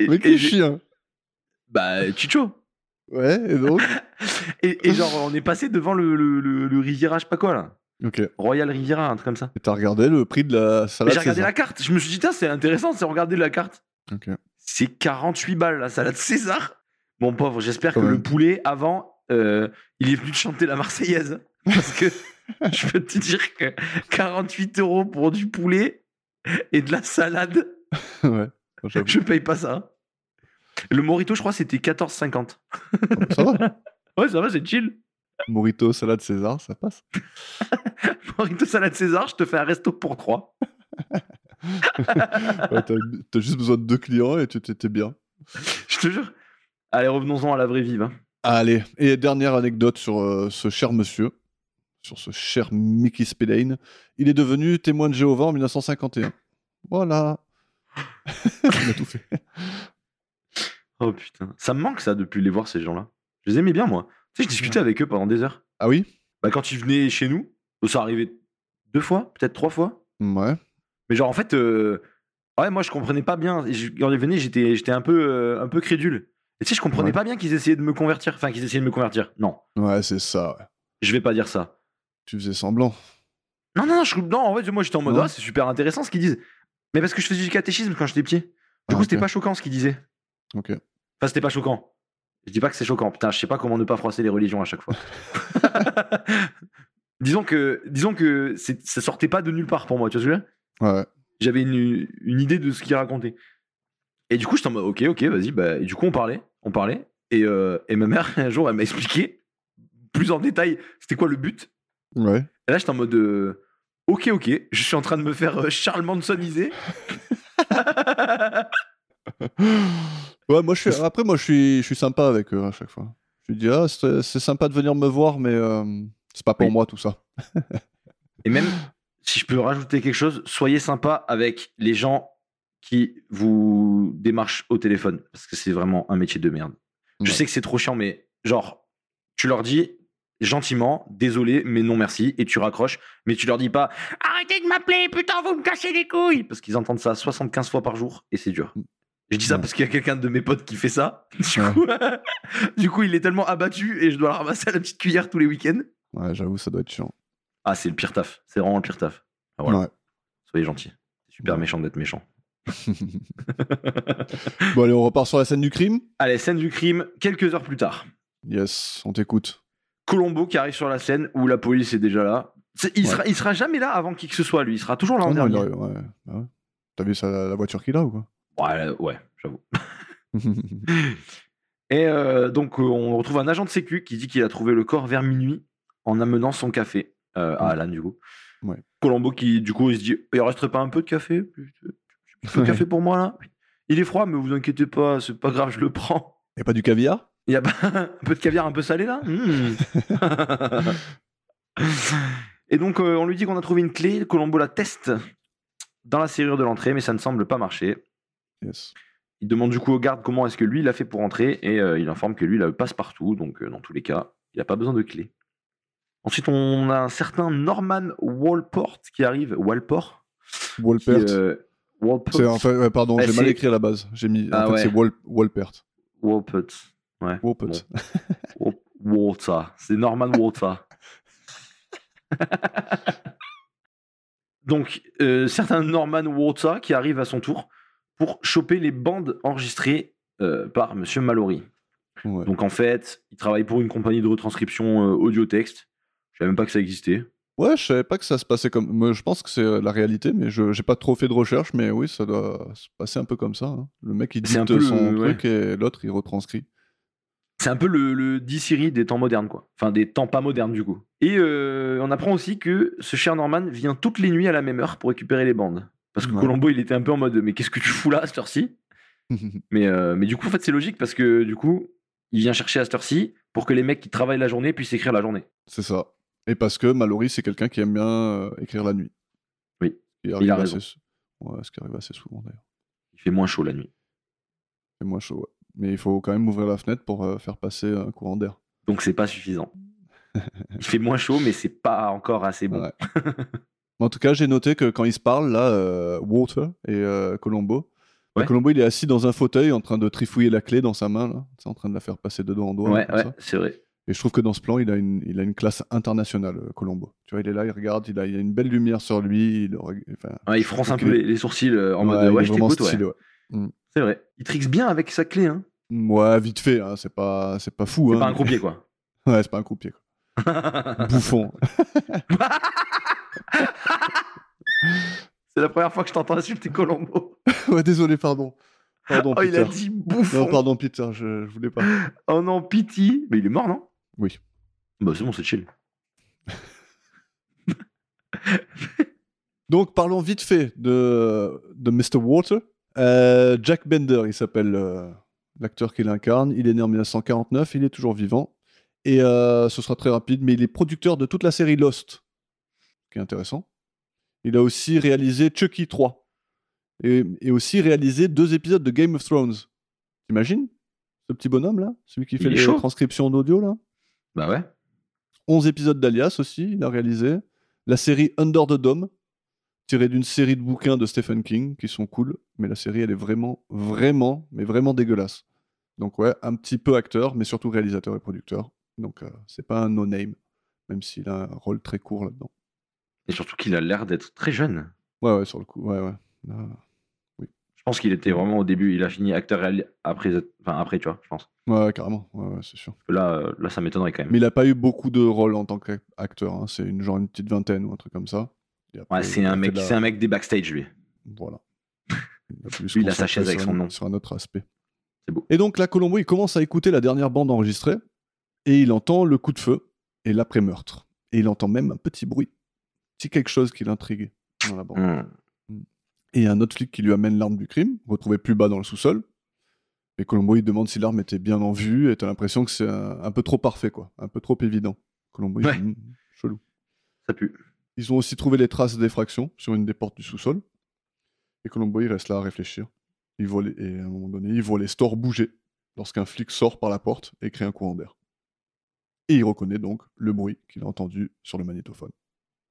S4: Et-
S3: Mais
S4: et
S3: quel
S4: j'ai-
S3: chien
S4: Bah Chicho.
S3: Ouais, et donc
S4: Et, et genre on est passé devant le, le, le- le Riviera, je sais pas quoi là.
S3: Ok. Et
S4: Royal Riviera, un truc comme ça.
S3: t'as regardé le prix de la
S4: Mais
S3: salade
S4: J'ai regardé
S3: César.
S4: la carte, je me suis dit, tiens, c'est intéressant, c'est regarder la carte.
S3: Ok.
S4: c'est 48 balles la salade César. Mon pauvre, j'espère que
S3: Quand
S4: le
S3: même.
S4: poulet, avant, euh, il est venu te chanter la Marseillaise. Parce que je peux te dire que 48 euros pour du poulet et de la salade,
S3: ouais. J'avoue.
S4: je paye pas ça. Le Morito, je crois, c'était 14,50.
S3: Ça va.
S4: Ouais, ça va, c'est chill.
S3: Morito, salade César, ça passe.
S4: Morito salade César, je te fais un resto pour 3.
S3: Ouais, t'as t'as juste besoin de deux clients et tu t'étais bien.
S4: Je te jure. Allez, revenons-en à la vraie vive. hein.
S3: Allez, et dernière anecdote sur euh, ce cher monsieur, sur ce cher Mickey Spillane. Il est devenu témoin de Jéhovah en 1951. Voilà. Il a tout fait.
S4: Oh putain. Ça me manque, ça, depuis les voir, ces gens-là. Je les aimais bien, moi. Tu sais, je discutais avec eux pendant des heures.
S3: Ah oui
S4: bah, quand ils venaient chez nous, ça arrivait deux fois, peut-être trois fois.
S3: Ouais.
S4: Mais genre, en fait, euh, ouais, moi, je comprenais pas bien. Et je- Quand ils venaient, j'étais, j'étais un peu, euh, un peu crédule. Et tu sais, je comprenais
S3: Ouais.
S4: pas bien qu'ils essayaient de me convertir. Enfin, qu'ils essayaient de me convertir. Non,
S3: Ouais, c'est ça. ouais.
S4: je vais pas dire ça.
S3: Tu faisais semblant.
S4: Non, non, non, je, non en fait, moi, j'étais en mode,
S3: Non.
S4: ah, c'est super intéressant ce qu'ils disent. Mais parce que je faisais du catéchisme quand j'étais petit. Du
S3: Ah,
S4: coup, c'était
S3: ok.
S4: pas choquant ce qu'ils disaient.
S3: Ok.
S4: Enfin, c'était pas choquant. Je dis pas que c'est choquant. Putain, je sais pas comment ne pas froisser les religions à chaque fois. disons que, disons que c'est- ça sortait pas de nulle part pour moi, tu vois ce que je veux dire
S3: Ouais.
S4: j'avais une, une idée de ce qu'il racontait. Et du coup, je en mode, ok, ok, vas-y. Bah, et du coup, on parlait, on parlait. Et, euh, et ma mère, un jour, elle m'a expliqué plus en détail c'était quoi le but.
S3: Ouais.
S4: Et là, j'étais en mode, euh, ok, ok, je suis en train de me faire euh, Charles Mansoniser.
S3: Ouais, moi je suis... Après, moi je suis... je suis sympa avec eux hein, à chaque fois. Je lui dis, ah, c'est c'est sympa de venir me voir, mais euh, c'est pas pour
S4: Oui.
S3: moi tout ça.
S4: Et même, si je peux rajouter quelque chose, soyez sympa avec les gens qui vous démarchent au téléphone. Parce que c'est vraiment un métier de merde. Je
S3: Ouais.
S4: sais que c'est trop chiant, mais genre, tu leur dis gentiment, désolé, mais non merci, et tu raccroches, mais tu leur dis pas arrêtez de m'appeler, putain, vous me cassez les couilles Parce qu'ils entendent ça 75 fois par jour, et c'est dur. Je dis ça
S3: Ouais.
S4: parce qu'il y a quelqu'un de mes potes qui fait ça. Du,
S3: Ouais.
S4: coup, du coup, il est tellement abattu et je dois le ramasser à la petite cuillère tous les week-ends.
S3: Ouais, j'avoue, ça doit être chiant.
S4: Ah, c'est le pire taf. C'est vraiment le pire taf. Ah, voilà.
S3: Ouais.
S4: Soyez gentils. C'est super
S3: Ouais.
S4: méchant d'être méchant.
S3: Bon, allez, on repart sur la scène du crime.
S4: Allez, scène du crime, quelques heures plus tard.
S3: Yes, on t'écoute.
S4: Colombo qui arrive sur la scène où la police est déjà là. C'est- Il,
S3: Ouais.
S4: sera, il sera jamais là avant qui que ce soit, lui. Il sera toujours là Ah, en
S3: Oh non, il
S4: dernier.
S3: arrive, ouais. Bah ouais. T'as vu ça, la voiture qu'il a ou quoi
S4: Ouais, là, ouais, j'avoue. Et euh, donc, euh, on retrouve un agent de sécu qui dit qu'il a trouvé le corps vers minuit en amenant son café euh, à
S3: Ouais.
S4: Alan, du coup.
S3: Ouais.
S4: Colombo qui, du coup, il se dit Il resterait pas un peu de café Un peu de
S3: Ouais.
S4: café pour moi, là Il est froid, mais vous inquiétez pas, c'est pas grave, je le prends.
S3: Et pas du caviar
S4: Il y a pas un peu de caviar un peu salé, là Hmm. Et donc, euh, on lui dit qu'on a trouvé une clé. Colombo la teste dans la serrure de l'entrée, mais ça ne semble pas marcher.
S3: Yes.
S4: Il demande du coup au garde comment est-ce que lui il a fait pour entrer et euh, il informe que lui il a le passe-partout, donc euh, dans tous les cas, il n'a pas besoin de clé. Ensuite, on a un certain Norman Walport qui arrive. Walport qui,
S3: Walpert.
S4: euh, Walport.
S3: C'est- en fait, ouais, pardon,
S4: Bah,
S3: j'ai mal
S4: c'est-
S3: écrit à la base. J'ai mis.
S4: Ah
S3: en
S4: ouais.
S3: fait, c'est Wal- Walpert.
S4: Walpert. Ouais.
S3: Walpert.
S4: Bon. Wal- Walter. C'est Norman Walter. donc, euh, certain Norman Walter qui arrive à son tour pour choper les bandes enregistrées euh, par Monsieur Mallory.
S3: Ouais.
S4: Donc en fait, il travaille pour une compagnie de retranscription euh, audio-texte. Je savais même pas que ça existait.
S3: Ouais, je savais pas que ça se passait comme. moi, je pense que c'est euh, la réalité, mais je j'ai pas trop fait de recherche, mais oui, ça doit se passer un peu comme ça. hein. Le mec il
S4: C'est un
S3: dicte
S4: peu le-
S3: son
S4: ouais.
S3: truc et l'autre il retranscrit.
S4: C'est un peu le, le D-Siri des temps modernes, quoi. Enfin, des temps pas modernes, du coup. Et euh, on apprend aussi que ce cher Norman vient toutes les nuits à la même heure pour récupérer les bandes. Parce que
S3: Ouais.
S4: Colombo, il était un peu en mode Mais qu'est-ce que tu fous là à cette heure-ci mais, euh, mais du coup, en fait, c'est logique parce que du coup, il vient chercher à cette heure-ci pour que les mecs qui travaillent la journée puissent écrire la journée.
S3: c'est ça. Et parce que Mallory c'est quelqu'un qui aime bien euh, écrire la nuit.
S4: Oui.
S3: Il arrive
S4: a
S3: assez
S4: raison.
S3: sou- Ouais, ce qui arrive assez souvent d'ailleurs.
S4: Il fait moins chaud la nuit.
S3: C'est moins chaud. ouais. Mais il faut quand même ouvrir la fenêtre pour euh, faire passer un courant d'air.
S4: Donc c'est pas suffisant. Il fait moins chaud, mais c'est pas encore assez bon.
S3: Ouais. En tout cas, j'ai noté que quand ils se parlent, là, euh, Walter et euh, Colombo, bah,
S4: Ouais.
S3: Colombo, il est assis dans un fauteuil en train de trifouiller la clé dans sa main, là. Tu sais, en train de la faire passer de doigt en doigt. là,
S4: Ouais,
S3: comme
S4: ouais,
S3: ça.
S4: c'est vrai.
S3: Et je trouve que dans ce plan, il a une, il a une classe internationale, euh, Colombo. Tu vois, il est là, il regarde, il a, il a une belle lumière sur lui. Il, aurait- enfin,
S4: Ouais, il fronce un
S3: Ok.
S4: peu les, les sourcils euh, en
S3: il
S4: mode
S3: est
S4: ouais, je
S3: vraiment
S4: t'écoute, ouais.
S3: stylé, ouais.
S4: C'est vrai. Il trixe bien avec sa clé, hein.
S3: Ouais, vite fait, hein, c'est pas, c'est pas fou.
S4: C'est
S3: hein,
S4: pas un
S3: mais-
S4: croupier, quoi.
S3: Ouais, c'est pas un croupier. quoi. Bouffon.
S4: c'est la première fois que je t'entends insulter Colombo.
S3: ouais, désolé, pardon. Pardon,
S4: Oh, il a
S3: Peter.
S4: dit
S3: Non,
S4: bouffon.
S3: pardon, Peter, je, je voulais pas.
S4: oh non, piti. Mais il est mort, non
S3: Oui.
S4: Bah, c'est bon, c'est chill.
S3: Donc parlons vite fait de, de Mr. Water. Euh, Jack Bender, il s'appelle euh, l'acteur qui l'incarne. Il est né en 1949, il est toujours vivant. Et euh, ce sera très rapide, mais il est producteur de toute la série Lost, ce qui est intéressant. Il a aussi réalisé Chucky 3. Et, et aussi réalisé deux épisodes de Game of Thrones. T'imagines Ce petit bonhomme là Celui qui
S4: Il
S3: fait
S4: est
S3: les
S4: chaud.
S3: transcriptions d'audio là
S4: Bah ouais.
S3: 11 épisodes d'Alias aussi, il a réalisé. La série Under the Dome, tirée d'une série de bouquins de Stephen King qui sont cool, mais la série elle est vraiment, vraiment, mais vraiment dégueulasse. Donc ouais, un petit peu acteur, mais surtout réalisateur et producteur. Donc euh, c'est pas un no-name, même s'il a un rôle très court là-dedans.
S4: Et surtout qu'il a l'air d'être très jeune.
S3: Ouais, ouais, sur le coup, ouais, ouais. Ah.
S4: Je pense qu'il était vraiment au début. Il a fini acteur réel après, enfin, après tu vois, je pense.
S3: Ouais, carrément, ouais, ouais, c'est sûr.
S4: Parce que Là, euh, là ça m'étonnerait quand même.
S3: Mais il a pas eu beaucoup de rôles en tant qu'acteur, hein. c'est une, genre une petite vingtaine ou un truc comme ça. Il a
S4: Ouais,
S3: pas-
S4: c'est
S3: il a
S4: un,
S3: fait
S4: mec,
S3: de la-
S4: c'est un mec des backstage, lui.
S3: Voilà. Il a plus
S4: Lui, il a sa chaise avec
S3: sur
S4: son
S3: un-
S4: nom.
S3: Sur un autre aspect.
S4: C'est beau.
S3: Et donc là, Colombo, il commence à écouter la dernière bande enregistrée et il entend le coup de feu et l'après-meurtre. Et il entend même un petit bruit, petit quelque chose qui l'intrigue dans la bande.
S4: Hmm.
S3: Et un autre flic qui lui amène l'arme du crime, retrouvée plus bas dans le sous-sol. Et Colombo, il demande si l'arme était bien en vue et t'as l'impression que c'est un, un peu trop parfait, quoi. Un peu trop évident. Colombo, il
S4: Ouais.
S3: dit, "Hmm, chelou.
S4: Ça pue.
S3: Ils ont aussi trouvé les traces d'effraction sur une des portes du sous-sol. Et Colombo, il reste là à réfléchir. Il voit les- Et à un moment donné, il voit les stores bouger lorsqu'un flic sort par la porte et crée un courant d'air. Et il reconnaît donc le bruit qu'il a entendu sur le magnétophone.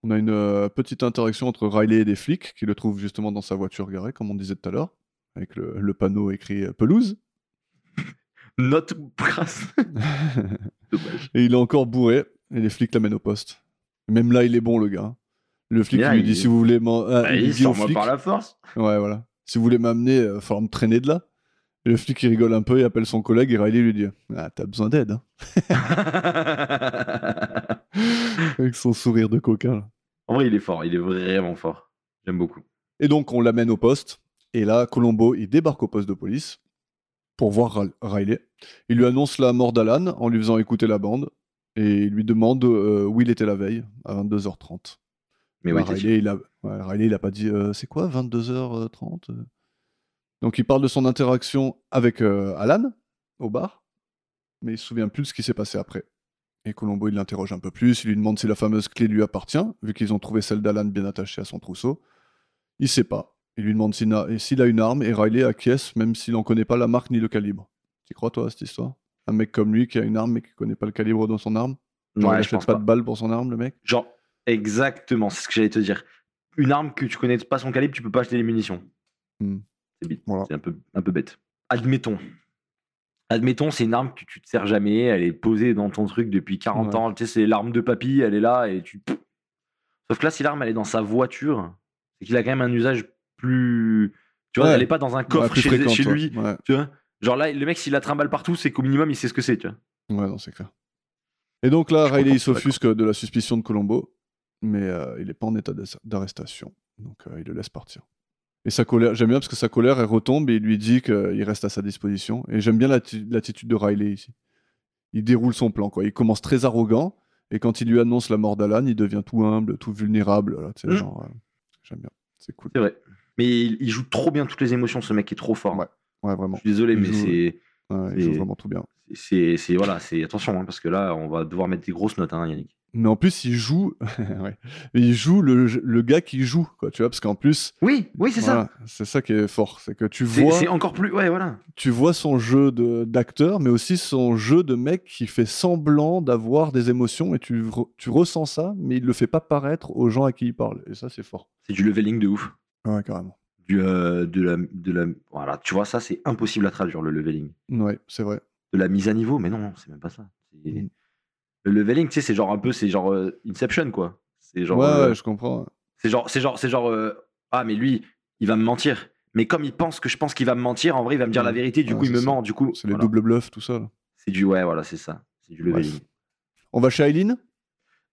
S3: On a une euh, petite interaction entre Riley et des flics qui le trouvent justement dans sa voiture garée, comme on disait tout à l'heure. avec le, le panneau écrit euh, pelouse.
S4: Note brasse. Dommage.
S3: Et il est encore bourré, et les flics l'amènent au poste. Même là, il est bon, le gars. Le flic
S4: Mais là,
S3: il lui dit
S4: il-
S3: si vous voulez m'en- ah,
S4: Bah,
S3: il
S4: il
S3: dit au
S4: sort moi
S3: flic,
S4: par la force.
S3: ouais voilà, si vous voulez m'amener, euh, faut me traîner de là. Et le flic il rigole un peu, il appelle son collègue et Riley lui dit ah t'as besoin d'aide, hein. avec son sourire de coquin. là.
S4: en vrai, il est fort. Il est vraiment fort. J'aime beaucoup.
S3: Et donc, on l'amène au poste. Et là, Colombo, il débarque au poste de police pour voir Ra- Riley. Il lui annonce la mort d'Alan en lui faisant écouter la bande. Et il lui demande euh, où il était la veille, à 22h30.
S4: Mais
S3: Bah,
S4: ouais, t'es sûr.
S3: Riley, il a... ouais, Riley, il a pas dit euh, c'est quoi, 22h30 euh Donc, il parle de son interaction avec euh, Alan au bar, mais il se souvient plus de ce qui s'est passé après. Et Colombo, il l'interroge un peu plus, il lui demande si la fameuse clé lui appartient, vu qu'ils ont trouvé celle d'Alan bien attachée à son trousseau. Il sait pas. Il lui demande s'il n'a- et s'il a une arme, et Riley acquiesce, même s'il n'en connaît pas la marque ni le calibre. Tu crois, toi, à cette histoire Un mec comme lui qui a une arme mais qui connaît pas le calibre dans son arme Genre, il
S4: Ouais, je
S3: achète
S4: pense
S3: pas
S4: pas.
S3: de balles pour son arme, le mec
S4: Genre, exactement, c'est ce que j'allais te dire. Une arme que tu connais pas son calibre, tu peux pas acheter les munitions.
S3: Hmm.
S4: C'est bête.
S3: Voilà.
S4: C'est un peu, un peu bête. Admettons. Admettons, c'est une arme que tu te sers jamais, elle est posée dans ton truc depuis 40
S3: Ouais.
S4: ans. Tu sais, c'est l'arme de papy, elle est là et tu. Sauf que là, si l'arme, elle est dans sa voiture, c'est qu'il a quand même un usage plus. Tu vois,
S3: Ouais.
S4: elle est pas dans un
S3: Ouais,
S4: coffre
S3: plus
S4: chez,
S3: fréquent,
S4: chez
S3: toi.
S4: lui.
S3: Ouais.
S4: Tu vois Genre là, le mec, s'il la trimballe partout, c'est qu'au minimum, il sait ce que c'est, tu vois.
S3: Ouais, non, c'est clair. Et donc là,
S4: Je
S3: Riley il
S4: comprends pas,
S3: s'offusque de la suspicion de Colombo, mais euh, il n'est pas en état d'as- d'arrestation. Donc euh, il le laisse partir. Et sa colère, j'aime bien parce que sa colère, elle retombe et il lui dit qu'il reste à sa disposition. Et j'aime bien l'atti- l'attitude de Riley ici. Il déroule son plan, quoi. Il commence très arrogant et quand il lui annonce la mort d'Alan, il devient tout humble, tout vulnérable. là, tu sais,
S4: Mm.
S3: genre, euh, j'aime bien. C'est cool.
S4: C'est vrai. Mais il, il joue trop bien toutes les émotions, ce mec est trop fort.
S3: Ouais,
S4: Je
S3: vraiment.
S4: suis désolé,
S3: Il
S4: mais
S3: joue-
S4: c'est.
S3: Ouais, il joue
S4: Et-
S3: vraiment tout bien.
S4: c'est c'est- voilà c'est attention hein, parce que là on va devoir mettre des grosses notes hein, Yannick
S3: Mais en plus, il joue, ouais. il joue le, le gars qui joue, quoi. Tu vois, parce qu'en plus,
S4: oui oui c'est ça
S3: Voilà, c'est ça qui est fort, c'est que tu
S4: c'est
S3: vois,
S4: c'est encore plus ouais voilà
S3: tu vois son jeu de- d'acteur, mais aussi son jeu de mec qui fait semblant d'avoir des émotions et tu, re- tu ressens ça, mais il le fait pas paraître aux gens à qui il parle. Et ça, c'est fort.
S4: c'est du leveling de ouf
S3: Ouais, carrément.
S4: du euh, de la de la voilà tu vois ça c'est impossible à traduire le leveling
S3: Ouais, c'est vrai.
S4: de la mise à niveau mais non, non c'est même pas ça C'est-
S3: Mm.
S4: le leveling tu sais c'est genre un peu c'est genre euh, Inception quoi c'est genre
S3: ouais,
S4: euh,
S3: ouais, je comprends. hein.
S4: c'est genre c'est genre c'est genre euh, ah mais lui il va me mentir mais comme il pense que je pense qu'il va me mentir en vrai il va me dire
S3: Mm.
S4: la vérité du
S3: Ouais,
S4: coup il
S3: c'est
S4: me
S3: ça.
S4: ment du coup
S3: C'est les
S4: voilà.
S3: doubles bluffs, tout ça. là.
S4: c'est du ouais voilà c'est ça c'est du
S3: Bref.
S4: leveling
S3: On va chez Aileen,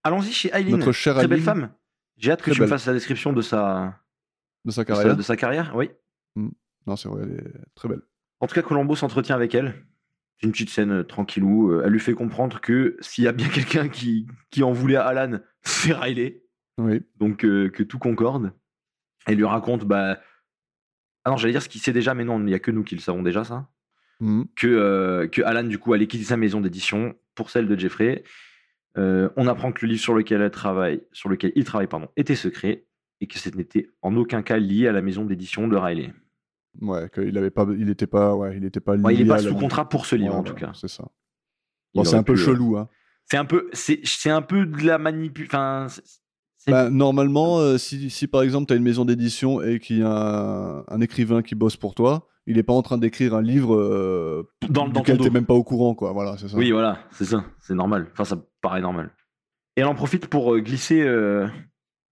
S4: allons-y chez Aileen
S3: notre chère
S4: Très
S3: Aileen
S4: belle femme. J'ai hâte que
S3: Très
S4: tu me
S3: belle.
S4: fasses la description de sa,
S3: de sa
S4: de sa-
S3: carrière.
S4: de sa carrière. Oui.
S3: Non, c'est vrai, elle est très belle.
S4: En tout cas, Colombo s'entretient avec elle. C'est une petite scène euh, tranquillou. Euh, Elle lui fait comprendre que s'il y a bien quelqu'un qui, qui en voulait à Alan, c'est Riley.
S3: Oui.
S4: Donc euh, que tout concorde. Elle lui raconte, bah. Ah non, j'allais dire ce qu'il sait déjà, mais non, il n'y a que nous qui le savons déjà, ça.
S3: Mhm.
S4: que, euh, que Alan, du coup, allait quitter sa maison d'édition pour celle de Jeffrey. Euh, on apprend que le livre sur lequel, elle travaille, sur lequel il travaille pardon, était secret et que ce n'était en aucun cas lié à la maison d'édition de Riley.
S3: Ouais, qu'il avait pas, il était pas, ouais, il était pas.
S4: Enfin, il n'est
S3: lié
S4: pas
S3: à la-
S4: sous contrat pour ce livre, en tout
S3: Voilà,
S4: cas.
S3: C'est ça.
S4: Il
S3: Bon, c'est
S4: aurait
S3: un peu
S4: pu, euh,
S3: chelou, hein.
S4: C'est un peu, c'est, c'est un peu de la manipulation. Enfin, c'est- c'est-
S3: Bah, normalement, euh, si, si par exemple tu as une maison d'édition et qu'il y a un, un écrivain qui bosse pour toi, il n'est pas en train d'écrire un livre euh,
S4: dans, dans ton
S3: duquel
S4: dos.
S3: tu même pas au courant, quoi. Voilà, c'est ça.
S4: Oui, voilà, c'est ça, c'est normal. Enfin, ça paraît normal. Et elle en profite pour euh, glisser euh,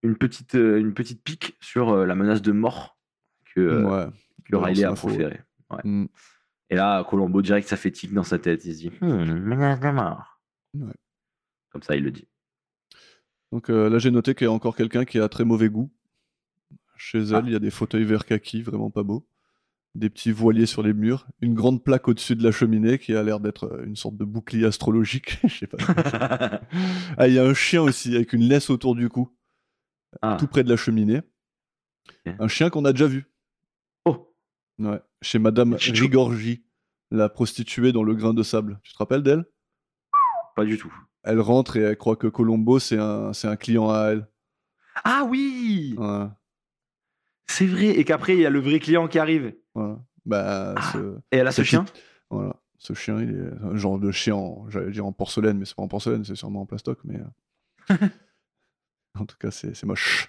S4: une petite, euh, une petite pique sur euh, la menace de mort que, euh,
S3: Ouais.
S4: que
S3: Balance
S4: Riley a
S3: l'info,
S4: proféré. Ouais.
S3: Mm.
S4: Et là, Colombo, direct, ça fait tic dans sa tête. Il se dit Hmm, une menace de mort.
S3: Ouais.
S4: Comme ça, il le dit.
S3: Donc euh, là, j'ai noté qu'il y a encore quelqu'un qui a très mauvais goût. Chez elle,
S4: Ah.
S3: il y a des fauteuils verts kaki, vraiment pas beaux. Des petits voiliers sur les murs. Une grande plaque au-dessus de la cheminée qui a l'air d'être euh, une sorte de bouclier astrologique. Je sais pas. Ah, il y a un chien aussi avec une laisse autour du cou,
S4: ah.
S3: tout près de la cheminée.
S4: Ok.
S3: Un chien qu'on a déjà vu.
S4: Oh,
S3: Ouais, chez Madame
S4: Chicho.
S3: Rigorgi, la prostituée dans le grain de sable. Tu te rappelles d'elle
S4: pas du tout.
S3: Elle rentre et elle croit que Colombo, c'est un, c'est un client à elle.
S4: Ah oui
S3: Ouais,
S4: C'est vrai. Et qu'après, il y a le vrai client qui arrive.
S3: voilà. Bah,
S4: Ah.
S3: ce,
S4: Et elle a ce
S3: C'est
S4: chien
S3: voilà. ce chien, il est un genre de chien, en- j'allais dire en porcelaine, mais c'est pas en porcelaine, c'est sûrement en plastoc, mais... euh, en tout cas, c'est c'est moche.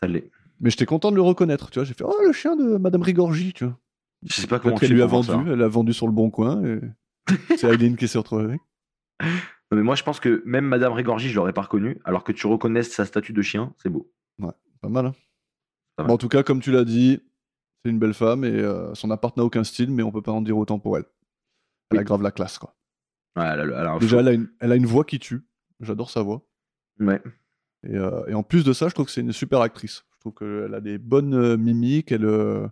S4: Ça l'est.
S3: Mais j'étais content de le reconnaître, tu vois. J'ai fait Oh, le chien de Madame Rigorgi, tu vois.
S4: Je sais pas
S3: Peut-être
S4: comment tu
S3: qu'elle
S4: fais
S3: lui a
S4: pour
S3: vendu,
S4: voir ça.
S3: elle l'a vendu sur le bon coin. Et... C'est Aileen qui s'est retrouvée avec.
S4: Non, mais moi, je pense que même Madame Régorgie, je l'aurais pas reconnue, alors que tu reconnaisses sa statue de chien, c'est beau.
S3: Pas mal, hein.
S4: Pas mal.
S3: Bon, en tout cas, comme tu l'as dit, c'est une belle femme et euh, son appart n'a aucun style, mais on peut pas en dire autant pour elle. Elle
S4: Oui.
S3: aggrave la classe, quoi.
S4: Ouais, elle a- elle a un
S3: Déjà,
S4: fou-
S3: elle a, une, elle a une voix qui tue. J'adore sa voix.
S4: Ouais.
S3: Et, euh, et en plus de ça, je trouve que c'est une super actrice. Je trouve qu'elle a des bonnes euh, mimiques. Elle, euh,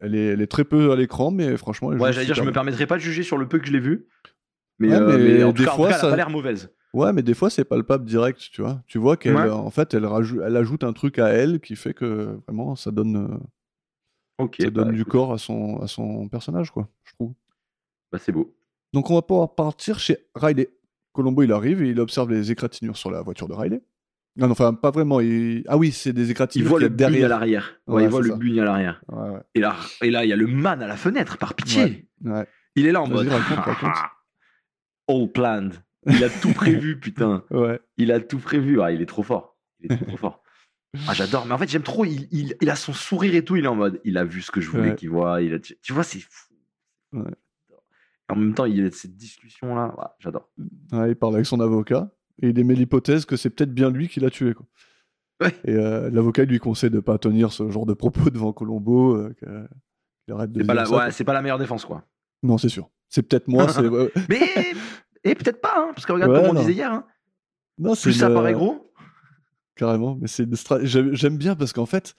S3: elle, est, elle est très peu à l'écran, mais franchement, elle
S4: Ouais,
S3: joue
S4: j'allais dire, je
S3: super
S4: me
S3: bien.
S4: permettrai pas de juger sur le peu que je l'ai vu. Mais,
S3: Ouais,
S4: euh,
S3: mais
S4: mais en tout
S3: des
S4: cas, en tout
S3: fois,
S4: cas, elle a
S3: ça-
S4: pas l'air mauvaise.
S3: Ouais, mais des fois, c'est palpable direct, tu vois. Tu vois qu'elle,
S4: Ouais.
S3: euh, en fait, elle, rajou- elle ajoute un truc à elle qui fait que vraiment, ça donne, euh,
S4: Ok.
S3: ça
S4: bah,
S3: donne du
S4: écoute,
S3: corps à son, à son personnage, quoi, je trouve.
S4: bah, c'est beau.
S3: Donc on va pouvoir partir chez Riley. Colombo, il arrive et il observe les égratignures sur la voiture de Riley. Ah Non, non, enfin, pas vraiment. il- Ah oui, c'est des
S4: Il
S3: égratignures
S4: voit
S3: qu'il y
S4: le
S3: a
S4: bugne à
S3: derrière.
S4: l'arrière. Ouais,
S3: Ouais,
S4: il voit
S3: c'est
S4: le
S3: ça.
S4: bugne à l'arrière.
S3: Ouais, ouais,
S4: Et là, et là, il y a le man à la fenêtre, par pitié.
S3: ouais.
S4: Il est là en
S3: Vas-y,
S4: mode. ah,
S3: raconte, raconte.
S4: All planned. Il a tout prévu, putain.
S3: Ouais.
S4: Il a tout prévu. Ah, il est trop fort. Il est trop, trop fort. Ah, j'adore. Mais en fait, j'aime trop. Il, il- il a son sourire et tout. Il est en mode. Il a vu ce que je voulais
S3: Ouais.
S4: qu'il voit. Il a, tu tu vois, c'est fou.
S3: Ouais.
S4: En même temps, il y a cette discussion-là. Ouais, j'adore.
S3: Ouais, il parle avec son avocat et il émet l'hypothèse que c'est peut-être bien lui qui l'a tué. Quoi.
S4: Ouais.
S3: Et euh, l'avocat il lui conseille de ne pas tenir ce genre de propos devant Colombo. euh, que- qu'il arrête de
S4: C'est pas,
S3: dire
S4: la-
S3: ça,
S4: ouais,
S3: quoi.
S4: c'est pas la meilleure défense, quoi.
S3: Non, c'est sûr. C'est peut-être moi. c'est... ouais, ouais.
S4: Mais. Et peut-être pas, hein, parce que regarde
S3: Ouais,
S4: comme on
S3: non.
S4: disait hier. hein.
S3: Non, c'est
S4: Plus ça
S3: une,
S4: paraît
S3: euh,
S4: gros.
S3: Carrément, mais c'est une stra- j'aime j'aime bien parce qu'en fait,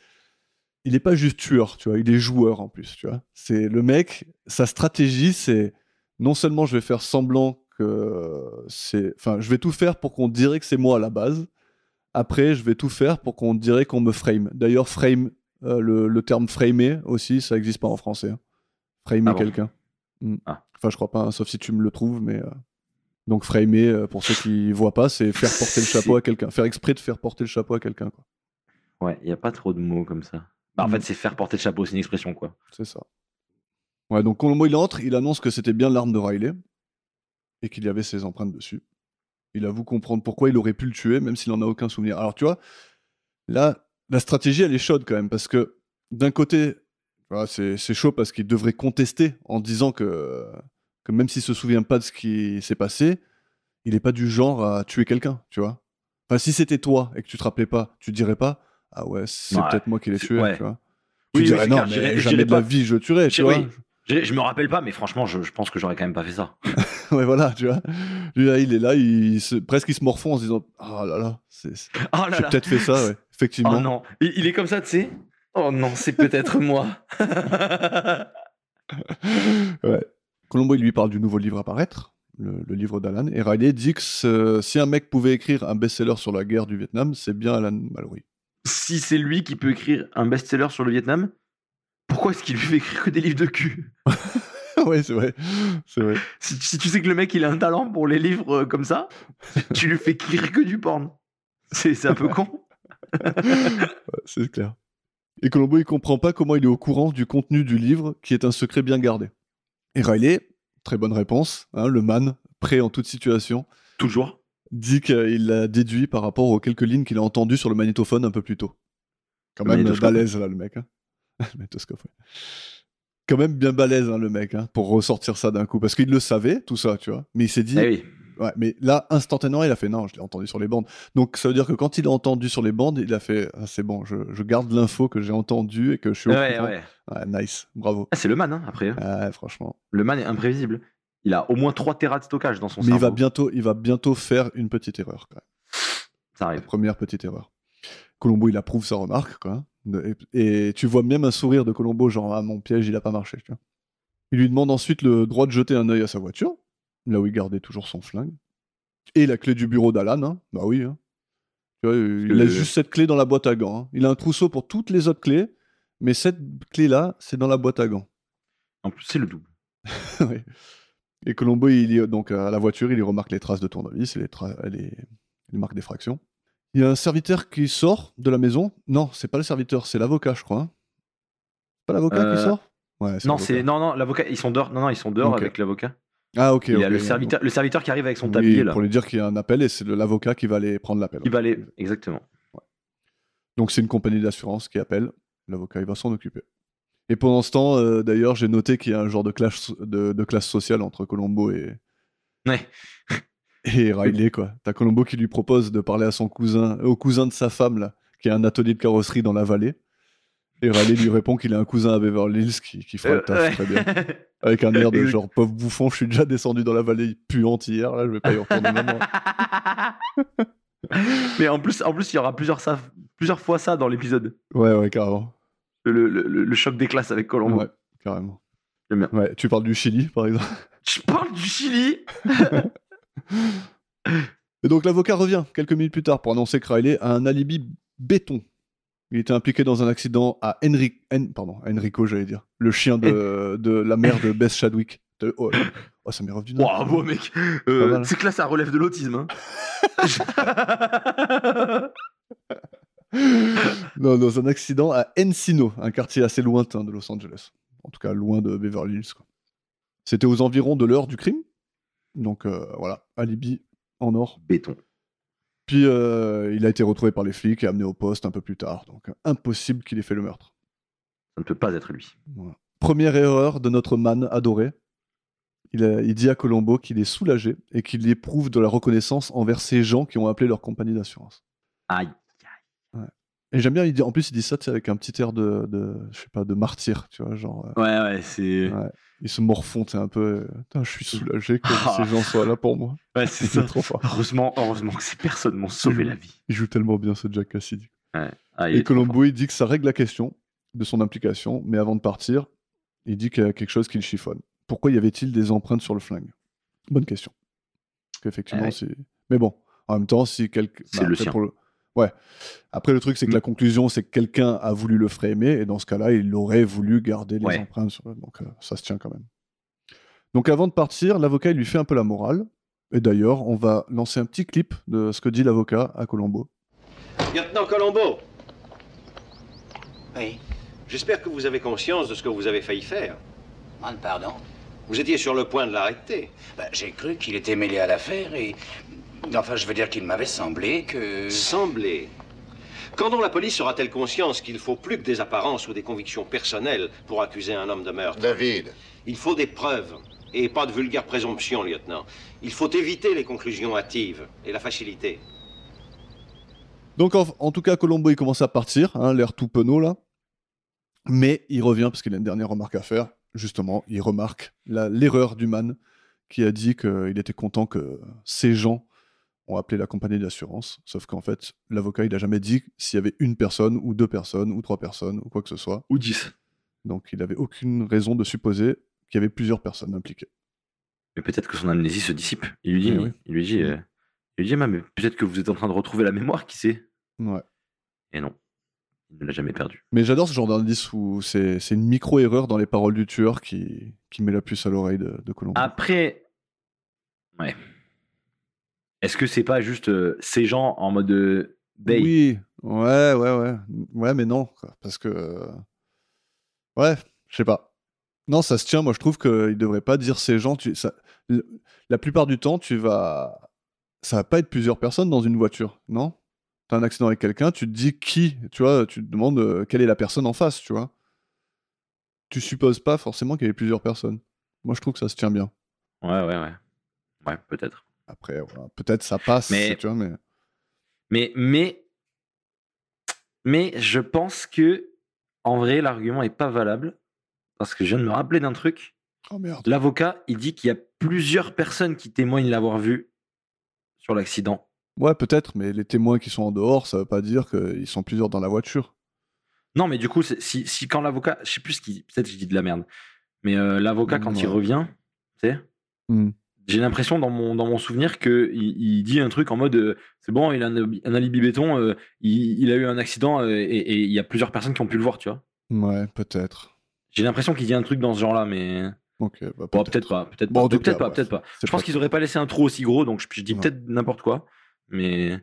S3: il n'est pas juste tueur, tu vois, il est joueur en plus, tu vois. C'est le mec, sa stratégie, c'est non seulement je vais faire semblant que c'est, enfin, je vais tout faire pour qu'on dirait que c'est moi à la base. Après, je vais tout faire pour qu'on dirait qu'on me frame. D'ailleurs, frame, euh, le, le terme framer aussi, ça n'existe pas en français. hein. Framer
S4: Ah bon
S3: quelqu'un. Mm.
S4: Ah.
S3: Enfin, je crois pas, hein, sauf si tu me le trouves, mais. euh, Donc, framer, euh, pour ceux qui voient pas, c'est faire porter le chapeau à quelqu'un. Faire exprès de faire porter le chapeau à quelqu'un, quoi.
S4: Ouais, il n'y a pas trop de mots comme ça. Bah, en
S3: Mm.
S4: fait, c'est faire porter le chapeau, c'est une expression, quoi.
S3: C'est ça. Ouais, donc Colombo, il entre, il annonce que c'était bien l'arme de Riley et qu'il y avait ses empreintes dessus. Il avoue comprendre pourquoi il aurait pu le tuer, même s'il n'en a aucun souvenir. Alors, tu vois, là, la stratégie, elle est chaude quand même, parce que d'un côté, voilà, c'est c'est chaud parce qu'il devrait contester en disant que, que même s'il se souvient pas de ce qui s'est passé, il n'est pas du genre à tuer quelqu'un, tu vois. Enfin, si c'était toi et que tu te rappelais pas, tu dirais pas, ah ouais, c'est
S4: Ouais,
S3: peut-être moi qui l'ai
S4: c'est-
S3: tué,
S4: ouais.
S3: tu vois.
S4: Oui,
S3: Tu
S4: oui,
S3: dirais
S4: c'est
S3: non,
S4: clair,
S3: mais
S4: je dirais- je
S3: jamais
S4: dirais
S3: de la
S4: pas-
S3: vie je tuerais, tu
S4: Je-
S3: vois.
S4: oui. Je, je me rappelle pas, mais franchement, je, je pense que j'aurais quand même pas fait ça.
S3: ouais, voilà, tu vois. Lui, là, il est là, il se... presque il se morfond en se disant Ah là là, c'est... c'est-
S4: Oh là
S3: j'ai
S4: là.
S3: peut-être fait ça, ouais. effectivement.
S4: Oh non, il, il est comme ça, tu sais. Oh non, c'est peut-être moi.
S3: ouais. Colombo, il lui parle du nouveau livre à paraître, le, le livre d'Alan, et Riley dit que ce- si un mec pouvait écrire un best-seller sur la guerre du Vietnam, c'est bien Alan Mallory.
S4: si c'est lui qui peut écrire un best-seller sur le Vietnam, pourquoi est-ce qu'il lui fait écrire que des livres de cul
S3: ouais, c'est vrai. C'est vrai.
S4: si, si tu sais que le mec, il a un talent pour les livres euh, comme ça, tu lui fais écrire que du porn. C'est c'est un peu con.
S3: Ouais, c'est clair. Et Colombo, il comprend pas comment il est au courant du contenu du livre, qui est un secret bien gardé. Et Riley, très bonne réponse, hein, le man, prêt en toute situation,
S4: Toujours.
S3: dit qu'il l'a déduit par rapport aux quelques lignes qu'il a entendues sur le magnétophone un peu plus tôt. Quand
S4: Le
S3: même euh,
S4: magnétoscope.
S3: balèze, là, le mec. hein. le magnétoscope, ouais. Quand même bien balèze, hein, le mec, hein, pour ressortir ça d'un coup. Parce qu'il le savait, tout ça, tu vois. Mais il s'est dit,
S4: Eh oui.
S3: Ouais, mais là, instantanément, il a fait non, je l'ai entendu sur les bandes. Donc, ça veut dire que quand il a entendu sur les bandes, il a fait ah, c'est bon, je, je garde l'info que j'ai entendue et que je suis au
S4: Ouais,
S3: courant.
S4: ouais.
S3: Ouais, nice, bravo.
S4: Ah, c'est le man, hein, après. hein.
S3: Ouais, franchement.
S4: Le man est imprévisible. Il a au moins 3 terras de stockage dans son
S3: Mais il
S4: cerveau.
S3: va, bientôt, il va bientôt faire une petite erreur, quand même.
S4: Ça
S3: La
S4: arrive.
S3: première petite erreur. Colombo, il approuve sa remarque, quoi. De- Et, et tu vois même un sourire de Colombo, genre ah, mon piège, il a pas marché. tu vois. Il lui demande ensuite le droit de jeter un œil à sa voiture, là où il gardait toujours son flingue, et la clé du bureau d'Alan. hein. Bah oui. hein. Tu vois, il
S4: que-
S3: a juste cette clé dans la boîte à gants. hein. Il a un trousseau pour toutes les autres clés, mais cette clé-là, c'est dans la boîte à gants.
S4: En plus, c'est le double.
S3: Ouais. Et Colombo, il y, donc euh, à la voiture, il y remarque les traces de tournevis et les, tra- les- les marques d'effraction. Il y a un serviteur qui sort de la maison. Non, c'est pas le serviteur, c'est l'avocat, je crois. hein. Pas l'avocat qui
S4: Euh,
S3: sort Ouais,
S4: Non,
S3: l'avocat.
S4: c'est non, non, l'avocat, ils sont dehors. Non, non, ils sont dehors
S3: Ok.
S4: avec l'avocat.
S3: Ah, ok.
S4: il
S3: ok,
S4: y a le
S3: ouais,
S4: serviteur, le serviteur qui arrive avec son
S3: oui,
S4: tablier là.
S3: Pour lui dire qu'il y a un appel et c'est le- l'avocat qui va aller prendre l'appel.
S4: Il va aller exactement.
S3: Donc c'est une compagnie d'assurance qui appelle, l'avocat il va s'en occuper. Et pendant ce temps, euh, d'ailleurs, j'ai noté qu'il y a un genre de clash de, de classe sociale entre Colombo et,
S4: Ouais.
S3: et Riley, quoi. T'as Colombo qui lui propose de parler à son cousin, au cousin de sa femme, là, qui a un atelier de carrosserie dans la vallée. Et Riley lui répond qu'il a un cousin à Beverly Hills qui, qui fera
S4: Euh,
S3: le taf
S4: ouais.
S3: très bien. Avec un air de genre pauvre bouffon, je suis déjà descendu dans la vallée puante hier, là, je vais pas y retourner maintenant.
S4: Mais en plus, en plus, il y aura plusieurs, ça- plusieurs fois ça dans l'épisode.
S3: Ouais, ouais, carrément.
S4: Le, le- le- le choc des classes avec Colombo.
S3: Ouais, carrément.
S4: J'aime bien.
S3: Ouais, tu parles du Chili, par exemple.
S4: Je parle du Chili
S3: Et donc l'avocat revient quelques minutes plus tard pour annoncer que Riley a un alibi béton. Il était impliqué dans un accident à Henri... Hen- Pardon, à Enrico, j'allais dire. Le chien de, de la mère de Bess Chadwick. De- Oh, oh, ça m'est revenu. d'un
S4: Waouh,
S3: coup.
S4: beau mec Euh,
S3: Pas mal. hein.
S4: C'est que là, ça relève de l'autisme. hein.
S3: Non, dans un accident à Encino, un quartier assez lointain de Los Angeles. En tout cas, loin de Beverly Hills. quoi. C'était aux environs de l'heure du crime. Donc euh, voilà, alibi en or.
S4: Béton.
S3: Puis euh, il a été retrouvé par les flics et amené au poste un peu plus tard. Donc euh, impossible qu'il ait fait le meurtre.
S4: Ça ne peut pas être lui.
S3: Voilà. Première erreur de notre man adoré. Il, a- il dit à Colombo qu'il est soulagé et qu'il éprouve de la reconnaissance envers ces gens qui ont appelé leur compagnie d'assurance.
S4: Aïe.
S3: Et j'aime bien, il dit, en plus, il dit ça tu sais, avec un petit air de, de- je sais pas, de martyr, tu vois, genre, euh,
S4: Ouais, ouais, c'est
S3: Ouais. il se morfond, tu sais, un peu, euh, Putain, je suis soulagé que
S4: Ah.
S3: ces gens soient là pour moi.
S4: ouais, c'est
S3: C'est
S4: ça.
S3: trop fort.
S4: Heureusement, heureusement que ces personnes m'ont sauvé la vie.
S3: Il joue tellement bien ce Jack Cassidy.
S4: Ah, il
S3: Et
S4: est trop fort.
S3: Colombo, il dit que ça règle la question de son implication, mais avant de partir, il dit qu'il y a quelque chose qui le chiffonne. Pourquoi y avait-il des empreintes sur le flingue Bonne question. Parce qu'effectivement,
S4: Ah ouais.
S3: c'est. Mais bon, en même temps, si Bah, quelqu'un.
S4: C'est le sien.
S3: Ouais. Après, le truc, c'est que
S4: Mm.
S3: la conclusion, c'est que quelqu'un a voulu le framer, et dans ce cas-là, il aurait voulu garder les
S4: Ouais.
S3: empreintes sur le. Donc, euh, ça se tient quand même. Donc, avant de partir, l'avocat, il lui fait un peu la morale. Et d'ailleurs, on va lancer un petit clip de ce que dit l'avocat à Colombo.
S5: Lieutenant Colombo,
S6: Oui,
S5: j'espère que vous avez conscience de ce que vous avez failli faire.
S6: demande pardon.
S5: Vous étiez sur le point de l'arrêter.
S6: Ben, J'ai cru qu'il était mêlé à l'affaire et. Enfin, je veux dire qu'il m'avait semblé que.
S5: Semblez. Quand donc la police aura-t-elle conscience qu'il faut plus que des apparences ou des convictions personnelles pour accuser un homme de meurtre
S2: David,
S5: Il faut des preuves et pas de vulgaires présomptions, lieutenant. Il faut éviter les conclusions hâtives et la facilité.
S3: Donc en, en tout cas, Colombo, il commence à partir, hein, l'air tout penaud là. Mais il revient parce qu'il a une dernière remarque à faire. Justement, il remarque la- l'erreur du man qui a dit qu'il était content que ces gens ont appelé la compagnie d'assurance. Sauf qu'en fait, l'avocat, il n'a jamais dit s'il y avait une personne ou deux personnes ou trois personnes ou quoi que ce soit.
S4: Ou 10.
S3: Donc il n'avait aucune raison de supposer qu'il y avait plusieurs personnes impliquées.
S4: Mais peut-être que son amnésie se dissipe. Il lui dit,
S3: Eh oui.
S4: il lui dit, euh, il lui dit, Ah, mais peut-être que vous êtes en train de retrouver la mémoire, qui sait
S3: Ouais.
S4: Et non, il ne l'a jamais perdu.
S3: Mais j'adore ce genre d'indice où c'est c'est une micro-erreur dans les paroles du tueur qui, qui met la puce à l'oreille de, de
S4: Ah
S3: Colombo.
S4: Après, ouais. Est-ce que c'est pas juste euh, ces gens en mode euh, Bay
S3: Oui, ouais, ouais, ouais. Ouais, mais non, quoi, parce que. euh, Ouais, je sais pas. Non, ça se tient. Moi, je trouve qu'ils devraient pas dire ces gens. Tu... Ça... le- La plupart du temps, tu vas. Ça va pas être plusieurs personnes dans une voiture, non T'as un accident avec quelqu'un, tu te dis qui Tu vois, tu te demandes euh, quelle est la personne en face, tu vois. Tu supposes pas forcément qu'il y avait plusieurs personnes. Moi, je trouve que ça se tient bien.
S4: Ouais, ouais, ouais. Ouais, peut-être.
S3: Après, voilà, peut-être ça passe,
S4: Mais-
S3: tu vois, mais.
S4: Mais, mais, mais je pense que, en vrai, l'argument est pas valable. Parce que je viens de me rappeler d'un truc.
S3: Oh merde.
S4: L'avocat, il dit qu'il y a plusieurs personnes qui témoignent l'avoir vu sur l'accident.
S3: Ouais, peut-être, mais les témoins qui sont en dehors, ça veut pas dire qu'ils sont plusieurs dans la voiture.
S4: Non, mais du coup, c'est- si, si quand l'avocat, je sais plus ce qu'il dit, peut-être je dis de la merde, mais euh, l'avocat, quand il
S3: Ouais.
S4: revient, tu sais,
S3: Hmm.
S4: j'ai l'impression dans mon, dans mon souvenir qu'il il dit un truc en mode euh, c'est bon, il a un, obi- un alibi béton, euh, il, il a eu un accident euh, et- et il y a plusieurs personnes qui ont pu le voir, tu vois.
S3: Ouais, peut-être.
S4: J'ai l'impression qu'il dit un truc dans ce genre-là, mais.
S3: Ok, bah,
S4: Bon, peut-être pas, peut-être
S3: Bon, en
S4: pas,
S3: tout
S4: peut-être
S3: cas,
S4: pas,
S3: bref,
S4: peut-être pas.
S3: c'est
S4: Je pense
S3: pas-
S4: qu'ils auraient pas laissé un trou aussi gros, donc je, je dis
S3: Non.
S4: peut-être n'importe quoi, mais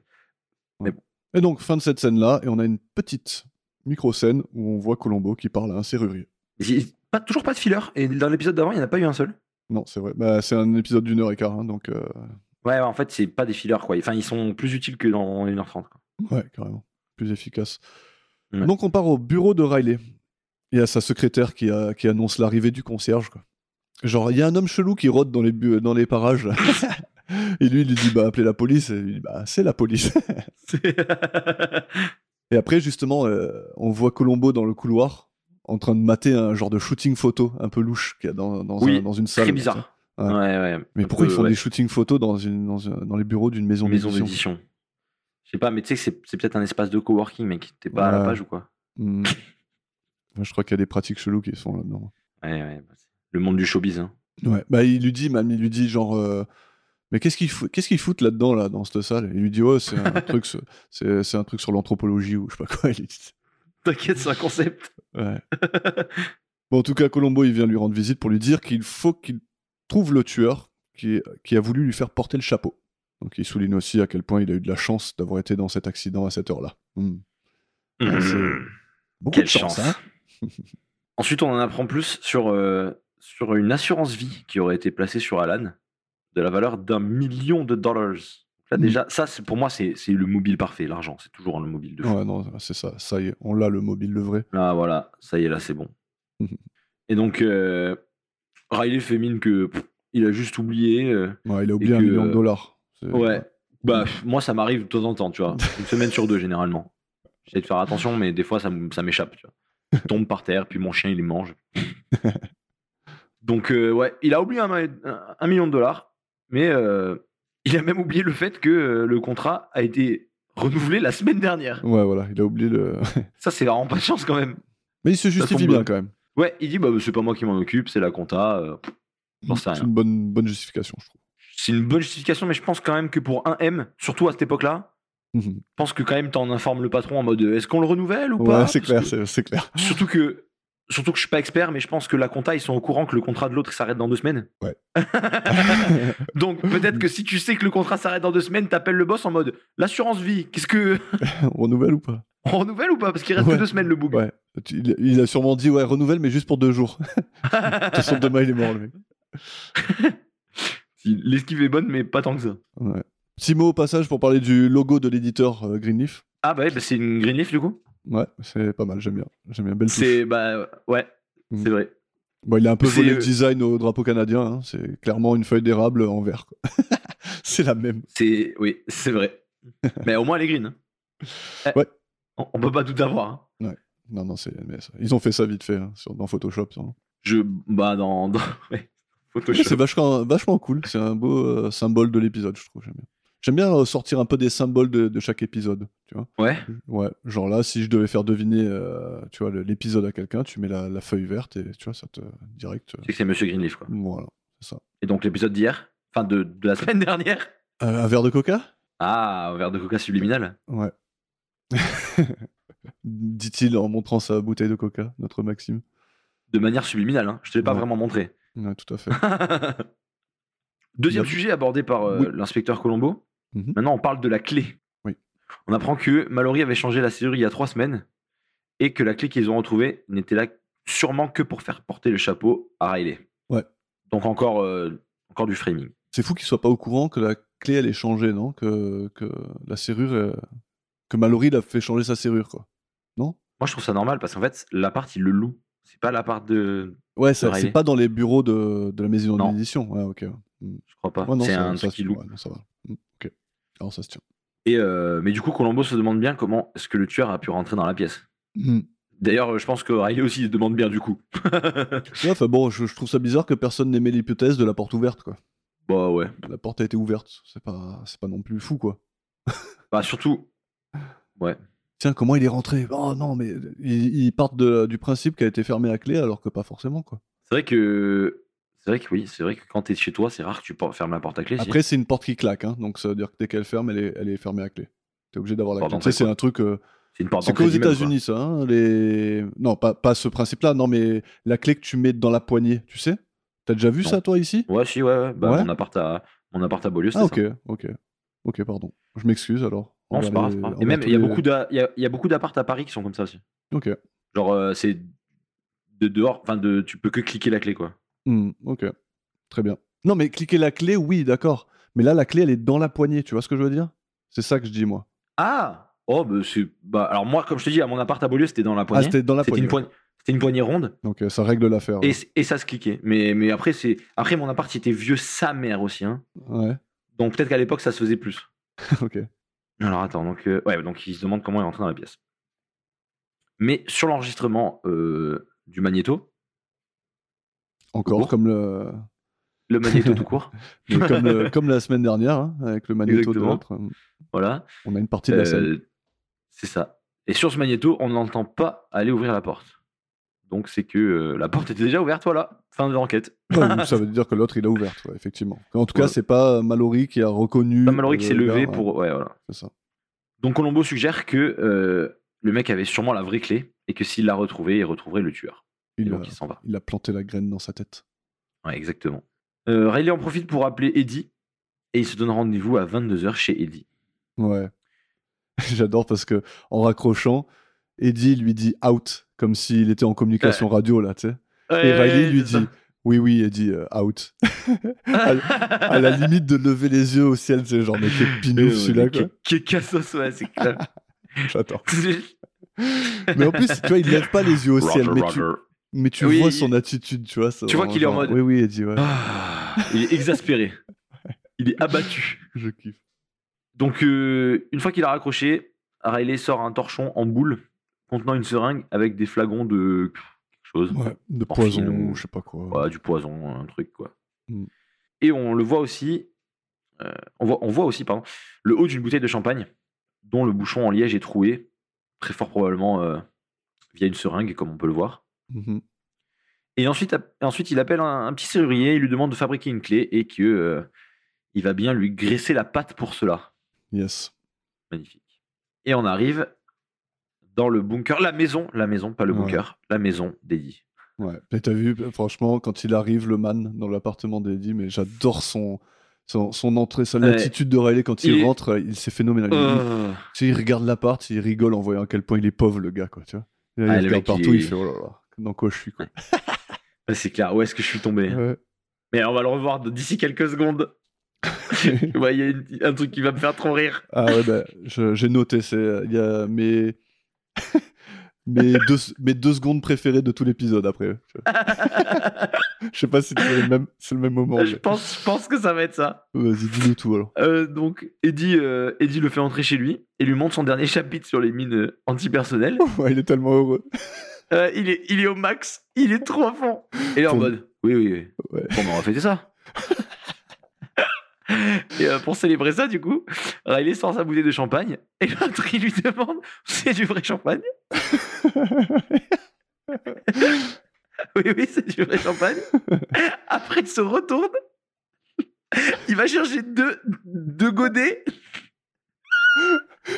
S4: mais-
S3: Et donc, fin de cette scène-là, et on a une petite micro-scène où on voit Colombo qui parle à un serrurier.
S4: j'ai- pas, toujours pas de filler. Et dans l'épisode d'avant, il n'y en a pas eu un seul.
S3: Non, c'est vrai. Bah, c'est un épisode d'une heure et quart, hein, donc. euh,
S4: Ouais, en fait, c'est pas des fillers, quoi. Enfin, ils sont plus utiles que dans 1h30. Quoi.
S3: Ouais, carrément. Plus efficace.
S4: Ouais.
S3: Donc on part au bureau de Riley. Il y a sa secrétaire qui, a- qui annonce l'arrivée du concierge. quoi. Genre, il y a un homme chelou qui rôde dans les, bu- dans les parages. là. et lui, il lui dit, bah, appelez la police. Et il dit, bah, c'est la police. Et après, justement, euh, on voit Colombo dans le couloir en train de mater un genre de shooting photo un peu louche qu'il y a dans, dans,
S4: Oui,
S3: un- dans une salle.
S4: Très
S3: tu sais.
S4: bizarre.
S3: Ouais.
S4: Ouais, ouais.
S3: Mais
S4: Un
S3: pourquoi
S4: peu,
S3: ils font
S4: ouais.
S3: des shootings photos dans, une, dans, un- dans les bureaux d'une maison,
S4: maison
S3: d'édition
S4: d'édition Je sais pas, mais tu sais que c'est- c'est peut-être un espace de coworking, mec. T'es pas à la
S3: Ouais.
S4: page ou quoi
S3: Hmm. Moi, Je crois qu'il y a des pratiques cheloues qui sont là-dedans.
S4: Ouais, ouais. bah, c'est Le monde du showbiz. hein.
S3: Ouais, bah il lui dit, même il lui dit genre, euh, mais qu'est-ce qu'il fout, qu'est-ce qu'il fout là-dedans là dans cette salle Il lui dit ouais, c'est un truc, sur- c'est, c'est un truc sur l'anthropologie ou je sais pas quoi. il lui dit.
S4: T'inquiète, c'est un concept.
S3: Ouais.
S4: Ah,
S3: bon, en tout cas, Colombo il vient lui rendre visite pour lui dire qu'il faut qu'il trouve le tueur qui, qui a voulu lui faire porter le chapeau. Donc il souligne aussi à quel point il a eu de la chance d'avoir été dans cet accident à cette heure-là. Hmm. Ouais, c'est-
S4: Mhm.
S3: Beaucoup
S4: Quelle
S3: de
S4: chance.
S3: hein.
S4: Ensuite, on en apprend plus sur, euh, sur une assurance vie qui aurait été placée sur Alan de la valeur d'un million de dollars. Là,
S3: Mhm.
S4: déjà, ça, c'est- pour moi, c'est c'est le mobile parfait, l'argent. C'est toujours le mobile de fou.
S3: Ouais, non, c'est ça. Ça y est, on l'a le mobile le vrai.
S4: Là, voilà, ça y est, là, c'est bon.
S3: Mhm.
S4: Et donc, euh, Riley fait mine que pff, il a juste oublié. euh,
S3: Ouais, il a oublié
S4: que,
S3: un million de
S4: euh,
S3: dollars. C'est-
S4: Ouais. Bah, pff, moi, ça m'arrive de temps en temps, tu vois. Une semaine sur deux, généralement. J'essaie de faire attention, mais des fois, ça, m- ça m'échappe, tu vois. Je tombe par terre, puis mon chien, il les mange. Donc, euh, ouais, il a oublié un, ma- un- un million de dollars, mais euh, il a même oublié le fait que euh, le contrat a été renouvelé la semaine dernière.
S3: Ouais, voilà, il a oublié le.
S4: Ça, c'est vraiment pas de chance, quand même.
S3: Mais il se justifie
S4: tombe
S3: bien
S4: bien.
S3: quand même.
S4: Ouais, il dit, bah, c'est pas moi qui m'en occupe, c'est la compta. euh, J'en sais
S3: C'est
S4: rien.
S3: une bonne, bonne justification, je
S4: C'est une bonne justification, mais je pense quand même que pour un M, surtout à cette époque-là,
S3: trouve. Mhm.
S4: je pense que quand même t'en informes le patron en mode euh, est-ce qu'on le renouvelle ou pas
S3: ouais, c'est
S4: Parce
S3: clair,
S4: que-
S3: c'est- c'est clair.
S4: surtout que surtout que je suis pas expert, mais je pense que la compta ils sont au courant que le contrat de l'autre s'arrête dans deux semaines.
S3: Ouais.
S4: Donc peut-être que si tu sais que le contrat s'arrête dans deux semaines, t'appelles le boss en mode l'assurance vie. Qu'est-ce que
S3: On renouvelle ou pas
S4: on renouvelle ou pas Parce qu'il reste
S3: Ouais.
S4: que deux semaines le bug.
S3: Ouais. Il, il a sûrement dit, ouais, renouvelle, mais juste pour deux jours. De toute façon, demain, il est mort, le mec.
S4: L'esquive est bonne, mais pas tant que ça.
S3: Ouais. Petit mot au passage pour parler du logo de l'éditeur euh, Greenleaf.
S4: Ah bah, ouais, bah, c'est une greenleaf du coup.
S3: Ouais, c'est pas mal, j'aime bien. J'aime bien, belle touche.
S4: C'est bah ouais,
S3: Mhm.
S4: c'est vrai.
S3: Bon, il a un peu
S4: c'est-
S3: volé le design au drapeau canadien. hein. C'est clairement une feuille d'érable en vert. quoi. c'est la même.
S4: C'est oui, c'est vrai. mais au moins elle est green. hein. Eh,
S3: Ouais.
S4: On, on peut pas tout avoir. hein.
S3: Non, non, c'est. mais ça- Ils ont fait ça vite fait hein, sur- dans Photoshop. ça.
S4: Je bah dans, dans- ouais,
S3: Ouais,
S4: Photoshop.
S3: c'est vachement, vachement cool. C'est un beau euh, symbole de l'épisode, je trouve. J'aime bien. J'aime bien euh, sortir un peu des symboles de, de chaque épisode. Tu vois
S4: Ouais.
S3: ouais, genre là, si je devais faire deviner euh, tu vois, le- l'épisode à quelqu'un, tu mets la, la feuille verte et tu vois, ça te direct. euh,
S4: C'est que c'est Monsieur Greenleaf quoi.
S3: voilà.
S4: Et donc l'épisode d'hier, enfin de, de la semaine dernière.
S3: Euh, un verre de coca
S4: Ah, un verre de coca subliminal.
S3: Ouais. Dit-il en montrant sa bouteille de coca, notre Maxime.
S4: De manière subliminale, hein. je te l'ai pas
S3: Ouais.
S4: vraiment montré.
S3: Ouais, tout à fait.
S4: Deuxième
S3: Yep.
S4: sujet abordé par euh,
S3: Oui.
S4: l'inspecteur Colombo.
S3: Mhm.
S4: Maintenant, on parle de la clé.
S3: Oui.
S4: On apprend que Mallory avait changé la serrure il y a trois semaines et que la clé qu'ils ont retrouvée n'était là sûrement que pour faire porter le chapeau à Riley.
S3: Ouais.
S4: Donc encore, euh, encore du framing.
S3: C'est fou qu'il soit pas au courant que la clé, elle est changée, non que, que la serrure. euh, Que Mallory l'a fait changer sa serrure, quoi.
S4: Moi, je trouve ça normal parce qu'en fait, l'appart, il le loue. C'est pas l'appart de.
S3: Ouais, ça-
S4: Riley.
S3: c'est pas dans les bureaux de, de la maison
S4: Non.
S3: d'édition. Ouais, ok.
S4: Je crois pas.
S3: Ouais, non,
S4: c'est
S3: ça-
S4: un
S3: ça
S4: truc
S3: se-
S4: qu'il loue.
S3: ouais, non, ça va. Mm, Ok. Alors ça se tient.
S4: Et, euh, mais du coup, Colombo se demande bien comment est-ce que le tueur a pu rentrer dans la pièce.
S3: Mm.
S4: D'ailleurs, euh, je pense que Riley aussi il se demande bien du coup.
S3: Ouais, enfin bon, je, je trouve ça bizarre que personne n'ait mis l'hypothèse de la porte ouverte, quoi.
S4: bah ouais.
S3: La porte a été ouverte. C'est pas, c'est pas non plus fou, quoi.
S4: Bah surtout,
S3: Tiens, comment il est rentré Oh non, mais ils, ils partent de- du principe qu'elle a été fermée à clé, alors que pas forcément, quoi.
S4: c'est vrai que. C'est vrai que oui, c'est vrai que quand t'es chez toi, c'est rare que tu por- fermes la porte à clé. si.
S3: Après, c'est une porte qui claque, hein, donc ça veut dire que dès qu'elle ferme, elle est, elle est fermée à clé. T'es obligé d'avoir la
S4: Porte
S3: clé. Tu sais,
S4: d'entrée,
S3: c'est un truc. euh,
S4: C'est une porte
S3: C'est
S4: d'entrée
S3: qu'aux
S4: d'immeuble, quoi.
S3: États-Unis, ça. hein, les... Non, pas, pas ce principe-là. Non, mais la clé que tu mets dans la poignée, tu sais T'as déjà vu
S4: Non.
S3: ça, toi, ici
S4: Ouais, si, ouais, ouais. Bah,
S3: Ouais.
S4: Mon, appart à, mon appart à Beaulieu, c'est
S3: Ah, ok, ok. Ok, pardon. Je m'excuse alors.
S4: Non, c'est pas
S3: Envers
S4: grave, c'est pas grave.
S3: les-
S4: Et même,
S3: envers
S4: il y a
S3: tous les-
S4: beaucoup d'a- il y a- il y a beaucoup d'apparts à Paris qui sont comme ça aussi.
S3: Ok.
S4: Genre, euh, c'est de dehors, enfin, de, tu peux que cliquer la clé, quoi.
S3: Hmm, ok. Très bien. Non, mais cliquer la clé, oui, d'accord. Mais là, la clé, elle est dans la poignée, tu vois ce que je veux dire C'est ça que je dis, moi.
S4: Ah Oh, bah, c'est- bah, alors moi, comme je te dis, à mon appart à Beaulieu, c'était dans la
S3: Ah,
S4: poignée.
S3: c'était dans la
S4: c'était
S3: poignée.
S4: une poignée. C'était une poignée ronde
S3: Donc euh, ça règle l'affaire.
S4: et, c- et ça se cliquait. Mais, mais après, c'est après mon appart, il était vieux sa mère aussi. hein.
S3: Ouais.
S4: Donc peut-être qu'à l'époque, ça se faisait plus.
S3: ok.
S4: Alors attends, donc, euh, ouais, donc il se demande comment il est rentré dans la pièce. Mais sur l'enregistrement euh, du magnéto,
S3: Encore
S4: Court.
S3: comme le,
S4: le magnéto tout court,
S3: mais comme, le- comme la semaine dernière hein, avec le magnéto de
S4: Exactement.
S3: l'autre. euh,
S4: voilà,
S3: On a une partie de la scène.
S4: euh, c'est ça. Et sur ce magnéto, on ne l'entend pas aller ouvrir la porte. Donc c'est que euh, la porte était déjà ouverte, voilà, fin de l'enquête.
S3: Ouais, donc ça veut dire que l'autre il a ouverte, ouais, effectivement. En tout cas,
S4: Ouais.
S3: c'est pas euh, Mallory qui a reconnu.
S4: Pas malheureux qui
S3: euh,
S4: s'est
S3: le
S4: levé
S3: gars, ouais,
S4: pour... Ouais, voilà.
S3: c'est ça.
S4: Donc Colombo suggère que euh, le mec avait sûrement la vraie clé et que s'il la retrouvait, il retrouverait le tueur. Et
S3: Il, a,
S4: donc il s'en va.
S3: il a planté la graine dans sa tête.
S4: Ouais, exactement. Euh, Riley en profite pour appeler Eddie et il se donne rendez-vous à 22h chez Eddie.
S3: Ouais. J'adore parce que en raccrochant, Eddie lui dit out comme s'il était en communication radio là, tu sais. Et Riley lui dit oui oui Eddie euh, out. à la limite de lever les yeux au ciel, c'est genre mais quel
S4: Euh,
S3: pinouf celui-là quoi.
S4: que- que cassos, ouais, c'est clair.
S3: J'adore. Mais en plus, tu vois, il lève pas les yeux au ciel, mais tu, mais tu
S4: Oui,
S3: vois
S4: il-
S3: son attitude, tu vois. c'est
S4: Tu vois
S3: vraiment
S4: qu'il est en
S3: genre,
S4: mode-
S3: Oui oui Eddie ouais.
S4: Ah, il est exaspéré. Il est abattu.
S3: Je kiffe.
S4: Donc, euh, une fois qu'il a raccroché, Riley sort un torchon en boule contenant une seringue avec des flagons de quelque chose.
S3: Ouais, de
S4: Morphine
S3: poison,
S4: ou-
S3: je sais pas quoi.
S4: Ouais, Bah, du poison, un truc quoi.
S3: Mm.
S4: Et on le voit aussi, euh, on, voit, on voit aussi pardon, le haut d'une bouteille de champagne dont le bouchon en liège est troué, très fort probablement euh, via une seringue comme on peut le voir.
S3: Mhm.
S4: Et ensuite, ap- ensuite il appelle un, un petit serrurier, il lui demande de fabriquer une clé et que euh, il va bien lui graisser la patte pour cela.
S3: Yes.
S4: Magnifique. Et on arrive dans le bunker, la maison, la maison, pas le
S3: Ouais.
S4: bunker, la maison d'Eddie.
S3: Ouais. Mais t'as vu, franchement, quand il arrive, le man dans l'appartement d'Eddie, mais j'adore son, son, son entrée, son
S4: Ouais.
S3: attitude de Riley quand il,
S4: Il est-
S3: rentre, euh, il c'est phénoménal. Il-
S4: Euh,
S3: tu sais, il regarde l'appart, il rigole en voyant à quel point il est pauvre, le gars, quoi, tu vois. Et là,
S4: Ah,
S3: il
S4: le
S3: regarde
S4: mec, il
S3: partout, il,
S4: est-
S3: fait, oh là là, dans quoi je suis, quoi.
S4: Ah, c'est clair, où est-ce que je suis tombé
S3: Ouais.
S4: Mais on va le revoir de- d'ici quelques secondes. Ouais, Il y a une- un truc qui va me faire trop rire.
S3: ah ouais, bah, je- j'ai noté, c'est, euh, il y a mes... mes, deux, mes deux secondes préférées de tout l'épisode après. tu vois. Je sais pas si c'est le même, c'est le même moment.
S4: Euh, je,
S3: mais-
S4: pense, je pense que ça va être ça.
S3: Vas-y, dis-nous tout alors.
S4: Euh, donc, Eddie, euh, Eddie le fait entrer chez lui et lui montre son dernier chapitre sur les mines euh, antipersonnelles.
S3: Ouais, il est tellement heureux.
S4: Euh, il, est, il est au max, il est trop à fond. Et là, en
S3: Ton-
S4: mode, oui, oui, oui.
S3: Ouais.
S4: Bon, ben, on va fêter ça. et euh, pour célébrer ça, du coup, Riley sort sa bouteille de champagne et l'autre, il lui demande, c'est du vrai champagne Oui, oui, c'est du vrai champagne. Après, il se retourne. Il va chercher deux, deux godets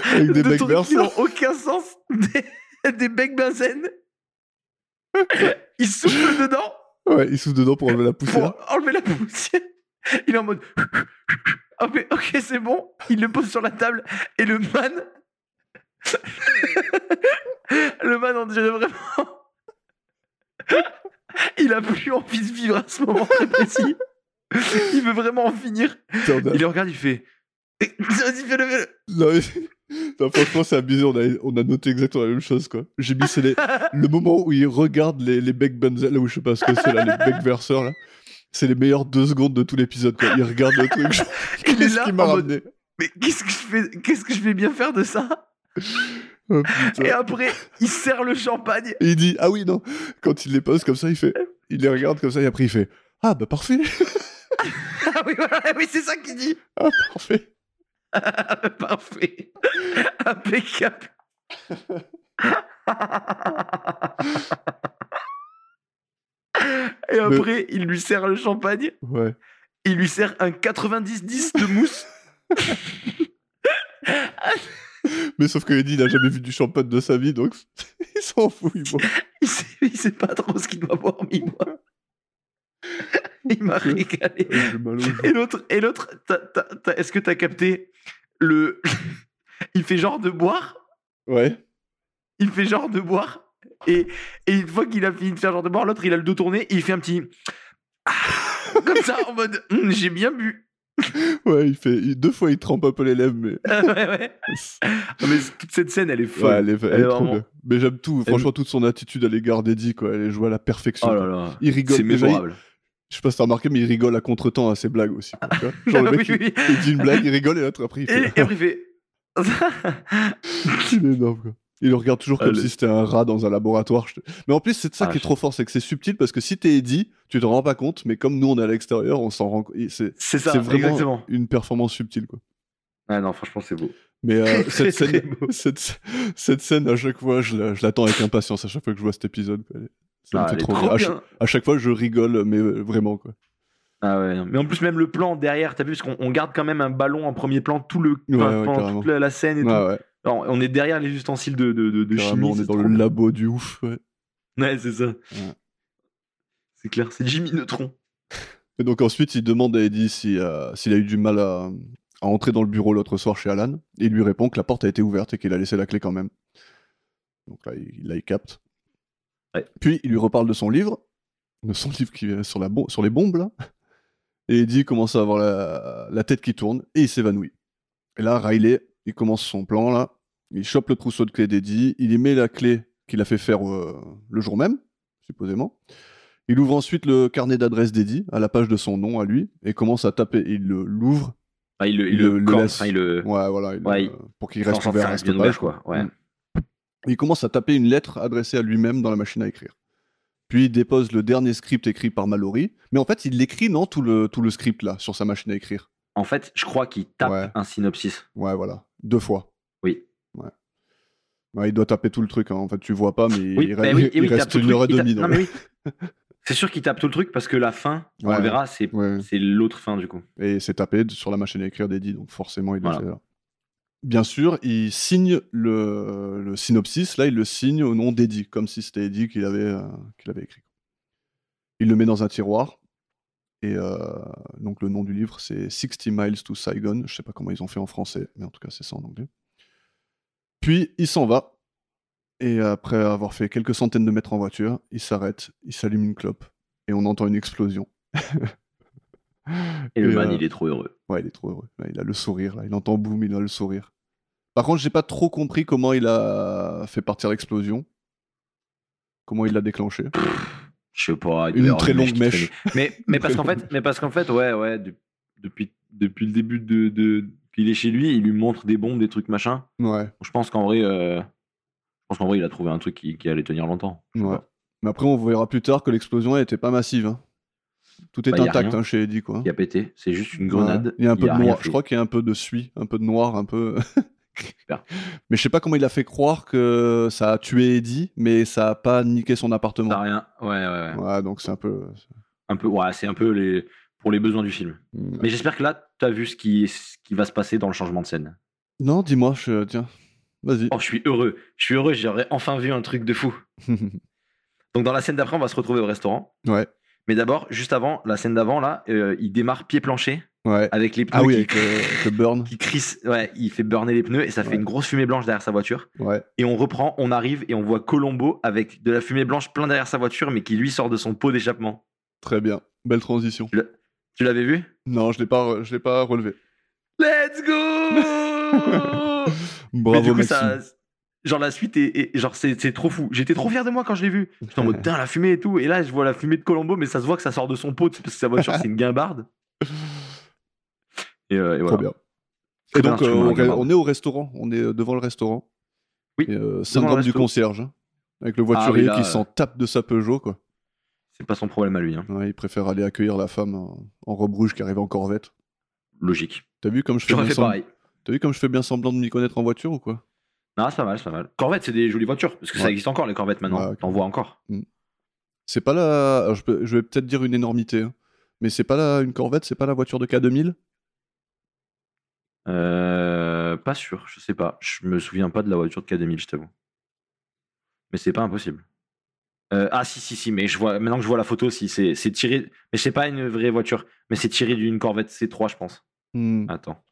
S3: Avec des
S4: de
S3: mecs
S4: trucs qui
S3: berceurs.
S4: n'ont aucun sens, des, des becs benzène. Il souffle dedans
S3: Ouais, il souffle dedans pour enlever la poussière.
S4: pour enlever la poussière. Il est en mode. Ah, mais ok, c'est bon. Il le pose sur la table et le man. le man, on dirait vraiment. Il a plus envie de vivre à ce moment très précis. Il veut vraiment en finir.
S3: Putain, on a-
S4: Il le regarde, il fait. Eh, Vas-y, fais-le, fais-le.
S3: Non, mais- Non, franchement, c'est abusé. On a... on a noté exactement la même chose, quoi. J'ai mis c'est les- le moment où il regarde les, les becs benzel, ou je sais pas ce que c'est là, les becs verseurs, là. C'est les meilleures deux secondes de tout l'épisode, quoi. Il regarde le truc. genre,
S4: Il est
S3: Qu'est-ce
S4: là
S3: qui m'a
S4: en mode,
S3: ramené
S4: Mais qu'est-ce que je fais Qu'est-ce que je vais bien faire de ça
S3: Oh, putain.
S4: Et après, il serre le champagne.
S3: Et il dit Ah oui, non. Quand il les pose comme ça, il fait. Il les regarde comme ça, et après, il fait Ah bah parfait,
S4: Ah oui, voilà, oui, c'est ça qu'il dit.
S3: parfait.
S4: Parfait. Impeccable. Et après, il lui sert le champagne.
S3: Ouais.
S4: Il lui sert un 90-10 de mousse.
S3: Mais sauf que Eddie, il a jamais vu du champagne de sa vie, donc il s'en fout, il boit.
S4: Il sait, il sait pas trop ce qu'il doit boire, mais il boit. Il m'a régalé.
S3: Euh, j'ai mal au
S4: Et l'autre, et l'autre, t'as- t'as- t'as- est-ce que t'as capté le Il fait genre de boire,
S3: Ouais.
S4: il fait genre de boire, et, et une fois qu'il a fini de faire genre de boire, l'autre il a le dos tourné, et il fait un petit comme ça en mode Hum, j'ai bien bu.
S3: Ouais, il fait il- deux fois il trempe un peu les lèvres, mais
S4: ouais, ouais. Ah, Mais toute cette scène, elle est
S3: Ouais,
S4: folle.
S3: elle est, elle
S4: Elle
S3: est
S4: est
S3: trop
S4: vraiment-
S3: bien. Mais j'aime tout,
S4: Elle-
S3: franchement, toute son attitude à l'égard d'Eddie, quoi. Elle joue à la perfection.
S4: oh là
S3: quoi.
S4: là.
S3: Il rigole.
S4: C'est
S3: déjà, il-
S4: mémorable.
S3: Je sais pas si t'as remarqué, mais il rigole à contre-temps à ses blagues aussi. quoi, tu vois. Genre, le mec,
S4: Oui,
S3: il-
S4: oui.
S3: il, dit une blague, il rigole, et l'autre, après, il
S4: Et,
S3: fait.
S4: et après, il fait.
S3: Il est énorme, quoi. Il le regarde toujours comme
S4: Allez.
S3: si c'était un rat dans un laboratoire. je te- Mais en plus, c'est ça
S4: Ah,
S3: qui est
S4: je-
S3: trop fort, c'est que c'est subtil parce que si t'es Eddie, tu te rends pas compte, mais comme nous, on est à l'extérieur, on s'en rend compte. Et C'est
S4: c'est ça,
S3: c'est vraiment
S4: exactement.
S3: une performance subtile, quoi.
S4: Ah non, franchement, c'est beau.
S3: Mais euh,
S4: Très,
S3: cette,
S4: très,
S3: scène,
S4: très beau.
S3: cette, cette scène, à chaque fois, je la- je l'attends avec impatience à chaque fois que je vois cet épisode. quoi. Ça me
S4: Ah,
S3: fait
S4: elle est
S3: trop
S4: trop
S3: rire. À
S4: bien.
S3: chaque- À, chaque fois, je rigole, mais euh, vraiment, quoi.
S4: Ah ouais, non. mais en plus même le plan derrière, t'as vu, parce qu'on on garde quand même un ballon en premier plan tout le
S3: Ouais,
S4: enfin,
S3: ouais,
S4: pendant
S3: carrément.
S4: toute la, la scène et
S3: Ouais,
S4: tout.
S3: ouais.
S4: Alors, on est derrière les ustensiles de, de, de, de
S3: Carrément,
S4: chimie.
S3: on est
S4: c'est
S3: dans
S4: trop
S3: le
S4: bien.
S3: labo du ouf. ouais.
S4: Ouais, c'est ça. C'est clair, c'est Jimmy Neutron.
S3: Et donc ensuite, il demande à Eddie si, euh, s'il a eu du mal à, à entrer dans le bureau l'autre soir chez Alan. Et il lui répond que la porte a été ouverte et qu'il a laissé la clé quand même. Donc là, il, là, il capte.
S4: Ouais.
S3: Puis, il lui reparle de son livre. De son livre qui est sur, la bom- sur les bombes, là. Et Eddie commence à avoir la, la tête qui tourne et il s'évanouit. Et là, Riley, il commence son plan, là. Il chope le trousseau de clés d'Eddie. Il y met la clé qu'il a fait faire euh, le jour même, supposément. Il ouvre ensuite le carnet d'adresse d'Eddie à la page de son nom à lui et commence à taper. Il le- l'ouvre.
S4: Ah, il le,
S3: Il
S4: il
S3: le-
S4: le,
S3: le
S4: corne,
S3: laisse.
S4: enfin, il le...
S3: Ouais, voilà. il-
S4: Ouais,
S3: euh, pour qu'il
S4: Enfin,
S3: reste
S4: enfin,
S3: ouvert
S4: ça
S3: à
S4: reste
S3: cette
S4: bien ouvert,
S3: page.
S4: quoi. Ouais.
S3: Mm. Il commence à taper une lettre adressée à lui-même dans la machine à écrire. Puis il dépose le dernier script écrit par Mallory. Mais en fait, il l'écrit, non, tout le, tout le script là, sur sa machine à écrire.
S4: En fait, je crois qu'il tape
S3: Ouais.
S4: un synopsis.
S3: Ouais, voilà. Deux fois.
S4: Oui.
S3: Ouais. Ouais, il doit taper tout le truc. hein. En fait, tu vois pas, mais
S4: Oui,
S3: il,
S4: bah
S3: reste-
S4: oui, et
S3: il
S4: oui, il tape
S3: reste
S4: tout le
S3: une heure et
S4: truc, il tape-
S3: demie.
S4: non,
S3: donc.
S4: mais oui. C'est sûr qu'il tape tout le truc parce que la fin, on
S3: Ouais.
S4: le verra, c'est
S3: Ouais.
S4: c'est l'autre fin du coup.
S3: et c'est tapé d- sur la machine à écrire d'Eddie, donc forcément il le
S4: Voilà.
S3: fait là. Bien sûr, il signe le, le synopsis, là il le signe au nom d'Eddie, comme si c'était Eddie qui l'avait euh, qui l'avait écrit. Il le met dans un tiroir, et euh, donc le nom du livre c'est 60 Miles to Saigon, je sais pas comment ils ont fait en français, mais en tout cas c'est ça en anglais. Puis il s'en va, et après avoir fait quelques centaines de mètres en voiture, il s'arrête, il s'allume une clope, et on entend une explosion.
S4: Et le
S3: Et,
S4: man,
S3: euh,
S4: il est trop heureux.
S3: Ouais, il est trop heureux. Là, il a le sourire, là. Il entend boum, il a le sourire. Par contre, j'ai pas trop compris comment il a fait partir l'explosion. Comment il l'a déclenché.
S4: Je sais pas. il doit y
S3: Une
S4: avoir
S3: très longue
S4: qui
S3: mèche.
S4: Mais, mais parce
S3: Très
S4: qu'en fait, mais parce qu'en fait, ouais, ouais, de- depuis, depuis le début de, de- qu'il est chez lui, il lui montre des bombes, des trucs machin.
S3: Ouais,
S4: Je pense qu'en vrai, euh, je pense qu'en vrai, il a trouvé un truc qui, qui allait tenir longtemps. Je sais
S3: ouais.
S4: pas.
S3: Mais après, on verra plus tard que l'explosion, elle était pas massive. hein. Tout est
S4: Bah, y a
S3: intact
S4: rien.
S3: hein, chez Eddie, quoi.
S4: Qui a pété, c'est juste une grenade.
S3: Ouais. Il y a un peu de
S4: rien
S3: noir.
S4: fait.
S3: Je crois qu'il y a un peu de suie, un peu de noir, un peu.
S4: Super.
S3: mais je sais pas comment il a fait croire que ça a tué Eddie, mais ça a pas niqué son appartement.
S4: T'as rien. Ouais, ouais, ouais.
S3: Ouais, donc c'est un peu.
S4: Un peu. Ouais, c'est un peu les pour les besoins du film. Mais j'espère que là, t'as vu ce qui, ce qui va se passer dans le changement de scène.
S3: Non, dis-moi, je... tiens. Vas-y.
S4: Oh, je suis heureux. Je suis heureux. J'aurais enfin vu un truc de fou. Donc dans la scène d'après, on va se retrouver au restaurant.
S3: ouais,
S4: Mais d'abord, juste avant, la scène d'avant, là, euh, il démarre pied plancher
S3: ouais.
S4: avec les pneus
S3: Ah oui, avec
S4: qui,
S3: le, avec le burn.
S4: qui crissent. Ouais, il fait burner les pneus et ça fait
S3: Ouais.
S4: une grosse fumée blanche derrière sa voiture.
S3: Ouais.
S4: Et on reprend, on arrive et on voit Colombo avec de la fumée blanche plein derrière sa voiture, mais qui lui sort de son pot d'échappement.
S3: Très bien. Belle transition.
S4: Tu l'avais vu
S3: Non, je l'ai pas, re- je l'ai pas relevé.
S4: Let's go Mais
S3: Bravo,
S4: du coup,
S3: Maxime.
S4: ça, genre la suite est, est- genre c'est, c'est trop fou. J'étais trop fier de moi quand je l'ai vu. J'étais en mode putain la fumée et tout. Et là, je vois la fumée de Colombo, mais ça se voit que ça sort de son pot tu sais, parce que sa voiture c'est une guimbarde. Et, euh, et voilà.
S3: Trop bien.
S4: Très
S3: Et
S4: bien
S3: donc,
S4: instrument,
S3: euh, on,
S4: la guimbarde.
S3: on est au restaurant. On est euh, devant le restaurant.
S4: Oui,
S3: Et, euh, syndrome du
S4: resto.
S3: concierge. hein, Avec le voiturier
S4: oui, là,
S3: qui
S4: euh.
S3: s'en tape de sa Peugeot, quoi.
S4: c'est pas son problème à lui. hein.
S3: Ouais, il préfère aller accueillir la femme en, en robe rouge qui arrive en Corvette.
S4: Logique.
S3: T'as vu comme je fais
S4: J'aurais
S3: bien
S4: fait
S3: semblant-
S4: pareil.
S3: T'as vu comme je fais bien semblant de m'y connaître en voiture ou quoi
S4: Non, c'est pas mal, c'est pas mal. Corvette, c'est des jolies voitures parce que ça
S3: Ouais.
S4: existe encore les Corvettes maintenant.
S3: Ouais, ok.
S4: T'en vois encore.
S3: C'est pas la. alors, je, peux- je vais peut-être dire une énormité, hein, mais c'est pas la... une Corvette, c'est pas la voiture de K2000
S4: Euh, pas sûr, je sais pas. Je me souviens pas de la voiture de K2000, je t'avoue. Mais c'est pas impossible. Euh, ah si si si, mais je vois maintenant que je vois la photo, si c'est c'est tiré, mais c'est pas une vraie voiture, mais c'est tiré d'une Corvette C3, je pense.
S3: Hmm.
S4: Attends.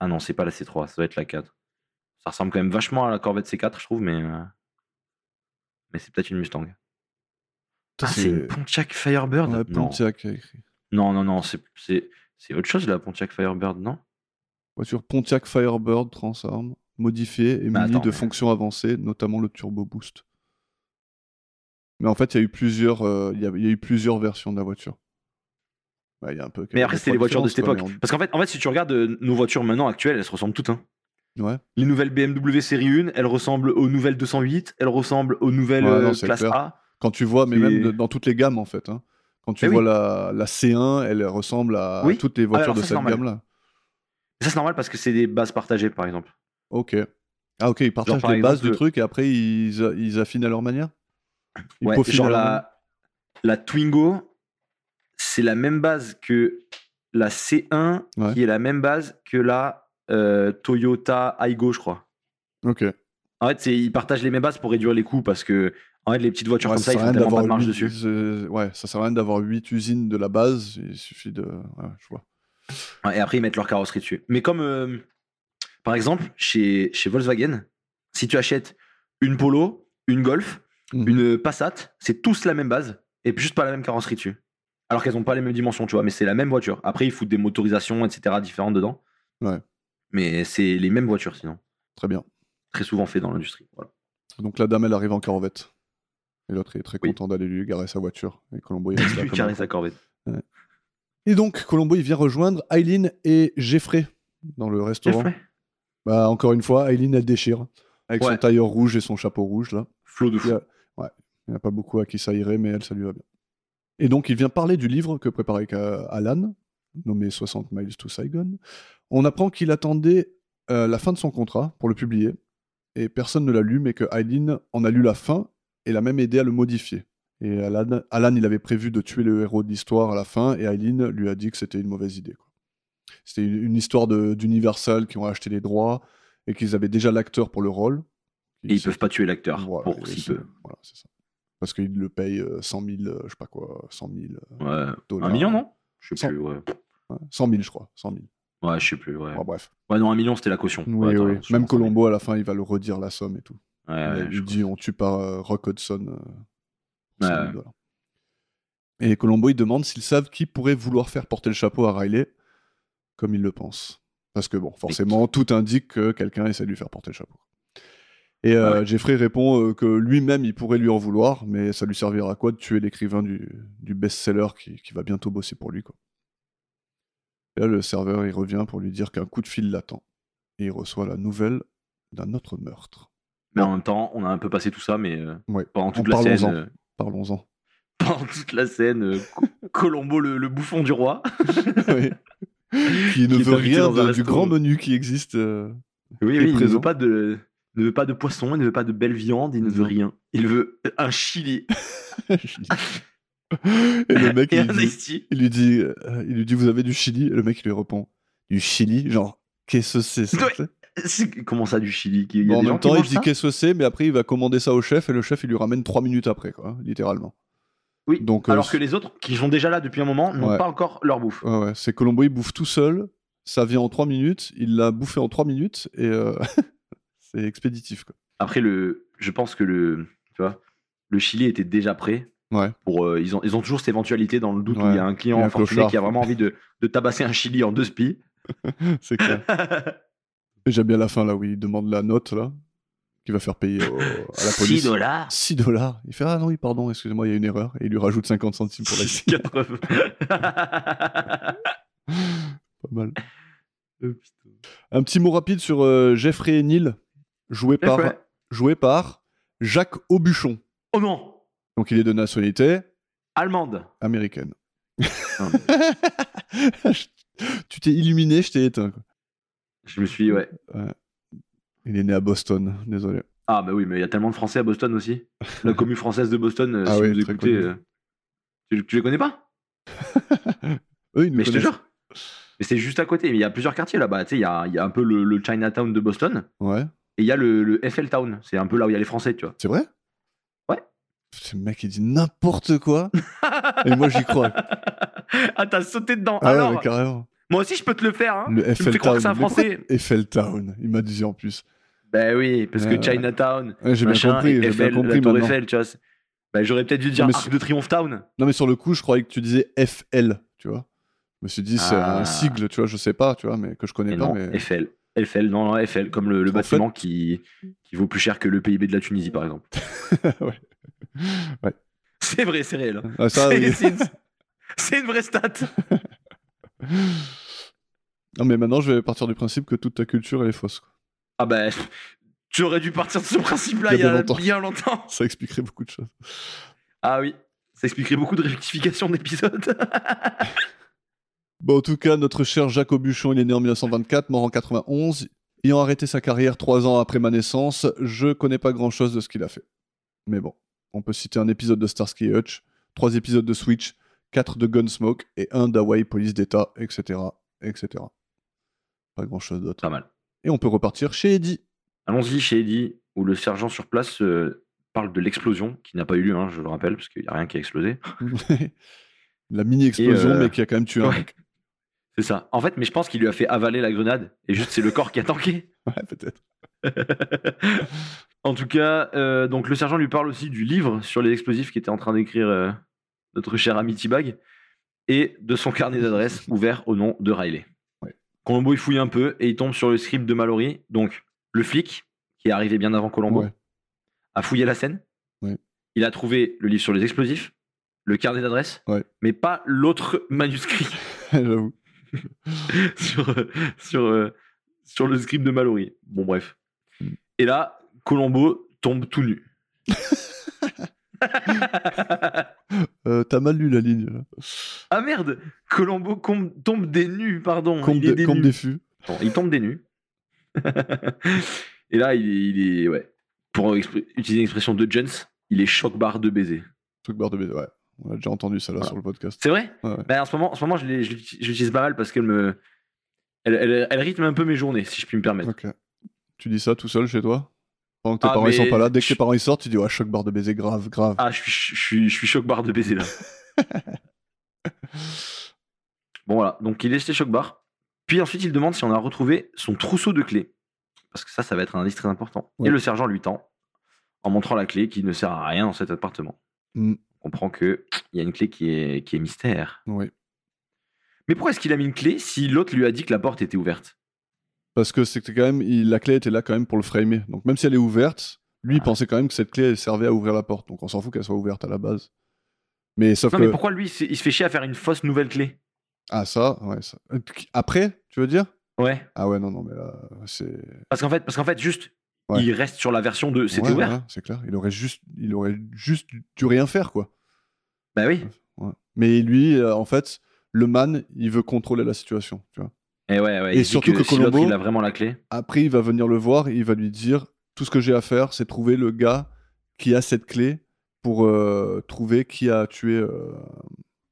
S4: Ah non, c'est pas la C3, ça doit être la 4. Ça ressemble quand même vachement à la Corvette C4, je trouve, mais euh, mais c'est peut-être une Mustang.
S3: Putain,
S4: Ah, c'est une Pontiac Firebird.
S3: Ouais,
S4: non.
S3: Pontiac a écrit.
S4: non non non, c'est c'est C'est autre chose, la Pontiac Firebird, non
S3: Voiture Pontiac Firebird Transarm, modifiée et
S4: Bah,
S3: munie
S4: attends,
S3: de
S4: mais-
S3: fonctions avancées, notamment le turbo boost. Mais en fait, il y a eu plusieurs, euh, il y a- il y a eu plusieurs versions de la voiture. Bah, il y a un peu
S4: Mais
S3: quelques
S4: après, c'était les
S3: trois
S4: voitures de cette
S3: différences,
S4: époque.
S3: quoi,
S4: Parce qu'en fait, en fait, si tu regardes euh, nos voitures maintenant actuelles, elles se ressemblent toutes. hein.
S3: mais on- Ouais.
S4: Les nouvelles BMW série 1, elles ressemblent aux nouvelles 208, elles ressemblent aux nouvelles
S3: Ouais, non,
S4: euh,
S3: c'est
S4: classe
S3: clair.
S4: A.
S3: Quand tu vois, mais
S4: C'est-
S3: même de- dans toutes les gammes en fait. hein. Quand tu
S4: Eh oui.
S3: vois la, la C1, elle ressemble à
S4: Oui.
S3: toutes les voitures
S4: alors
S3: de
S4: ça, c'est
S3: cette
S4: normal.
S3: gamme-là.
S4: Ça, c'est normal parce que c'est des bases partagées, par exemple.
S3: Ok. Ah ok, ils partagent
S4: par
S3: les bases
S4: exemple,
S3: du truc et après ils, ils affinent à leur manière Ils
S4: Ouais,
S3: peaufinent
S4: genre
S3: à leur manière
S4: la, la Twingo, c'est la même base que la C1,
S3: Ouais.
S4: qui est la même base que la euh, Toyota Aygo, je crois.
S3: Ok.
S4: En fait, c'est- ils partagent les mêmes bases pour réduire les coûts parce que en fait, les petites voitures
S3: Ouais,
S4: comme ça, ils
S3: sert à
S4: font
S3: rien
S4: tellement pas de
S3: d'avoir
S4: marge
S3: huit-
S4: dessus.
S3: euh, ouais, ça sert à rien d'avoir 8 usines de la base. Il suffit de. ouais, je vois.
S4: Ouais, Et après, ils mettent leur carrosserie dessus. Mais comme, euh, par exemple, chez, chez Volkswagen, si tu achètes une Polo, une Golf,
S3: Mhm.
S4: une Passat, c'est tous la même base et puis juste pas la même carrosserie dessus. Alors qu'elles n'ont pas les mêmes dimensions, tu vois, mais c'est la même voiture. Après, ils foutent des motorisations, etc., différentes dedans.
S3: Ouais.
S4: Mais c'est les mêmes voitures, sinon.
S3: Très bien.
S4: Très souvent fait dans l'industrie. Voilà.
S3: Donc la dame, elle arrive en Corvette. Et l'autre il est très
S4: Oui.
S3: content d'aller lui garer sa voiture. Et Colombo, il reste là
S4: Lui
S3: comme
S4: carré
S3: un con.
S4: sa Corvette.
S3: Et donc, Colombo, il vient rejoindre Eileen et Jeffrey dans le restaurant.
S4: Jeffrey.
S3: Bah, encore une fois, Eileen, elle déchire. Avec son
S4: Ouais.
S3: tailleur rouge et son chapeau rouge, là.
S4: Flot de fou.
S3: Yeah. Il n'y en a pas beaucoup à qui ça irait, mais elle, ça lui va bien. Et donc, il vient parler du livre que préparait Ka- Alan, nommé 60 Miles to Saigon. On apprend qu'il attendait euh, la fin de son contrat pour le publier, et personne ne l'a lu, mais que Eileen en a lu la fin et l'a même aidé à le modifier. Et Alan, Alan, il avait prévu de tuer le héros de l'histoire à la fin, et Eileen lui a dit que c'était une mauvaise idée. quoi. C'était une, une histoire de- d'Universal qui ont acheté les droits et qu'ils avaient déjà l'acteur pour le rôle.
S4: Et ils
S3: s'est-
S4: peuvent pas tuer l'acteur
S3: voilà,
S4: pour
S3: et
S4: si
S3: c'est-
S4: peu.
S3: Voilà, c'est ça. Parce qu'il le paye euh, 100 000, euh, je sais pas quoi, 100 000 euh,
S4: Ouais.
S3: dollars.
S4: Un million, non Je sais
S3: Cent-
S4: plus, ouais.
S3: Ouais, 100 000, je crois. 100 000.
S4: Ouais, je sais plus, ouais.
S3: Bon, bref.
S4: Ouais, non, un million, c'était la caution.
S3: Oui,
S4: Ouais, t'as
S3: oui.
S4: raison, je
S3: Même
S4: pense à un million.
S3: Colombo, à la fin, il va le redire la somme et tout. Il
S4: Ouais,
S3: a-
S4: Ah ouais, je
S3: il dit on tue par euh, Rock Hudson. euh, pour 100
S4: Ouais,
S3: 000
S4: ouais.
S3: dollars. Et Colombo, il demande s'ils savent qui pourrait vouloir faire porter le chapeau à Riley, comme il le pense. Parce que, bon, forcément, tout indique que quelqu'un essaie de lui faire porter le chapeau. Et euh, Jeffrey répond euh, que lui-même, il pourrait lui en vouloir, mais ça lui servira à quoi de tuer l'écrivain du, du best-seller qui, qui va bientôt bosser pour lui. Quoi. Et là, le serveur, il revient pour lui dire qu'un coup de fil l'attend. Et il reçoit la nouvelle d'un autre meurtre.
S4: Mais en même temps, on a un peu passé tout ça, mais euh,
S3: Ouais,
S4: pendant, toute
S3: en
S4: la scène,
S3: parlons-en.
S4: euh,
S3: parlons-en.
S4: pendant toute la scène, euh, Co- Colombo, le, le bouffon du roi,
S3: Oui. Qui ne
S4: Qui est
S3: veut
S4: invité
S3: rien
S4: dans un
S3: de- du
S4: resto.
S3: grand menu qui existe. euh,
S4: oui,
S3: est
S4: oui, il ne
S3: présent.
S4: veut pas de, ne veut pas de poisson, il ne veut pas de belle viande, il ne veut
S3: Non.
S4: rien. Il veut un chili
S3: je dis. et le mec,
S4: et
S3: il,
S4: un
S3: dit,
S4: iced tea.
S3: il lui dit, euh, il lui dit, vous avez du chili. Et le mec, il lui répond, du chili, genre, qu'est-ce que c'est ça
S4: Ouais,
S3: tu sais
S4: C'est- Comment ça, du chili Il y
S3: Bon,
S4: a
S3: En
S4: des gens
S3: même
S4: qui
S3: temps, il
S4: mangent
S3: dit
S4: ça
S3: qu'est-ce que c'est, mais après, il va commander ça au chef et le chef, il lui ramène trois minutes après, quoi, littéralement.
S4: Oui,
S3: donc, euh,
S4: alors que les autres, qui sont déjà là depuis un moment, n'ont
S3: Ouais.
S4: pas encore leur bouffe.
S3: Ouais, ouais, c'est Colombo, il bouffe tout seul, ça vient en trois minutes, il l'a bouffé en trois minutes et euh, c'est expéditif, quoi.
S4: Après, le, je pense que le, tu vois, le Chili était déjà prêt.
S3: Ouais.
S4: Pour, euh, ils, ont, ils ont toujours cette éventualité dans le doute où
S3: Ouais.
S4: il y a un
S3: Il y
S4: client
S3: a un
S4: fortuné
S3: clochard.
S4: qui a vraiment envie de, de tabasser un Chili en deux spies.
S3: C'est clair. Et j'aime bien la fin, là, où il demande la note, là, qui va faire payer au- à la police.
S4: 6 dollars
S3: 6 dollars. Il fait Ah non, oui, pardon, excusez-moi, il y a une erreur. Et il lui rajoute 50 centimes pour la
S4: Six
S3: cigarette.
S4: quatre-vingts.
S3: Pas mal. Oh,
S4: Euh, putain.
S3: Un petit mot rapide sur euh, Jeffrey Neal, joué par,
S4: Jeffrey.
S3: joué par Jacques Aubuchon.
S4: Oh non
S3: Donc il est de nationalité
S4: Allemande
S3: américaine.
S4: Non,
S3: Je- tu t'es illuminé, je t'ai éteint. quoi.
S4: Je me suis dit, ouais.
S3: Il est né à Boston, désolé.
S4: Ah bah oui, mais il y a tellement de Français à Boston aussi. La commune française de Boston, euh,
S3: Ah
S4: si
S3: oui,
S4: vous
S3: très
S4: écoutez,
S3: connue.
S4: euh, tu, tu les connais pas
S3: Eux, ils nous
S4: Mais je te
S3: connaissent.
S4: jure Mais c'est juste à côté, mais il y a plusieurs quartiers là-bas. Tu sais, il y a, il y a un peu le, le Chinatown de Boston
S3: Ouais,
S4: et il y a le, le FL Town. C'est un peu là où il y a les Français, tu vois.
S3: c'est vrai
S4: Ouais.
S3: Ce mec, il dit n'importe quoi. Et moi, j'y crois.
S4: ah, t'as sauté dedans.
S3: Ah ouais,
S4: Alors,
S3: mais carrément.
S4: moi aussi, je peux te le faire. Hein.
S3: Le
S4: tu me
S3: FL
S4: fais croire
S3: Town.
S4: que c'est un
S3: Mais pourquoi
S4: Français.
S3: Eiffel Town, il m'a dit en plus.
S4: Ben oui, parce
S3: Ouais, ouais.
S4: que Chinatown,
S3: Ouais, j'ai bien
S4: machin,
S3: compris, j'ai
S4: et
S3: bien
S4: Eiffel, la
S3: compris
S4: Tour
S3: maintenant.
S4: Eiffel, tu vois. c'est- Ben, j'aurais peut-être dû
S3: Non,
S4: dire
S3: mais
S4: Arc
S3: c'est-
S4: de Triomphe Town.
S3: Non, mais sur le coup, je croyais que tu disais FL, tu vois. me suis dit, c'est
S4: Ah.
S3: un sigle, tu vois, je sais pas, tu vois, mais que je connais
S4: Et
S3: pas,
S4: non,
S3: mais.
S4: FL. FL, non, non, FL, comme le, le
S3: En
S4: bâtiment qui, qui vaut plus cher que le PIB de la Tunisie, par exemple.
S3: Ouais.
S4: C'est vrai, c'est réel. hein.
S3: Ah, ça,
S4: c'est,
S3: oui.
S4: c'est une, c'est une vraie stat.
S3: Non, mais maintenant, je vais partir du principe que toute ta culture, elle est fausse. quoi.
S4: Ah ben, tu aurais dû partir de ce principe-là
S3: Il y a bien
S4: il y a
S3: longtemps.
S4: bien longtemps.
S3: Ça expliquerait beaucoup de choses.
S4: Ah oui, ça expliquerait beaucoup de rectifications d'épisodes.
S3: Bon, en tout cas, notre cher Jacques Aubuchon, il est né en 1924, mort en 91. Ayant arrêté sa carrière trois ans après ma naissance, je connais pas grand chose de ce qu'il a fait. Mais bon, on peut citer un épisode de Starsky et Hutch, trois épisodes de Switch, quatre de Gunsmoke et un d'Hawaii Police d'État, etc., etc. Pas grand chose d'autre.
S4: Pas mal.
S3: Et on peut repartir chez Eddie.
S4: Allons-y chez Eddie, où le sergent sur place euh, parle de l'explosion, qui n'a pas eu lieu, hein, je le rappelle, parce qu'il n'y a rien qui a explosé.
S3: La mini-explosion,
S4: Et, euh,
S3: mais qui a quand même tué un
S4: ouais.
S3: mec.
S4: C'est ça. En fait, mais je pense qu'il lui a fait avaler la grenade, et juste c'est le corps qui a tanké.
S3: Ouais, peut-être.
S4: en tout cas, euh, donc le sergent lui parle aussi du livre sur les explosifs qu'était en train d'écrire euh, notre cher ami T-Bag et de son carnet d'adresses ouvert au nom de Riley.
S3: Ouais.
S4: Colombo il fouille un peu et il tombe sur le script de Mallory. Donc le flic qui est arrivé bien avant Colombo
S3: Ouais.
S4: a fouillé la scène.
S3: Ouais.
S4: Il a trouvé le livre sur les explosifs, le carnet d'adresses,
S3: Ouais.
S4: mais pas l'autre manuscrit
S3: J'avoue.
S4: sur, euh, sur, euh, sur le script de Mallory. Bon, bref.
S3: Mm.
S4: Et là, Colombo tombe tout nu.
S3: Euh, T'as mal lu la ligne, là.
S4: Ah merde Colombo com- tombe des nus, pardon.
S3: Combe
S4: il, est
S3: des,
S4: des
S3: combe
S4: nus.
S3: des fûts.
S4: Bon, il tombe des nus. Et là, il est, il est- ouais. Pour expr- utiliser l'expression de Jens, il est choc barre de baiser.
S3: Truc barre de baiser, ouais. On a déjà entendu ça là
S4: Voilà.
S3: sur le podcast.
S4: C'est vrai
S3: Ouais, ouais.
S4: Bah, En ce moment, en ce moment je l'ai- je l'uti- je l'utilise pas mal parce qu'elle me. Elle, elle- elle rythme un peu mes journées, si je puis me permettre.
S3: Ok. Tu dis ça tout seul chez toi Pendant que tes
S4: Ah,
S3: parents ils sont
S4: mais-
S3: pas là, dès que tes parents ils sortent, tu dis ouais, choc barre de baiser, grave, grave.
S4: Ah, je suis, je suis, je suis choc barre de baiser là. bon, voilà. Donc, il est chez choc barre. Puis ensuite, il demande si on a retrouvé son trousseau de clés. Parce que ça, ça va être un indice très important.
S3: Ouais.
S4: Et le sergent lui tend en montrant la clé qui ne sert à rien dans cet appartement.
S3: Mm.
S4: On comprend que il y a une clé qui est, qui est mystère.
S3: Oui.
S4: Mais pourquoi est-ce qu'il a mis une clé si l'autre lui a dit que la porte était ouverte
S3: Parce que c'était quand même, il- la clé était là quand même pour le framer. Donc même si elle est ouverte, lui il
S4: Ah.
S3: pensait quand même que cette clé elle servait à ouvrir la porte. Donc on s'en fout qu'elle soit ouverte à la base. Mais sauf
S4: Non,
S3: que.
S4: mais pourquoi lui, c'est- il se fait chier à faire une fausse nouvelle clé
S3: Ah, ça, ouais. Ça. Euh, Après, tu veux dire
S4: Ouais.
S3: Ah ouais, non, non, mais là, c'est.
S4: Parce qu'en fait, parce qu'en fait juste,
S3: Ouais.
S4: il reste sur la version de c'était
S3: Ouais,
S4: ouvert.
S3: ouais, c'est clair. Il aurait juste, il aurait juste dû rien faire, quoi.
S4: Bah oui.
S3: Ouais. Mais lui, euh, en fait, le man, il veut contrôler la situation. Tu vois.
S4: Et, ouais, ouais,
S3: Et
S4: il dit
S3: surtout que
S4: si l'autre,
S3: Colombo-
S4: il a vraiment la clé.
S3: Après, il va venir le voir et il va lui dire tout ce que j'ai à faire, c'est trouver le gars qui a cette clé pour euh, trouver qui a tué euh,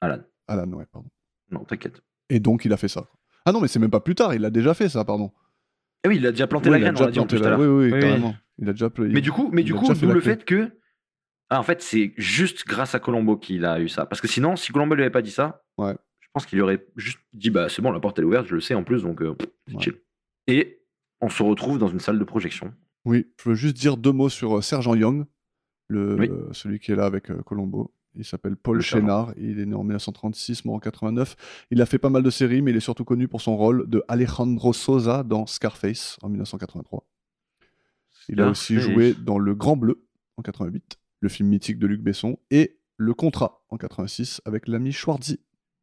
S4: Alan.
S3: Alan. ouais, pardon.
S4: Non, t'inquiète.
S3: Et donc, il a fait ça. Ah non, mais c'est même pas plus tard. Il a déjà fait ça, pardon.
S4: Ah oui, il a déjà planté
S3: Oui,
S4: la
S3: il a
S4: graine, on
S3: déjà
S4: l'a dit en
S3: planté
S4: plus tout à
S3: la-
S4: l'heure.
S3: Oui, oui,
S4: Oui, oui.
S3: carrément. Il a déjà. pla-
S4: Mais du coup, mais
S3: il
S4: du
S3: a
S4: coup,
S3: déjà fait
S4: d'où
S3: la
S4: le
S3: clé.
S4: fait que, Ah, en fait, c'est juste grâce à Colombo qu'il a eu ça. Parce que sinon, si Colombo lui avait pas dit ça,
S3: Ouais.
S4: je pense qu'il aurait juste dit, bah c'est bon, la porte elle est ouverte, je le sais en plus, donc euh, pff, c'est
S3: Ouais.
S4: chill. Et on se retrouve dans une salle de projection.
S3: Oui, je veux juste dire deux mots sur euh, Sergent Young, le,
S4: Oui.
S3: euh, celui qui est là avec euh, Colombo. Il s'appelle Paul
S4: Le sergent.
S3: Chénard, il est né en 1936, mort en 89. Il a fait pas mal de séries, mais il est surtout connu pour son rôle de Alejandro Sosa dans Scarface en 1983. Il a aussi
S4: Scarface.
S3: joué dans Le Grand Bleu en 88, le film mythique de Luc Besson, et Le Contrat en 86 avec l'ami Schwarzy.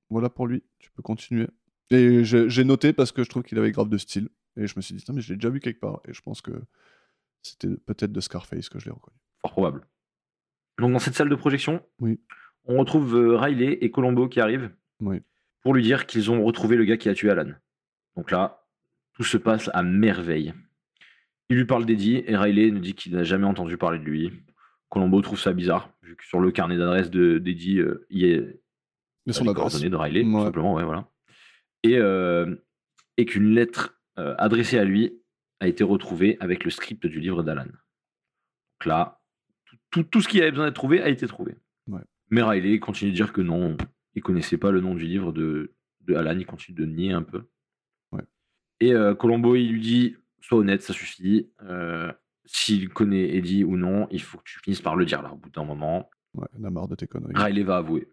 S3: Voilà pour lui, tu peux continuer. Et j'ai j'ai noté parce que je trouve qu'il avait grave de style. Et je me suis dit, Tain, mais je l'ai déjà vu quelque part. Et je pense que c'était peut-être de Scarface que je l'ai reconnu.
S4: Fort probable. Donc dans cette salle de projection,
S3: Oui.
S4: on retrouve euh, Riley et Colombo qui arrivent
S3: Oui.
S4: pour lui dire qu'ils ont retrouvé le gars qui a tué Alan. Donc là, tout se passe à merveille. Il lui parle d'Eddie et Riley nous dit qu'il n'a jamais entendu parler de lui. Colombo trouve ça bizarre, vu que sur le carnet d'adresse de- d'Eddie, euh, il y a
S3: Mais son
S4: les
S3: adresse.
S4: coordonnées de Riley, tout
S3: Ouais.
S4: simplement, ouais, voilà. Et, euh, et qu'une lettre euh, adressée à lui a été retrouvée avec le script du livre d'Alan. Donc là, tout, tout- tout ce qui avait besoin d'être trouvé a été trouvé.
S3: Ouais.
S4: Mais Riley continue de dire que non, il connaissait pas le nom du livre de, de Alan, il continue de nier un peu.
S3: Ouais.
S4: Et euh, Colombo, il lui dit Sois honnête, ça suffit. Euh, S'il connaît Eddie ou non, il faut que tu finisses par le dire là, au bout d'un moment.
S3: Ouais, on a marre de tes conneries.
S4: Riley va avouer. Ouais,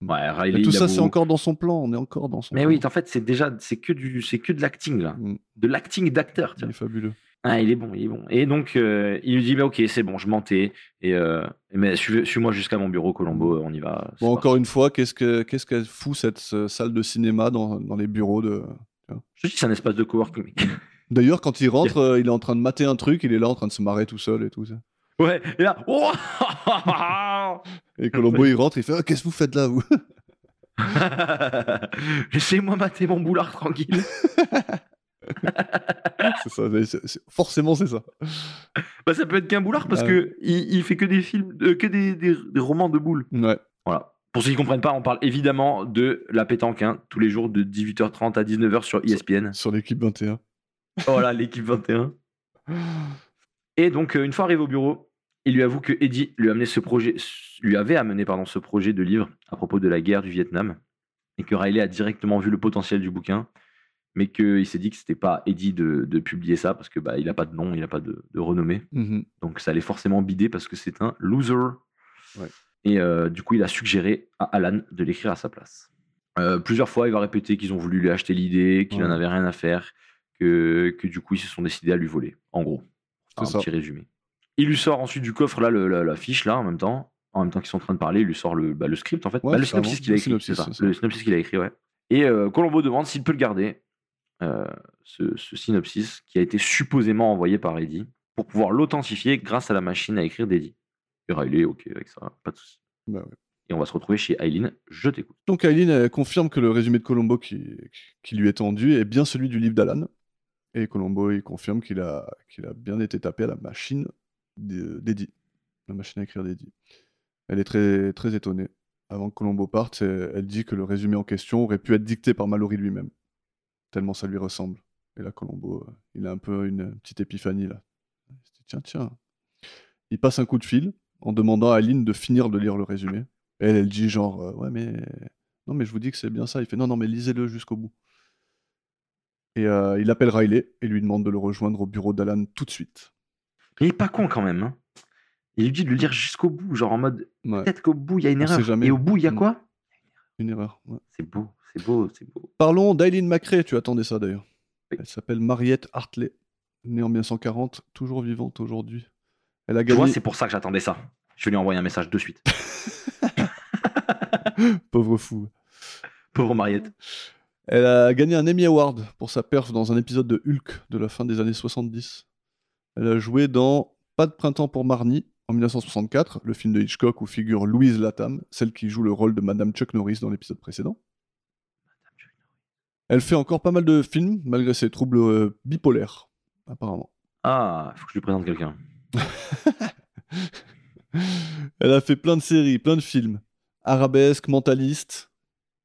S3: Mm. Mais
S4: Riley.
S3: tout
S4: Ah, il
S3: ça,
S4: avoue-
S3: c'est encore dans son plan. On est encore dans son
S4: Mais
S3: plan.
S4: oui, en fait, c'est déjà, c'est que du, c'est que de l'acting là,
S3: Mm.
S4: de l'acting d'acteur. tu
S3: Il est fabuleux.
S4: Ah, il est bon, il est bon. Et donc, euh, il lui dit, bah, ok, c'est bon, je mentais. Et, euh, mais suis- suis-moi jusqu'à mon bureau, Colombo, euh, on y va. c'est
S3: Bon,
S4: parti.
S3: encore une fois, qu'est-ce que- qu'est-ce qu'elle fout cette euh, salle de cinéma dans, dans les bureaux de.
S4: Je te dis, c'est un espace de coworking. mec.
S3: D'ailleurs, quand il rentre, euh, il est en train de mater un truc, il est là en train de se marrer tout seul et tout. ça.
S4: ouais, et là, oh
S3: Et Colombo, il rentre, il fait Ah, Qu'est-ce que vous faites là, vous
S4: Laissez-moi mater mon boulard tranquille.
S3: C'est ça, mais c'est- c'est- Forcément, c'est ça.
S4: bah, ça peut être qu'un boulard parce
S3: Ah
S4: que il, il fait que des films, euh, que des, des- des romans de boules.
S3: Ouais.
S4: Voilà. Pour ceux qui ne comprennent pas, on parle évidemment de la pétanque, hein, tous les jours de 18h30 à 19h sur E ESPN.
S3: Sur l'équipe 21.
S4: Voilà, Oh l'équipe 21. Et donc, euh, une fois arrivé au bureau, il lui avoue que Eddie lui, a amené ce projet, lui avait amené pardon, ce projet de livre à propos de la guerre du Vietnam et que Riley a directement vu le potentiel du bouquin, mais qu'il s'est dit que c'était pas Eddie de, de publier ça parce que bah, il n'a pas de nom, il n'a pas de, de renommée.
S3: Mhm.
S4: Donc, ça allait forcément bider parce que c'est un loser.
S3: Ouais.
S4: Et euh, du coup, il a suggéré à Alan de l'écrire à sa place. Euh, plusieurs fois, il va répéter qu'ils ont voulu lui acheter l'idée, qu'il n'en
S3: Ouais.
S4: avait rien à faire, que, que du coup, ils se sont décidés à lui voler. En gros, un
S3: C'est ça.
S4: petit résumé. Il lui sort ensuite du coffre là, le- la, la fiche là, en même temps, en même temps qu'ils sont en train de parler, il lui sort le, bah, le script en fait,
S3: Ouais,
S4: Bah, le
S3: clairement,
S4: synopsis qu'il a
S3: le
S4: écrit, c'est
S3: synopsis,
S4: ça,
S3: c'est ça.
S4: le synopsis qu'il a écrit, ouais. Et euh, Colombo demande s'il peut le garder, euh, ce, ce synopsis qui a été supposément envoyé par Eddie pour pouvoir l'authentifier grâce à la machine à écrire d'Eddie. Et Riley, ok avec ça, pas de souci.
S3: Bah ouais.
S4: Et on va se retrouver chez Eileen. Je t'écoute.
S3: Donc, Aileen elle confirme que le résumé de Colombo qui, qui lui est tendu est bien celui du livre d'Alan. Et Colombo, il confirme qu'il a, qu'il a bien été tapé à la machine d'E- d'Eddie. La machine à écrire d'Eddie. Elle est très, très étonnée. Avant que Colombo parte, c'est- elle dit que le résumé en question aurait pu être dicté par Mallory lui-même. Tellement ça lui ressemble. Et là, Colombo, euh, il a un peu une petite épiphanie. là. Il se dit, tiens, tiens. Il passe un coup de fil en demandant à Aline de finir de lire le résumé. Elle, elle dit genre, euh, ouais, mais non, mais je vous dis que c'est bien ça. Il fait non, non, mais lisez-le jusqu'au bout. Et euh, il appelle Riley et lui demande de le rejoindre au bureau d'Alan tout de suite.
S4: Mais il est pas con quand même. hein. Il lui dit de le lire jusqu'au bout, genre en mode
S3: Ouais,
S4: peut-être qu'au bout il y a une
S3: On sait
S4: erreur.
S3: jamais.
S4: Et au bout il y a
S3: Mm.
S4: quoi
S3: une erreur. ouais.
S4: C'est beau, c'est beau, c'est beau.
S3: Parlons d'Aileen Macrae, tu attendais ça d'ailleurs.
S4: Oui.
S3: Elle s'appelle Mariette Hartley, née en 1940, toujours vivante aujourd'hui. Elle a
S4: Tu vois,
S3: gagné,
S4: c'est pour ça que j'attendais ça. Je vais lui envoyer un message de suite.
S3: pauvre fou,
S4: Pauvre Mariette.
S3: elle a gagné un Emmy Award pour sa perf dans un épisode de Hulk de la fin des années 70. Elle a joué dans Pas de printemps pour Marnie en 1964, le film de Hitchcock où figure Louise Latham, celle qui joue le rôle de Madame Chuck Norris dans l'épisode précédent. Elle fait encore pas mal de films, malgré ses troubles euh, bipolaires, apparemment.
S4: Ah, faut que je lui présente quelqu'un.
S3: Elle a fait plein de séries, plein de films. Arabesque, Mentaliste,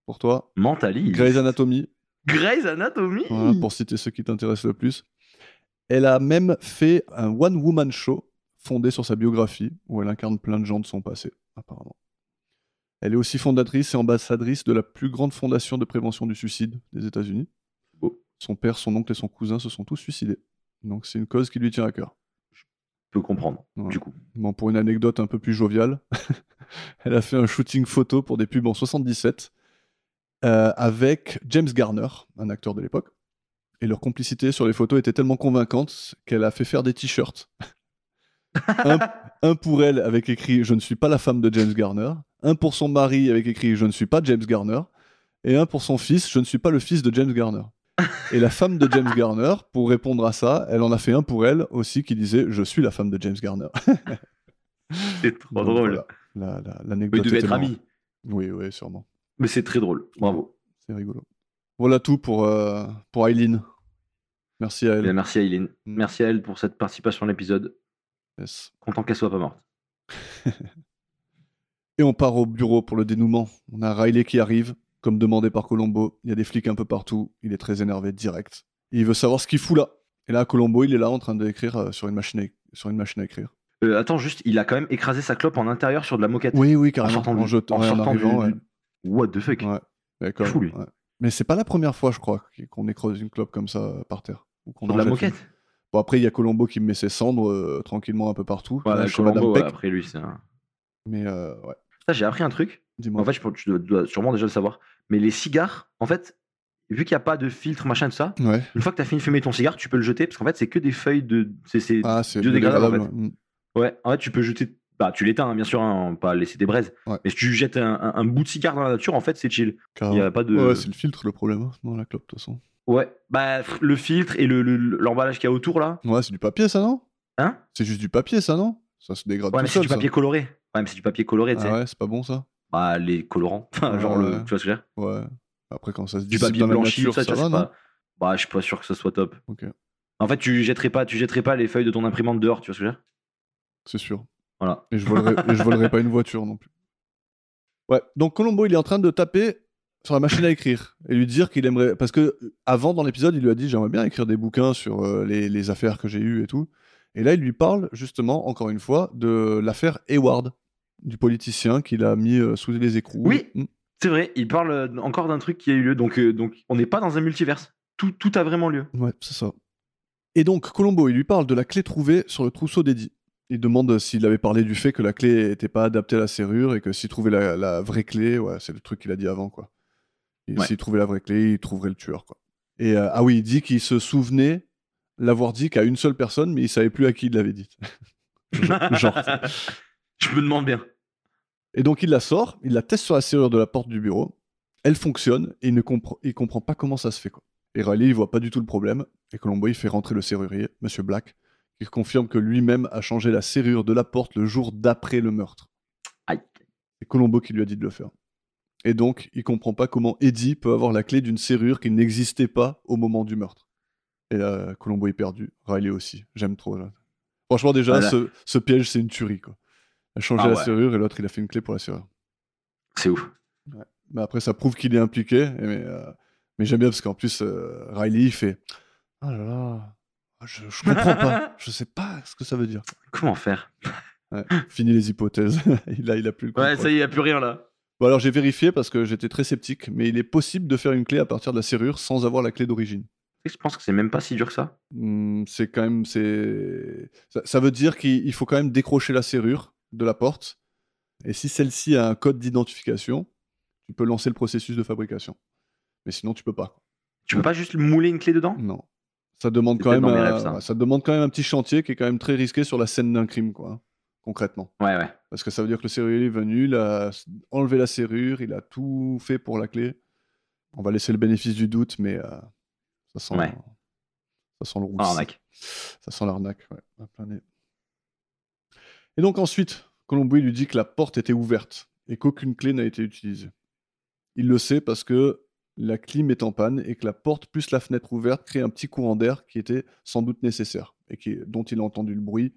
S3: pour toi.
S4: Mentali.
S3: Grey's Anatomy,
S4: Grey's Anatomy.
S3: voilà, pour citer ceux qui t'intéressent le plus. Elle a même fait un one-woman show fondé sur sa biographie, où elle incarne plein de gens de son passé, apparemment. Elle est aussi fondatrice et ambassadrice de la plus grande fondation de prévention du suicide des États-Unis.
S4: Beau.
S3: Son père, son oncle et son cousin se sont tous suicidés. Donc c'est une cause qui lui tient à cœur.
S4: Je peux comprendre.
S3: Ouais.
S4: Du coup.
S3: Bon, pour une anecdote un peu plus joviale, elle a fait un shooting photo pour des pubs en 77 euh, avec James Garner, un acteur de l'époque. Et leur complicité sur les photos était tellement convaincante qu'elle a fait faire des t-shirts. un, un pour elle avec écrit Je ne suis pas la femme de James Garner. Un pour son mari avec écrit Je ne suis pas James Garner. Et un pour son fils Je ne suis pas le fils de James Garner. Et la femme de James Garner, pour répondre à ça, elle en a fait un pour elle aussi qui disait Je suis la femme de James Garner.
S4: C'est trop
S3: Donc,
S4: drôle.
S3: voilà. La- la- L'anecdote.
S4: Mais ils devaient
S3: était
S4: être
S3: marrante.
S4: amis.
S3: Oui, oui, sûrement.
S4: Mais c'est très drôle. Bravo.
S3: C'est rigolo. Voilà tout pour, euh, pour Aileen. Merci à
S4: Eh bien,
S3: elle. Mm.
S4: merci à Eileen. Merci à elle pour cette participation à l'épisode.
S3: Yes.
S4: Content qu'elle soit pas morte.
S3: Et on part au bureau pour le dénouement. On a Riley qui arrive, comme demandé par Colombo. Il y a des flics un peu partout. Il est très énervé direct. Et il veut savoir ce qu'il fout là. Et là, Colombo, il est là en train d'écrire euh, sur, une machine à... sur une machine à écrire.
S4: Euh, attends, juste, il a quand même écrasé sa clope en intérieur sur de la moquette.
S3: Oui, oui,
S4: en
S3: carrément.
S4: sortant, du-
S3: jetant-
S4: en
S3: ouais,
S4: sortant du-
S3: arrivant, ouais.
S4: du- What the fuck
S3: Ouais. Mais comme-
S4: Fou, lui.
S3: ouais. Mais c'est pas la première fois, je crois, qu'on écrase une clope comme ça euh, par terre. Ou qu'on
S4: Sur
S3: en
S4: de la
S3: jette une.
S4: moquette
S3: Bon, après, il y a Colombo qui met ses cendres euh, tranquillement un peu partout.
S4: Voilà,
S3: Là, chez Madame
S4: Colombo, ouais,
S3: Peck.
S4: après lui, c'est un.
S3: Mais euh, ouais.
S4: Ça, j'ai appris un truc.
S3: Dis-moi.
S4: En fait, je pense- tu dois- dois sûrement déjà le savoir. Mais les cigares, en fait, vu qu'il n'y a pas de filtre, machin, tout ça,
S3: Ouais.
S4: une fois que tu as fini de fumer ton cigare, tu peux le jeter parce qu'en fait, c'est que des feuilles de. c'est- c'est-
S3: Ah, c'est
S4: biodégradable, en
S3: biodégradable. Mm.
S4: Ouais, en fait, tu peux jeter. Bah, tu l'éteins, hein, bien sûr, hein, pas laisser des braises.
S3: Ouais.
S4: Mais si tu jettes un, un- un bout de cigare dans la nature, en fait, c'est chill. Il
S3: Car-
S4: n'y a pas de.
S3: Ouais, c'est le filtre le problème hein, dans la clope, de toute façon.
S4: Ouais, bah, pff, le filtre et l'emballage le, l'emballage qu'il y a autour, là.
S3: Ouais, c'est du papier, ça, non
S4: Hein
S3: C'est juste du papier, ça, non Ça se dégrade
S4: Ouais,
S3: tout
S4: mais c'est
S3: seul.
S4: du papier coloré. Ouais, mais c'est du papier coloré, tu
S3: ça.
S4: sais.
S3: Ah ouais, c'est pas bon, ça
S4: Bah, les colorants. Enfin,
S3: Ouais,
S4: genre, le,
S3: ouais.
S4: tu vois ce que je veux dire
S3: Ouais. Après, quand ça se
S4: Du
S3: dissipe
S4: papier
S3: dans la
S4: blanchi,
S3: nature,
S4: tout ça,
S3: ça,
S4: tu vois,
S3: va,
S4: c'est
S3: non
S4: pas. Bah, je suis pas sûr que ce soit top.
S3: Ok,
S4: En fait, tu jetterais pas, tu jetterais pas les feuilles de ton imprimante dehors, tu vois ce que je veux dire
S3: c'est sûr.
S4: Voilà.
S3: Et je volerai, et je volerai pas une voiture non plus. Ouais, donc Colombo, il est en train de taper sur la machine à écrire et lui dire qu'il aimerait. Parce que euh, avant, dans l'épisode, il lui a dit J'aimerais bien écrire des bouquins sur euh, les, les affaires que j'ai eues et tout. Et là, il lui parle, justement, encore une fois, de l'affaire Hayward, du politicien qu'il a mis euh, sous les écrous.
S4: Oui.
S3: Mm.
S4: C'est vrai, il parle euh, encore d'un truc qui a eu lieu, donc, euh, donc on n'est pas dans un multiverse. Tout, tout a vraiment lieu.
S3: Ouais, c'est ça. Et donc, Colombo, il lui parle de la clé trouvée sur le trousseau d'Eddie. Il demande s'il avait parlé du fait que la clé n'était pas adaptée à la serrure et que s'il trouvait la, la vraie clé, ouais, c'est le truc qu'il a dit avant, quoi. Et
S4: Ouais.
S3: S'il trouvait la vraie clé, il trouverait le tueur, quoi. Et euh, ah oui, il dit qu'il se souvenait l'avoir dit qu'à une seule personne, mais il savait plus à qui il l'avait dit. genre.
S4: je me demande bien.
S3: Et donc il la sort, il la teste sur la serrure de la porte du bureau. Elle fonctionne et il ne compre- il comprend pas comment ça se fait. Quoi. Et Riley, il voit pas du tout le problème. Et Colombo, il fait rentrer le serrurier, Monsieur Black, qui confirme que lui-même a changé la serrure de la porte le jour d'après le meurtre.
S4: Aïe.
S3: C'est Colombo qui lui a dit de le faire. Et donc, il comprend pas comment Eddie peut avoir la clé d'une serrure qui n'existait pas au moment du meurtre. Et là, Colombo est perdu. Riley aussi. J'aime trop. là. Franchement, déjà,
S4: Voilà.
S3: ce, ce piège, c'est une tuerie. Quoi. Il a changé
S4: Ah
S3: la
S4: ouais.
S3: serrure et l'autre, il a fait une clé pour la serrure.
S4: C'est ouf.
S3: Mais après, ça prouve qu'il est impliqué. et mais euh, mais j'aime bien parce qu'en plus, euh, Riley, il fait Ah là là, je, je comprends pas. Je sais pas ce que ça veut dire.
S4: Comment faire
S3: Ouais, fini les hypothèses. il, a, il a plus le
S4: Ouais,
S3: contrôle.
S4: ça y est, il a plus rien là.
S3: Bon, alors j'ai vérifié parce que j'étais très sceptique, mais il est possible de faire une clé à partir de la serrure sans avoir la clé d'origine.
S4: Tu sais que Je pense que c'est même pas si dur que ça.
S3: Hmm, c'est quand même. c'est ça, ça veut dire qu'il il faut quand même décrocher la serrure de la porte. Et si celle-ci a un code d'identification, tu peux lancer le processus de fabrication. Mais sinon, tu peux pas.
S4: Tu peux pas juste mouler une clé dedans
S3: Non. Ça demande,
S4: C'est
S3: quand
S4: peut-être
S3: même
S4: dans mes
S3: un,
S4: rêves, ça.
S3: ouais, ça demande quand même un petit chantier qui est quand même très risqué sur la scène d'un crime, quoi, hein, concrètement.
S4: Ouais, ouais.
S3: Parce que ça veut dire que le serrurier est venu, il a s- enlevé la serrure, il a tout fait pour la clé. On va laisser le bénéfice du doute, mais euh, ça, sent,
S4: Ouais.
S3: ça sent le roux.
S4: Ah, arnaque.
S3: Ça sent l'arnaque, ouais, à plein nez. Et donc ensuite, Colombo lui dit que la porte était ouverte et qu'aucune clé n'a été utilisée. Il le sait parce que la clim est en panne et que la porte plus la fenêtre ouverte crée un petit courant d'air qui était sans doute nécessaire et qui, dont il a entendu le bruit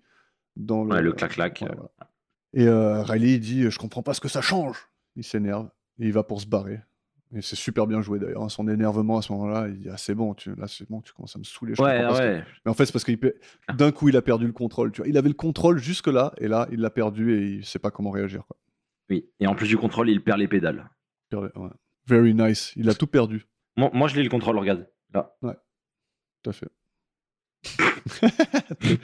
S3: dans le,
S4: Ouais, le clac-clac.
S3: voilà, voilà. Et euh, Riley il dit je comprends pas ce que ça change. Il s'énerve et il va pour se barrer. Et c'est super bien joué d'ailleurs. hein, Son énervement à ce moment-là, il dit ah c'est bon, tu, là c'est bon, tu commences à me saouler. je
S4: Ouais,
S3: comprends pas ce que-
S4: ouais.
S3: mais en fait, c'est parce qu'il peut-
S4: Ah.
S3: d'un coup, il a perdu le contrôle. Tu vois. Il avait le contrôle jusque-là, et là, il l'a perdu et il sait pas comment réagir. Quoi.
S4: Oui. Et en plus du contrôle, il perd les pédales.
S3: Perdu- ouais. Very nice. Il a tout perdu.
S4: Moi, moi, je l'ai le contrôle, regarde. Là.
S3: Tout à fait. Très-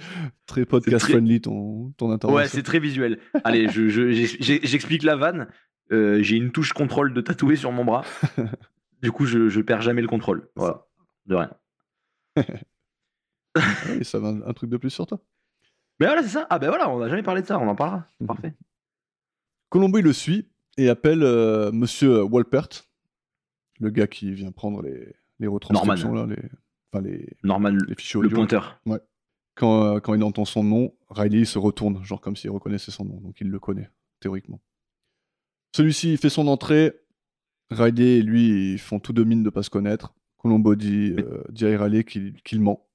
S3: très podcast
S4: très-
S3: friendly ton, ton intervention.
S4: Ouais, c'est très visuel. Allez, je- je- j'ex- j'ex- j'explique la vanne. Euh, J'ai une touche contrôle de tatouée sur mon bras. Du coup, je, je perds jamais le contrôle. Voilà. De rien.
S3: Ah oui, ça va un, un truc de plus sur toi.
S4: Mais voilà, c'est ça. Ah ben voilà, on n'a jamais parlé de ça, on en parlera.
S3: Mhm.
S4: Parfait.
S3: Colombo, il le suit et appelle euh, Monsieur Walpert, le gars qui vient prendre les, les retranscriptions, là, les, enfin, les,
S4: Norman,
S3: les fichiers
S4: le
S3: audio.
S4: pointeur.
S3: quand, euh, quand il entend son nom, Riley il se retourne, genre comme s'il reconnaissait son nom, donc il le connaît, théoriquement. Celui-ci il fait son entrée, Riley et lui ils font tout de mine de pas se connaître. Colombo dit, euh, dit à Riley qu'il qu'il ment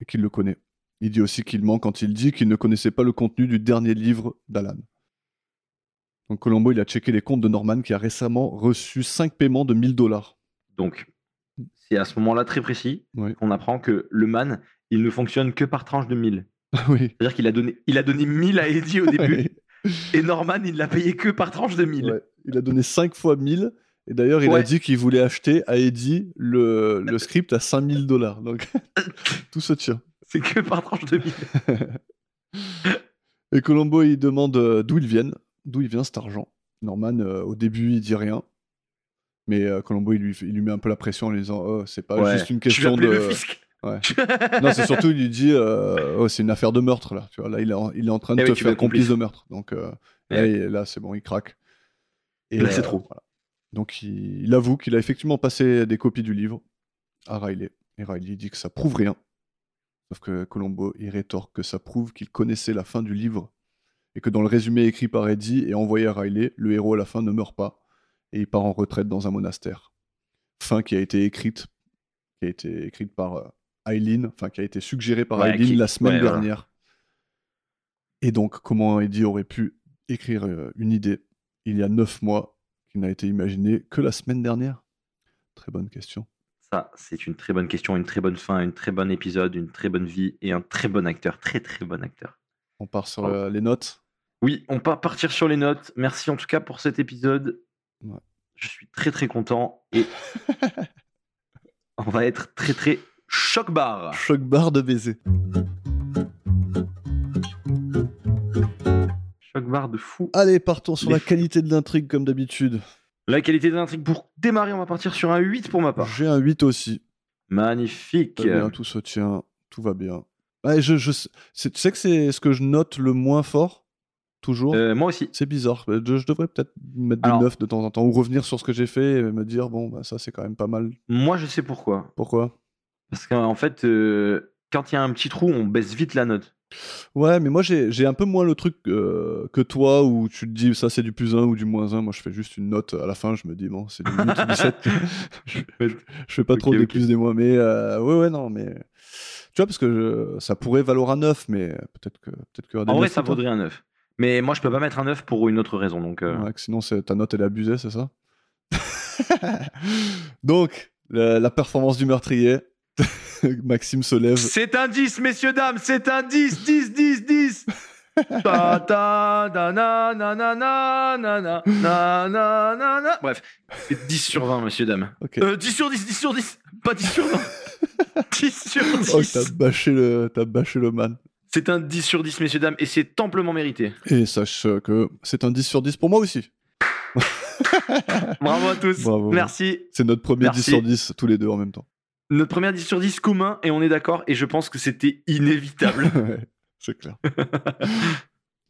S3: et qu'il le connaît. Il dit aussi qu'il ment quand il dit qu'il ne connaissait pas le contenu du dernier livre d'Alan. Donc Colombo, il a checké les comptes de Norman qui a récemment reçu 5 paiements de 1000 dollars.
S4: Donc, c'est à ce moment-là très précis
S3: Oui.
S4: qu'on apprend que le man, il ne fonctionne que par tranche de 1000.
S3: oui.
S4: C'est-à-dire qu'il a donné, il a donné 1000 à Eddie au début,
S3: Ouais.
S4: et Norman, il l'a payé que par tranche de 1000.
S3: Ouais, Il a donné 5 fois 1000. Et d'ailleurs, il a
S4: Ouais.
S3: dit qu'il voulait acheter à Eddie le, le script à 5000 dollars. Donc, tout se tient.
S4: C'est que par tranche de 1000.
S3: Et Colombo, il demande euh, d'où il vient, d'où il vient cet argent. Norman, euh, au début, il dit rien. Mais euh, Colombo, il lui, fait- il lui met un peu la pression en lui disant Oh, c'est pas
S4: Ouais.
S3: juste une
S4: Je vais
S3: question
S4: appeler
S3: de.
S4: le fisc.
S3: non, c'est surtout, il lui dit euh, Oh, c'est une affaire de meurtre, là. Tu vois, là, il est en, il est en train de
S4: Eh
S3: te
S4: oui, tu veux
S3: faire complice
S4: complice.
S3: de meurtre. Donc euh, là,
S4: Ouais.
S3: il- là, c'est bon, il craque. Et euh,
S4: Là, c'est trop.
S3: voilà. Donc il, il avoue qu'il a effectivement passé des copies du livre à Riley. Et Riley dit que ça prouve rien. Sauf que Colombo, il rétorque que ça prouve qu'il connaissait la fin du livre et que dans le résumé écrit par Eddie et envoyé à Riley, le héros à la fin ne meurt pas et il part en retraite dans un monastère. Fin qui a été écrite, qui a été écrite par euh, Eileen, enfin qui a été suggérée par
S4: Ouais,
S3: Eileen
S4: qui-
S3: la semaine
S4: ouais, voilà.
S3: dernière. Et donc, comment Eddie aurait pu écrire euh, une idée il y a neuf mois qui n'a été imaginée que la semaine dernière Très bonne question.
S4: Ça, c'est une très bonne question, une très bonne fin, une très bon épisode, une très bonne vie et un très bon acteur, très très bon acteur.
S3: On part sur
S4: Bravo.
S3: euh, les notes.
S4: Oui, on va partir sur les notes. Merci en tout cas pour cet épisode.
S3: Ouais.
S4: Je suis très très content et on va être très très choc barre.
S3: Choc barre de baiser.
S4: Choc barre de fou.
S3: Allez, partons sur
S4: Les
S3: la
S4: fous.
S3: qualité de l'intrigue comme d'habitude.
S4: La qualité de l'intrigue pour démarrer, on va partir sur un 8 pour ma part.
S3: J'ai un 8 aussi.
S4: Magnifique.
S3: Très bien, tout se tient, tout va bien. Ouais, je, je sais- c'est- tu sais que c'est ce que je note le moins fort, toujours.
S4: Euh, moi aussi.
S3: C'est bizarre. Je, je devrais peut-être mettre
S4: Alors-
S3: des neufs de temps en temps ou revenir sur ce que j'ai fait et me dire, bon, bah, ça c'est quand même pas mal.
S4: Moi je sais pourquoi.
S3: Pourquoi
S4: Parce qu'en fait, euh, quand il y a un petit trou, on baisse vite la note.
S3: Ouais, mais moi j'ai j'ai un peu moins le truc euh, que toi où tu te dis ça c'est du plus 1 ou du moins 1. Moi je fais juste une note à la fin, je me dis, bon, c'est du 8 ou du 7. je, je fais pas
S4: Ok,
S3: trop des
S4: ok.
S3: plus des moins, mais euh, ouais, ouais, non, mais. Tu vois, parce que je- ça pourrait valoir un 9, mais euh, peut-être que. Peut que
S4: En vrai, ça vaudrait un 9. Mais moi, je peux pas mettre un 9 pour une autre raison. Donc, euh,
S3: Ouais, que sinon, c'est- ta note, elle est abusée, c'est ça Donc, la, la performance du meurtrier. Maxime se lève.
S4: C'est un 10, messieurs, dames, c'est un 10, 10, 10, 10. Ta ta da na na na na na na na na na na. Bref, c'est 10 sur 20, messieurs, dames.
S3: Ok.
S4: Euh, 10 sur 10, 10 sur 10, pas 10 sur 20. 10 sur
S3: Oh,
S4: 10.
S3: t'as bâché, le, t'as bâché le man.
S4: c'est un 10 sur 10, messieurs, dames, et c'est amplement mérité.
S3: Et sache euh, que c'est un 10 sur 10 pour moi aussi.
S4: Bravo à tous.
S3: Bravo.
S4: Merci.
S3: C'est notre premier
S4: Merci.
S3: 10 sur 10, tous les deux en même temps.
S4: Notre première 10 sur 10 commun, et on est d'accord, et je pense que c'était inévitable.
S3: Ouais, c'est clair.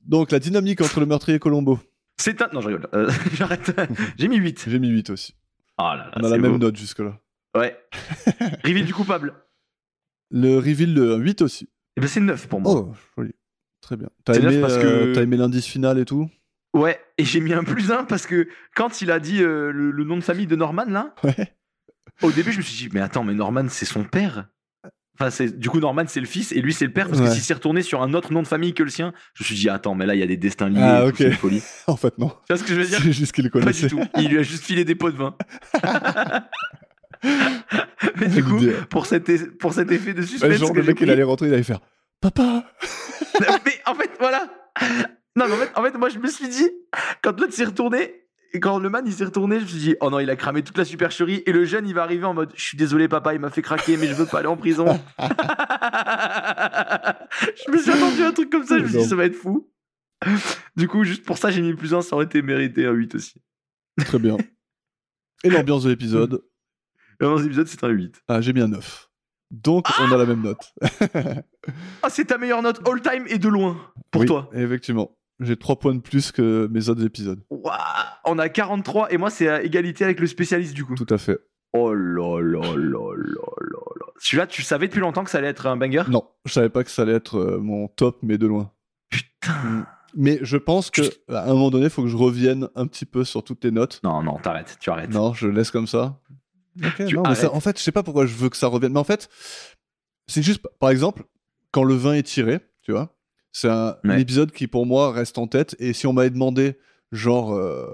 S3: Donc, la dynamique entre le meurtrier et Colombo.
S4: C'est un. Non, je rigole. Euh, J'arrête. J'ai mis 8.
S3: J'ai mis 8 aussi.
S4: Ah là là,
S3: On a
S4: c'est
S3: la même
S4: beau.
S3: note jusque-là.
S4: Ouais. Reveal du coupable.
S3: Le reveal, le 8 aussi.
S4: Eh ben c'est 9 pour moi.
S3: Oh, joli. Très bien. T'as
S4: C'est neuf
S3: aimé,
S4: parce
S3: euh,
S4: que-
S3: t'as aimé l'indice final et tout
S4: Ouais, et j'ai mis un plus 1 parce que quand il a dit euh, le, le nom de famille de Norman là,
S3: Ouais.
S4: au début je me suis dit mais attends, mais Norman c'est son père. Enfin, c'est, du coup, Norman, c'est le fils et lui, c'est le père. Parce
S3: Ouais.
S4: que s'il s'est retourné sur un autre nom de famille que le sien, je me suis dit, attends, mais là, il y a des destins liés.
S3: Ah,
S4: et tout,
S3: ok.
S4: C'est une folie. Tu
S3: En fait, non.
S4: vois ce que je veux dire
S3: C'est juste qu'il le
S4: Pas
S3: connaissait.
S4: du tout. Il lui a juste filé des pots de vin. mais du coup,
S3: L'idée.
S4: pour cet, é- pour cet effet de
S3: Un
S4: suspense.
S3: jour,
S4: que
S3: le
S4: j'ai
S3: mec, il
S4: pris-
S3: allait rentrer, il allait faire Papa
S4: mais en fait, voilà. Non, mais en fait, en fait moi, je me suis dit, quand l'autre s'est retourné, et quand le man il s'est retourné, je me suis dit, oh non, il a cramé toute la supercherie. Et le jeune, il va arriver en mode, je suis désolé, papa, il m'a fait craquer, mais je veux pas aller en prison. je me suis attendu à un truc comme ça, je me suis dit,
S3: Énorme.
S4: ça va être fou. Du coup, juste pour ça, j'ai mis plus 1, ça aurait été mérité, un 8 aussi.
S3: Très bien. Et l'ambiance de l'épisode
S4: Et dans cet épisode, c'est un 8.
S3: Ah, j'ai mis un 9. Donc, on a la même note.
S4: Ah, c'est ta meilleure note all time et de loin pour
S3: Oui,
S4: toi.
S3: Effectivement. J'ai 3 points de plus que mes autres épisodes.
S4: Waouh, on a 43 et moi, c'est à égalité avec le spécialiste du coup.
S3: Tout à fait.
S4: Oh là là là là là là. Celui-là, tu savais depuis longtemps que ça allait être un banger
S3: Non, je savais pas que ça allait être euh, mon top, mais de loin. Mm.
S4: Putain.
S3: Mais je pense que
S4: Juste-
S3: à un moment donné, il faut que je revienne un petit peu sur toutes tes notes.
S4: Non, non, t'arrêtes, tu arrêtes.
S3: Non, je laisse comme ça. ah, Ok,
S4: Tu
S3: non, mais ça-
S4: arrêtes.
S3: en fait, je sais pas pourquoi je veux que ça revienne. Mais en fait, c'est juste, par exemple, quand le vin est tiré, tu vois, c'est un, un
S4: Ouais.
S3: épisode qui pour moi reste en tête. Et si on m'avait demandé, genre, euh,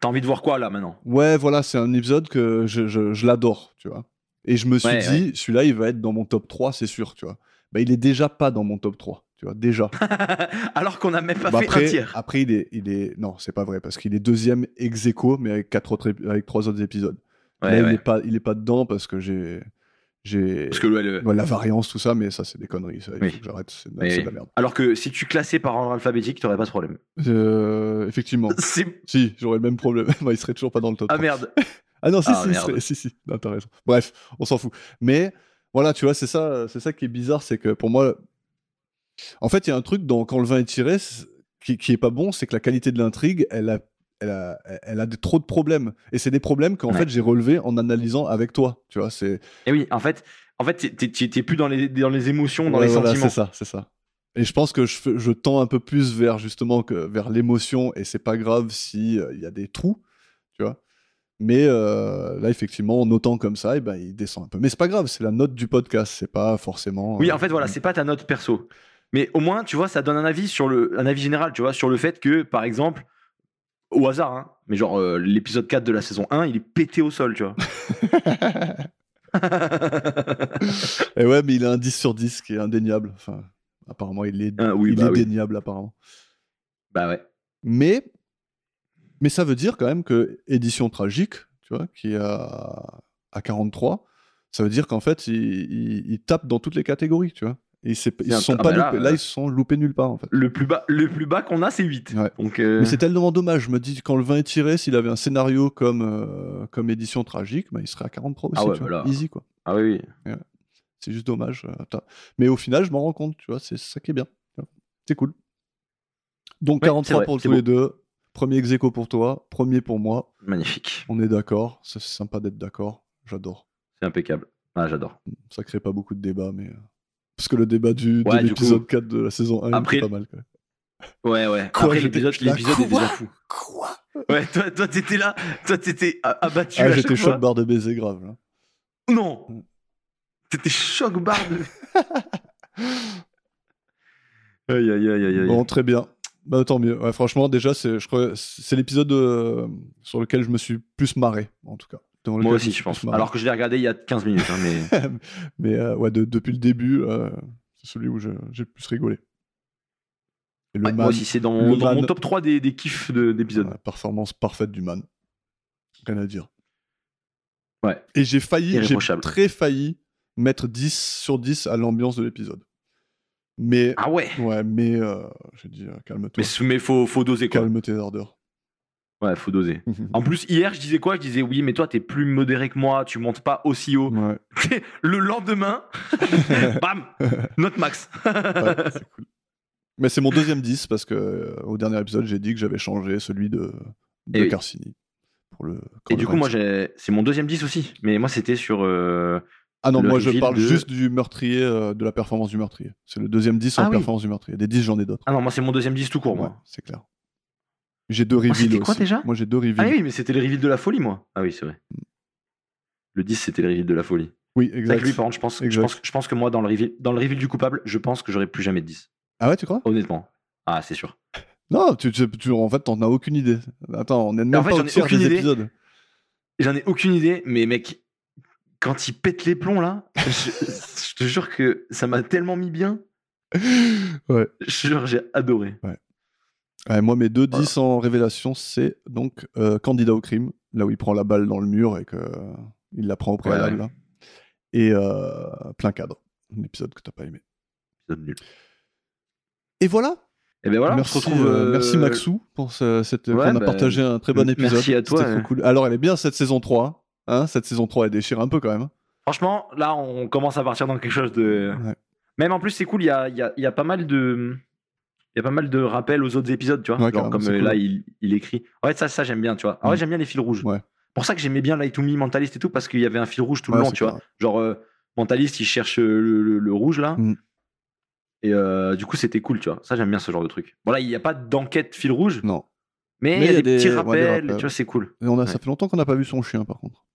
S4: T'as envie de voir quoi là maintenant
S3: ouais, voilà, c'est un épisode que je, je- je l'adore, tu vois. Et je me suis
S4: Ouais,
S3: dit, celui-là, il va être dans mon top 3, c'est sûr, tu vois. Bah, il est déjà pas dans mon top 3, tu vois, déjà.
S4: Alors qu'on n'a même pas
S3: Bah,
S4: fait un
S3: après,
S4: tiers.
S3: après, il est, il est, non, c'est pas vrai parce qu'il est deuxième ex aequo, mais avec quatre autres, ép- avec trois autres épisodes.
S4: Ouais,
S3: Là, il
S4: ouais.
S3: n'est pas, il est pas dedans parce que j'ai, J'ai
S4: Parce que ouais, le-
S3: Ouais, la variance, tout ça, mais ça, c'est des conneries. Ça, il
S4: Oui.
S3: faut que j'arrête. C'est de,
S4: Mais-
S3: c'est de la merde.
S4: Alors que si tu classais par ordre alphabétique, t'aurais pas ce problème.
S3: Euh, effectivement.
S4: C'est-
S3: si, j'aurais le même problème. Bah, il serait toujours pas dans le top.
S4: Ah merde
S3: Ah non, si,
S4: Ah,
S3: si, il
S4: merde.
S3: serait- si, si. Non, t'as raison. Bref, on s'en fout. Mais voilà, tu vois, c'est ça, c'est ça qui est bizarre, c'est que pour moi, en fait, il y a un truc dans quand le vin est tiré c'est- qui, qui est pas bon, c'est que la qualité de l'intrigue, elle a, elle a, elle a des- trop de problèmes. Et c'est des problèmes qu'en
S4: Ouais.
S3: fait j'ai relevés en analysant avec toi. Tu vois, c'est
S4: Et oui, en fait, en fait, t'es- t'es- t'es t'es plus dans les, dans les émotions, dans
S3: Ouais,
S4: les
S3: Euh, voilà,
S4: sentiments.
S3: C'est ça, c'est ça. Et je pense que je, fais- je tends un peu plus vers justement que vers l'émotion et c'est pas grave si euh, il y a des trous, tu vois. Mais euh, là effectivement, en notant comme ça, eh ben, il descend un peu. Mais c'est pas grave, c'est la note du podcast, c'est pas forcément.
S4: Oui,
S3: euh,
S4: en fait, voilà, c'est pas ta note perso. Mais au moins, tu vois, ça donne un avis sur le, un avis général, tu vois, sur le fait que, par exemple, au hasard, hein, mais genre euh, l'épisode 4 de la saison 1, il est pété au sol, tu vois.
S3: Et ouais, mais il a un 10 sur 10 qui est indéniable. Enfin, apparemment, il est,
S4: Ah oui,
S3: il
S4: bah
S3: est
S4: oui.
S3: déniable apparemment.
S4: bah ouais.
S3: Mais, mais ça veut dire quand même que Édition Tragique, tu vois, qui est à, à 43, ça veut dire qu'en fait, ils, ils- ils tapent dans toutes les catégories, tu vois. Et ils s'est- ils
S4: Bien,
S3: se sont
S4: ah
S3: pas
S4: bah là,
S3: loupés.
S4: euh,
S3: Là, ils se sont loupés nulle part, en fait.
S4: Le plus bas, le plus bas qu'on a, c'est 8.
S3: Ouais.
S4: Donc, euh,
S3: Mais c'est tellement dommage. Je me dis, quand le vin est tiré, s'il avait un scénario comme, euh, comme Édition Tragique, bah, il serait à 43 aussi,
S4: Ah ouais,
S3: tu vois.
S4: bah là.
S3: Easy, quoi.
S4: ah oui, oui.
S3: C'est juste dommage. euh, t'as- Mais au final, je m'en rends compte, tu vois, c'est ça qui est bien. tu vois. C'est cool. Donc
S4: Ouais,
S3: 43
S4: c'est vrai,
S3: pour
S4: c'est
S3: tous les deux. Premier ex aequo pour toi, premier pour moi.
S4: magnifique.
S3: On est d'accord, ça, c'est sympa d'être d'accord, j'adore.
S4: C'est impeccable. Ah, j'adore.
S3: Ça crée pas beaucoup de débats, mais. euh, Parce que le débat du,
S4: Ouais,
S3: de
S4: du
S3: l'épisode
S4: coup.
S3: 4 de la saison 1
S4: Après-
S3: est pas mal. Quoi.
S4: Ouais, ouais.
S3: Quoi,
S4: Après,
S3: j'étais-
S4: l'épisode
S3: j'étais là,
S4: l'épisode est
S1: quoi
S4: déjà fou.
S1: Quoi
S4: Ouais, toi, toi, t'étais là, toi, t'étais a- abattu
S3: Ah,
S4: à
S3: j'étais
S4: chaque
S3: chaud
S4: fois.
S3: de barre de baiser grave. Là.
S4: Non
S3: Mm.
S4: T'étais choc barre de. aïe, aïe, aïe, aïe, aïe.
S3: Bon, très bien. Bah, tant mieux. Ouais, franchement, déjà, c'est, je crois, c'est l'épisode euh, sur lequel je me suis plus marré, en tout cas. Dans lequel
S4: Moi
S3: me
S4: aussi,
S3: suis
S4: je pense.
S3: plus marré.
S4: Alors que je l'ai regardé il y a 15 minutes, hein, mais.
S3: Mais euh, ouais, de- depuis le début, euh, c'est celui où je- j'ai le plus rigolé. Et le
S4: Ouais,
S3: man,
S4: moi aussi, c'est dans, mon-
S3: le
S4: dans mon
S3: man.
S4: top 3 des, des kiffs de- d'épisodes.
S3: la performance parfaite du man. Rien à dire.
S4: Ouais.
S3: Et j'ai failli, j'ai
S4: Irréprochable.
S3: très failli mettre 10 sur 10 à l'ambiance de l'épisode. Mais,
S4: Ah ouais
S3: ouais, mais euh, j'ai dit, euh, calme-toi.
S4: Mais, mais faut, faut doser quoi.
S3: Calme tes ardeurs.
S4: Ouais, faut doser. En plus, hier, je disais quoi Je disais oui, mais toi, t'es plus modéré que moi, tu montes pas aussi haut.
S3: Ouais,
S4: Le lendemain, bam Note max
S3: ouais, c'est cool. Mais c'est mon deuxième 10 parce que euh, au dernier épisode, j'ai dit que j'avais changé celui de, de
S4: Et oui.
S3: Carcini. Pour le,
S4: Et
S3: quand
S4: du
S3: le
S4: coup, moi,
S3: Rex-
S4: j'ai- c'est mon deuxième 10 aussi. Mais moi, c'était sur. euh,
S3: Ah non,
S4: le
S3: moi je
S4: reveal
S3: parle
S4: de-
S3: juste du meurtrier, euh, de la performance du meurtrier. C'est le deuxième 10 en
S4: Ah oui.
S3: performance du meurtrier. Des 10, j'en ai d'autres.
S4: Ah non, moi, c'est mon deuxième 10 tout court,
S3: Ouais,
S4: moi.
S3: c'est clair. J'ai deux reveals
S4: Oh, c'était
S3: aussi.
S4: quoi, déjà
S3: Moi j'ai deux reveals.
S4: Ah oui, mais c'était le reveal de la folie, moi. Ah oui, c'est vrai. Le 10, c'était le reveal de la folie.
S3: Oui,
S4: C'est vrai
S3: exact.
S4: que lui, par contre, je pense, je,
S3: Exact.
S4: pense, je pense que moi, dans le, reveal, dans le reveal du coupable, je pense que j'aurai plus jamais de 10.
S3: Ah ouais, tu crois
S4: Honnêtement. Ah, c'est sûr.
S3: Non, tu, tu- tu- en fait t'en as aucune idée. Attends, on n'est même
S4: fait,
S3: pas
S4: j'en
S3: au
S4: ai
S3: tiers
S4: aucune
S3: des
S4: idée.
S3: épisodes.
S4: J'en ai aucune idée, mais mec, quand il pète les plombs, là, je, je te jure que ça m'a tellement mis bien.
S3: Ouais.
S4: Jure, j'ai adoré.
S3: Ouais, moi mes deux 10 en révélation, c'est donc euh, Candidat au crime, là où il prend la balle dans le mur et que euh, il la prend au préalable. là. Et euh, plein cadre, un épisode que t'as pas aimé.
S4: Épisode nul.
S3: Et voilà
S4: Et ben voilà,
S3: merci,
S4: on se retrouve.
S3: euh,
S4: euh,
S3: merci Maxou pour ce- cette.
S4: ouais,
S3: on a
S4: bah,
S3: partagé un très bon
S4: merci
S3: épisode.
S4: à toi,
S3: C'était trop
S4: hein.
S3: cool. Alors, elle est bien cette saison 3. hein. Hein, cette saison 3, elle déchire un peu quand même.
S4: Franchement, là, on commence à partir dans quelque chose de.
S3: Ouais.
S4: Même en plus, c'est cool, il y a, il y a- il y a pas mal de. Il y a pas mal de rappels aux autres épisodes, tu vois.
S3: Ouais,
S4: Genre
S3: carrément,
S4: comme
S3: c'est
S4: euh,
S3: cool.
S4: là, il, il écrit. En fait, ça, ça j'aime bien, tu vois. En
S3: Mm.
S4: vrai, j'aime bien les fils rouges.
S3: Ouais.
S4: Pour ça que j'aimais bien Light to Me, Mentalist et tout, parce qu'il y avait un fil rouge tout le
S3: Ouais,
S4: long,
S3: c'est
S4: tu vois.
S3: clair.
S4: Genre, euh, Mentalist, il cherche euh, le, le- le rouge, là.
S3: Mm.
S4: Et euh, du coup, c'était cool, tu vois. Ça, j'aime bien ce genre de truc. Bon, là, il n'y a pas d'enquête fil rouge,
S3: Non.
S4: mais il y a, des, petits rappels,
S3: ouais, des rappels.
S4: tu vois, c'est cool.
S3: Et on a, Ça
S4: Ouais.
S3: fait longtemps qu'on n'a pas vu son chien, par contre.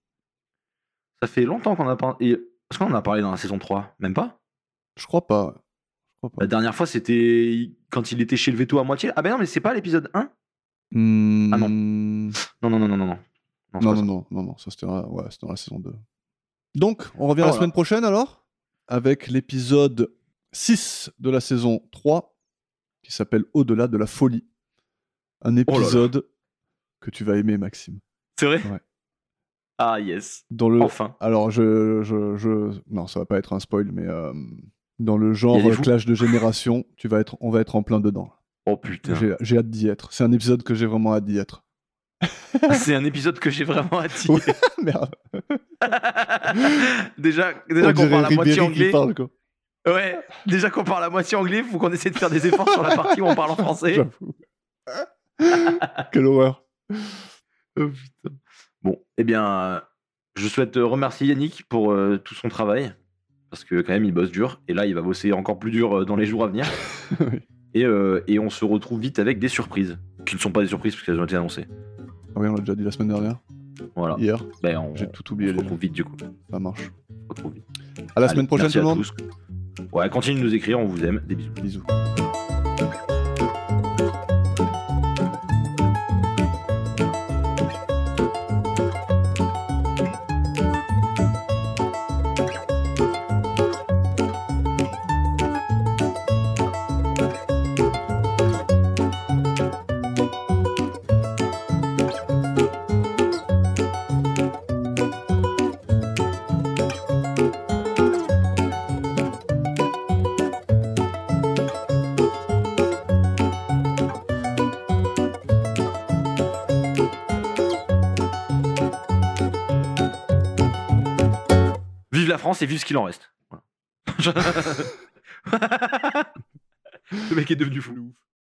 S4: Ça fait longtemps qu'on a parlé. Est-ce qu'on en a parlé dans la saison 3 Même pas
S3: Je crois pas. ouais. Je crois pas.
S4: La dernière fois, c'était quand il était chez le veto à moitié. Ah ben non, mais c'est pas l'épisode 1
S3: Hmm,
S4: Ah non.
S3: non.
S4: Non, non, non, non, non. Non, c'est
S3: Non,
S4: pas
S3: non,
S4: ça.
S3: non, non, non, ça c'était dans, la- ouais, c'était dans la saison 2. Donc, on revient la
S4: Ah, voilà.
S3: semaine prochaine alors, avec l'épisode 6 de la saison 3, qui s'appelle Au-delà de la folie. Un
S4: Oh là là.
S3: épisode que tu vas aimer, Maxime.
S4: C'est vrai
S3: Ouais.
S4: Ah yes.
S3: Dans le...
S4: Enfin.
S3: Alors, je, je, je- Non, ça va pas être un spoil, mais euh, dans le genre
S4: Il y a des
S3: euh,
S4: fous.
S3: clash de génération, tu vas être... on va être en plein dedans.
S4: Oh putain.
S3: J'ai j'ai hâte d'y être. C'est un épisode que j'ai vraiment hâte d'y être.
S4: C'est un épisode que j'ai vraiment attiré.
S3: Ouais. Merde.
S4: déjà,
S3: On
S4: déjà qu'on
S3: dirait
S4: parle à
S3: Ribéry
S4: moitié
S3: qui
S4: anglais.
S3: parle, quoi.
S4: Ouais. Déjà qu'on parle à moitié anglais, faut qu'on essaie de faire des efforts sur la partie où on parle en français.
S3: J'avoue. Quelle horreur.
S4: Oh, putain. Bon, eh bien, euh, je souhaite euh, remercier Yannick pour euh, tout son travail, parce que quand même, il bosse dur, et là, il va bosser encore plus dur euh, dans les jours à venir.
S3: Oui.
S4: et, euh, et on se retrouve vite avec des surprises, qui ne sont pas des surprises, parce qu'elles ont été annoncées.
S3: Ah Oui, on l'a déjà dit la semaine dernière.
S4: Voilà,
S3: Hier,
S4: Ben, on,
S3: j'ai tout
S4: on se
S3: oublié. les gens.
S4: retrouve vite, du coup.
S3: Ça marche.
S4: On se retrouve vite.
S3: À la
S4: Allez,
S3: semaine prochaine,
S4: merci
S3: tout le
S4: à
S3: monde.
S4: tous. Ouais, continuez de nous écrire, on vous aime, des bisous.
S3: Bisous.
S4: Vive la France et vive ce qu'il en reste. Voilà. le mec est devenu fou.